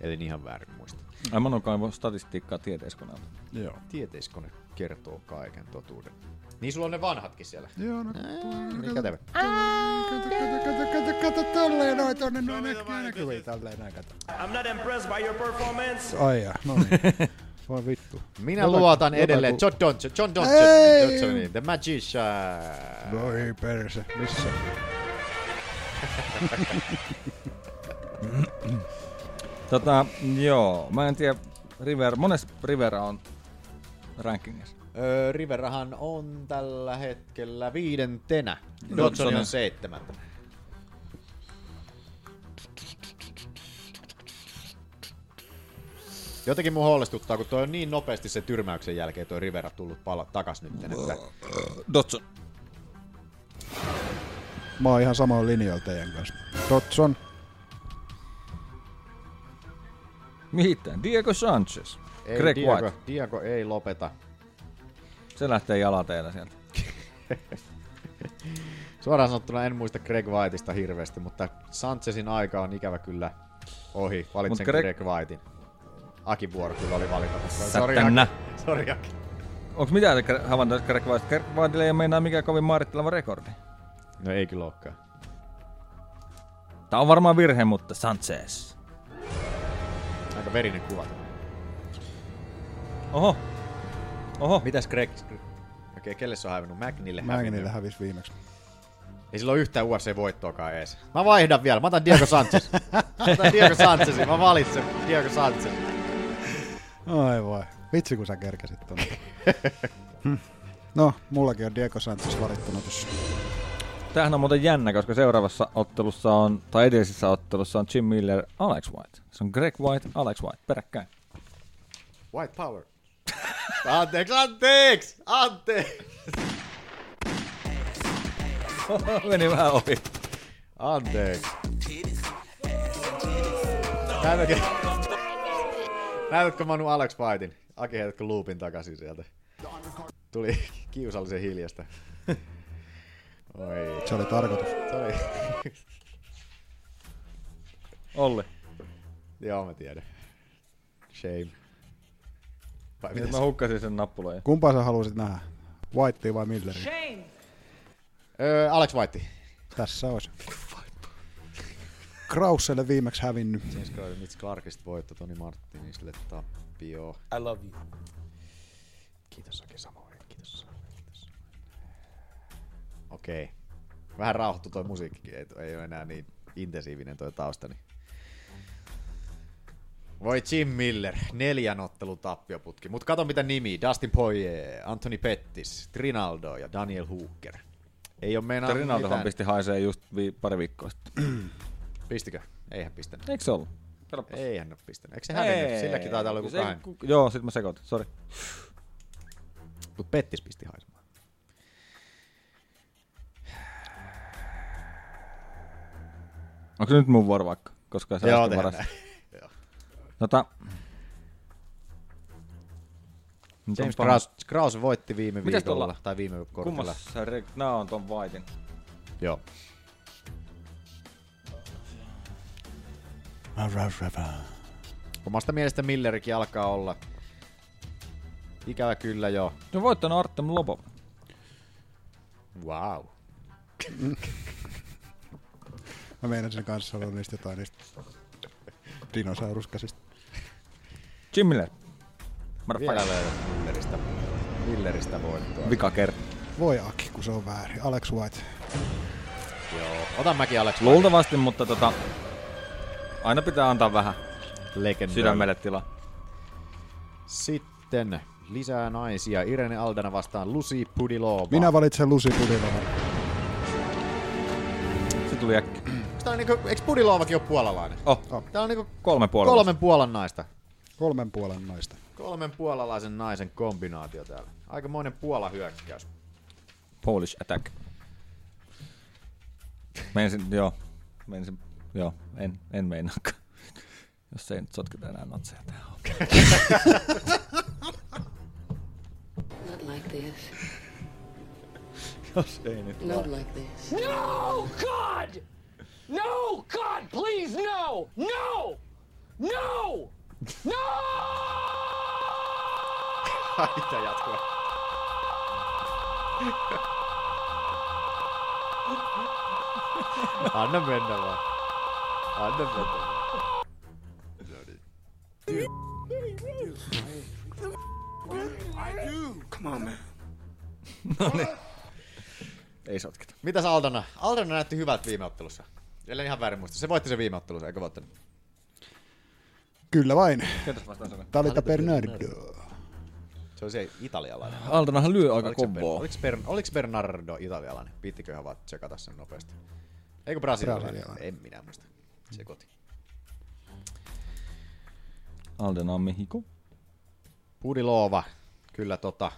S5: Eli ihan väärin muista.
S6: Ai mä oon kaivannut statistiikkaa tieteiskoneelta.
S4: Joo.
S5: Tieteiskone kertoo kaiken totuuden. Niin sulla on ne vanhatkin siellä.
S4: Joo, no.
S5: Niin kätevä.
S4: Kato, kato, kato, kato, kato, tolleen noin tonne, no, noin näkyy, näkyy, tolleen näin kato.
S17: I'm not impressed by your performance.
S4: Ai jaa, no niin. Voi vittu.
S5: Minä
S4: Jotain-
S5: luotan
S4: jotain
S5: edelleen
S4: kun-
S5: John Donson, John Donson,
S4: Ei!
S5: Johnsonin, The Magician.
S4: Voi perse, missä?
S6: Tota, joo, mä en tiedä, River, monessa Rivera on rankingissa.
S5: Öö, Riverahan on tällä hetkellä viidentenä. Dodson on
S6: Dodson.
S5: seitsemäntenä. Jotenkin mun huolestuttaa, kun toi on niin nopeasti sen tyrmäyksen jälkeen toi Rivera tullut pala takas nyt. Että...
S6: Dodson.
S4: Mä oon ihan samoin linjoilla teidän kanssa. Dodson.
S6: Mitä? Diego Sanchez.
S5: Ei,
S6: Greg
S5: Diego,
S6: White.
S5: Diego ei lopeta.
S6: Se lähtee jalateillä sieltä.
S5: Suoraan sanottuna en muista Greg Whiteista hirveästi, mutta Sanchezin aika on ikävä kyllä ohi. Valitsen
S6: Mut Greg-
S5: Greg... Greg Whitein. Akin vuoro kyllä oli valita. Sori
S6: Satana.
S5: Aki. Sori Aki.
S6: Onks mitään te- havaintoja Greg White? Greg Whiteilla ei ole meinaa mikään kovin määrittelevä rekordi.
S5: No ei kyllä olekaan.
S6: Tää on varmaan virhe, mutta Sanchez.
S5: Aika verinen kuva.
S6: Oho. Oho.
S5: Mitäs Greg? Okei, kelle se on hävinnyt? Magnille
S4: Mägnille
S5: hävinnyt.
S4: hävisi viimeksi.
S5: Ei sillä ole yhtään UFC-voittoakaan ees. Mä vaihdan vielä. Mä otan Diego Sanchez. mä otan Diego Sanchezin. Mä valitsen Diego Sanchezin.
S4: Ai voi. Vitsi kun sä kerkäsit tonne. Hm. no, mullakin on Diego Sanchez varittuna tossa.
S6: Tämähän on muuten jännä, koska seuraavassa ottelussa on, tai edellisessä ottelussa on Jim Miller, Alex White. Se on Greg White, Alex White, peräkkäin.
S5: White power. Anteeksi, anteeksi, anteeksi.
S6: Meni vähän ohi.
S5: Anteeksi. Näytätkö, näytätkö Manu Alex Whitein? Aki, heitätkö loopin takaisin sieltä? Tuli kiusallisen hiljasta. Oi.
S4: Se oli tarkoitus.
S5: Se oli.
S6: Olli.
S5: Joo, mä tiedän. Shame. Vai
S6: Miten
S5: mitäs?
S6: mä hukkasin sen nappulan. ja-
S4: Kumpaa sä haluaisit nähdä? Whitea vai Milleria?
S5: Öö, Alex White.
S4: Tässä olisi. Krauselle viimeksi hävinnyt.
S5: James Crowder, Mitch Clarkista voitto, Toni Martinisille tappio.
S14: I love you.
S5: Kiitos Aki samoin, kiitos samoin, kiitos. Okei. Vähän rauhoittu toi musiikkikin, ei, ei ole enää niin intensiivinen toi tausta. Niin. Voi Jim Miller, neljän ottelun tappioputki. Mut kato mitä nimi, Dustin Poirier, Anthony Pettis, Trinaldo ja Daniel Hooker. Ei ole meinaa
S6: Rinaldohan
S5: mitään.
S6: pisti haisee just vi- pari viikkoa sitten.
S5: Pistikö? Eihän pistänyt.
S6: Eikö se ollut?
S5: Eihän ole pistänyt. Eikö se hävinnyt? Silläkin taitaa olla joku
S6: Se ei-
S5: kahden.
S6: ku- Joo, sit mä sekoitin, sori.
S5: Mut Pettis pisti haisemaan.
S6: Onko se nyt mun vuoro vaikka? Koska sä
S5: Joo,
S6: äsken
S5: tehdään
S6: varasit.
S5: näin. Joo.
S6: Tota.
S5: James
S6: Onpa-
S5: Kraus, Kraus voitti viime
S6: Mitäs tuolla-
S5: viikolla, tai viime kortilla.
S6: Kummassa re- nää on ton Whitein?
S5: Joo. Omasta mielestä Millerikin alkaa olla. Ikävä kyllä joo.
S6: No voittanut Artem Lobov.
S5: Wow.
S4: Mä meinasin kanssa sanoa niistä jotain niistä dinosauruskäsistä.
S6: Jim Miller.
S5: Vielä Milleristä, Milleristä voittoa.
S6: Vika kerta.
S4: Voi Aki, kun se on väärin. Alex White.
S5: Joo. Otan mäkin Alex White.
S6: Luultavasti, mutta tota, aina pitää antaa vähän
S5: Legendary.
S6: sydämelle tilaa.
S5: Sitten lisää naisia. Irene Aldana vastaan Lucy Pudilova.
S4: Minä valitsen Lucy Pudilova.
S6: Se tuli äkkiä.
S5: Tää on niinku, eiks Pudilovakin ole puolalainen?
S6: Oh.
S5: Tää on niinku
S6: Kolme puolella.
S5: kolmen puolan naista.
S4: Kolmen puolen naista.
S5: Kolmen puolalaisen naisen kombinaatio täällä. Aikamoinen puola hyökkäys.
S6: Polish Attack. Menisin, joo. Menisin, joo. En, en meinaakaan. Jos ei nyt sotketa enää natseja tähän.
S18: Not like this.
S6: Jos ei nyt.
S18: Not like this.
S19: No, God! No, God, please, no! No! No! No!
S5: Mitä jatkuu? Anna mennä vaan. Anna mennä vaan.
S19: Come on, man.
S6: No niin. Ei sotketa.
S5: Mitäs Aldana? Aldana näytti hyvältä viime ottelussa. Ellen ihan väärin muista. Se voitti sen viime ottelussa, eikö voittanut?
S4: Kyllä vain.
S6: Ketäs vastaan se oli?
S4: Talita Bernardo.
S5: Se oli se italialainen.
S6: Aldanahan lyö aika
S5: Oliko se Ber-
S6: kovaa.
S5: Oliko, Ber- oliko Bernardo italialainen? Piittiköhän vaan tsekata sen nopeasti. Eikö brasilialainen?
S6: Brasilialainen.
S5: En minä muista. Se koti.
S6: Aldena on Mexico.
S5: Pudilova. Kyllä tota.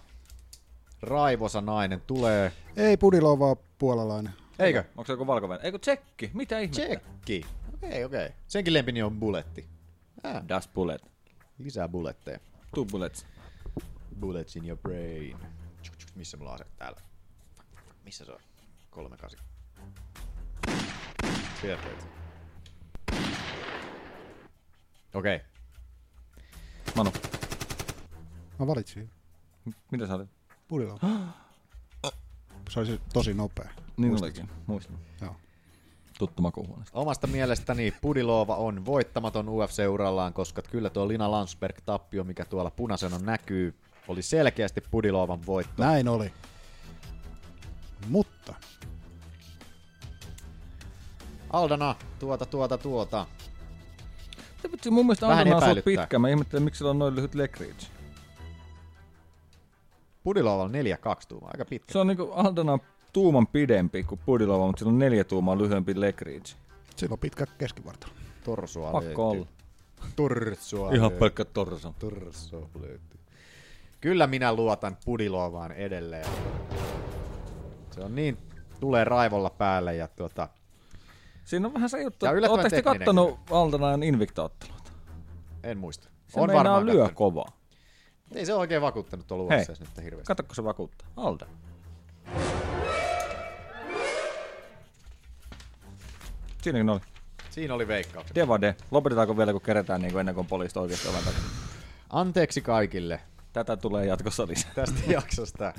S5: Raivosa nainen tulee.
S4: Ei Pudilova puolalainen.
S5: Eikö?
S6: Onko se joku valko Eikö tsekki? Mitä ihmettä?
S5: Tsekki. Okei, okay, okei. Okay. Senkin lempini on buletti. Äh.
S6: Das bullet.
S5: Lisää buletteja.
S6: Two bullets.
S5: Bullets in your brain. Tsk, tsk, Missä mulla on ase täällä? Missä se on? 38. Sieltä löytyy. Okei. Okay.
S6: Manu,
S4: Mä valitsin.
S6: m- mitä sä olit?
S4: Pudilova. Se olisi tosi nopea.
S6: Niin
S4: Muistat?
S6: olikin. Muistan.
S4: Joo.
S6: Tuttu makuuhuone.
S5: Omasta mielestäni Pudilova on voittamaton UFC-urallaan, koska kyllä tuo Lina Landsberg-tappio, mikä tuolla punaisena näkyy, oli selkeästi Pudilovan voitto.
S4: Näin oli. Mutta
S5: Aldana, tuota, tuota, tuota.
S6: Se vitsi, mun mielestä
S5: Vähän
S6: Aldana on ollut
S5: epäilyttää.
S6: pitkä. Mä ihmettelen, miksi sillä on noin lyhyt leg reach.
S5: Pudilova on 4-2 tuuma, aika pitkä.
S6: Se on niinku Aldana on tuuman pidempi kuin Pudilova, mutta sillä on neljä tuumaa lyhyempi leg reach.
S4: sillä on pitkä keskivartalo.
S5: Torsua löytyy.
S6: Pakko olla.
S5: Torsua
S6: Ihan
S5: löytyy.
S6: pelkkä torso.
S5: Torsua löytyy. Kyllä minä luotan Pudilovaan edelleen. Se on niin, tulee raivolla päälle ja tuota,
S6: Siinä on vähän se juttu,
S5: Tää on
S6: että
S5: yllättävän
S6: ootteko te
S5: tekninen
S6: kattonut Aldanajan Invicta-ottelua?
S5: en muista.
S6: Se on varmaan lyö
S5: kattonut.
S6: kovaa.
S5: Ei se ole oikein vakuuttanut tuolla
S6: Hei,
S5: UFCs nyt hirveästi.
S6: katsokko se vakuuttaa. Alda. Siinäkin oli.
S5: Siinä oli veikkaukset.
S6: Devade. Lopetetaanko vielä, kun kerätään niin kuin ennen kuin poliisit oikeasti oven takana?
S5: Anteeksi kaikille.
S6: Tätä tulee jatkossa lisää.
S5: Tästä jaksosta.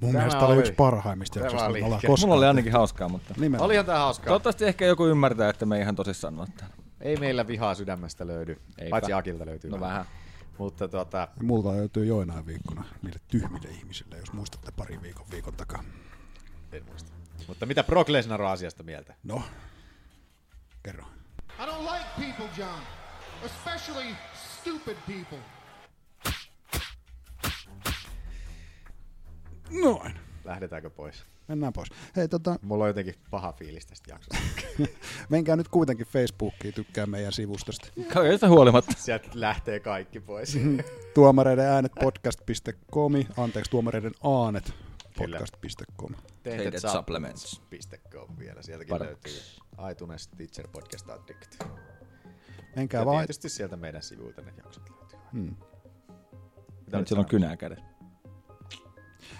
S4: Mun mielestä oli yksi parhaimmista jaksoista,
S5: Tämä oli
S4: me ollaan
S5: hieno.
S6: Mulla oli ainakin hauskaa, mutta...
S4: Nimenomaan.
S5: Olihan tää hauskaa.
S6: Toivottavasti ehkä joku ymmärtää, että me ei ihan tosissaan olla täällä.
S5: Ei meillä vihaa sydämestä löydy.
S6: Eipä.
S5: Paitsi Akilta löytyy.
S6: No vähän.
S5: Mutta tota,
S4: Multa löytyy joinain viikkona niille tyhmille ihmisille, jos muistatte pari viikon viikon takaa.
S5: en muista. Mutta mitä Brock Lesnar on asiasta mieltä?
S4: No, kerro.
S2: I don't like people, John. Especially stupid people.
S4: Noin.
S5: Lähdetäänkö pois?
S4: Mennään pois. Hei, tota,
S5: Mulla on jotenkin paha fiilis tästä jaksosta.
S4: menkää nyt kuitenkin Facebookiin, tykkää meidän sivustosta.
S6: Kaikesta huolimatta.
S5: Sieltä lähtee kaikki pois.
S4: Tuomareiden äänet podcast.com, anteeksi, tuomareiden aanet podcast.com.
S6: Tainted Supplements.
S5: Supplements.com vielä. Sieltäkin
S6: Paraks.
S5: löytyy iTunes Teacher Podcast Addict.
S4: Menkää
S5: Ja
S4: vaan.
S5: tietysti sieltä meidän sivuilta ne jaksot löytyy.
S4: Hmm.
S5: Mitä
S6: Nyt sillä on kynää kädessä.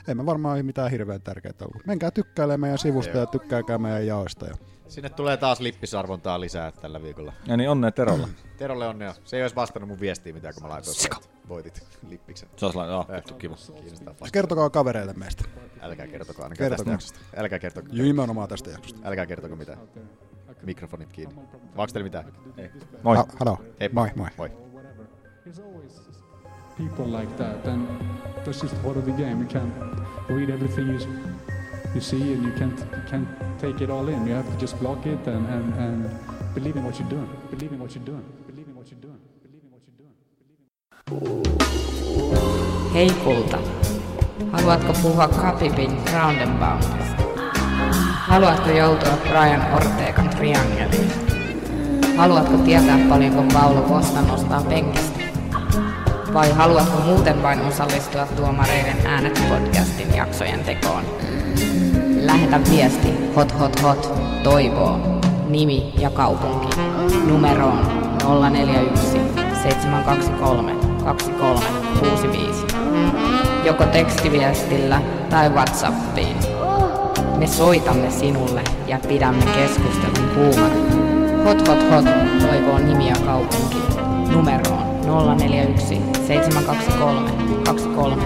S4: Ei me varmaan ei mitään hirveän tärkeää ollut. Menkää tykkäilemään meidän sivusta ja tykkääkää meidän jaosta. Ja
S5: Sinne tulee taas lippisarvontaa lisää tällä viikolla.
S6: Ja niin onnea Terolla.
S5: Terolle onnea. Se ei olisi vastannut mun viestiin mitään, kun mä laitoin. Sika! Voitit lippiksen. Äh,
S6: Se olisi la- joo, vittu, kiva.
S5: Kiinnostaa
S4: Ja Kertokaa kavereille meistä.
S5: Älkää kertokaa ainakaan tästä
S4: Kertokaa.
S5: jaksosta. Älkää kertokaa.
S4: Juu, Nimenomaan tästä jaksosta.
S5: Älkää kertoko mitään. Mikrofonit kiinni. Vaaks teillä mitään? Ei.
S4: Moi. Ha- halo.
S5: Heippa.
S4: Moi, moi.
S5: Moi.
S12: people like that, and that's just part of the game. You can't read everything you s- you see, and you can't can't take it all in. You have to just block it and and, and believe in what you're doing. Believe in what you're doing. Believe in what you're doing.
S1: Hei kulta. Haluatko puhua Kapipin Round and Boundista? Haluatko joutua Brian Ortegan triangeliin? Haluatko tietää paljonko Paulo Costa nostaa penkistä? Vai haluatko muuten vain osallistua tuomareiden äänet podcastin jaksojen tekoon? Lähetä viesti hot hot hot toivoo nimi ja kaupunki numeroon 041 723 2365 joko tekstiviestillä tai Whatsappiin. Me soitamme sinulle ja pidämme keskustelun kuumana. Hot Hot Hot toivoo nimi ja kaupunki numeroon 041 723 23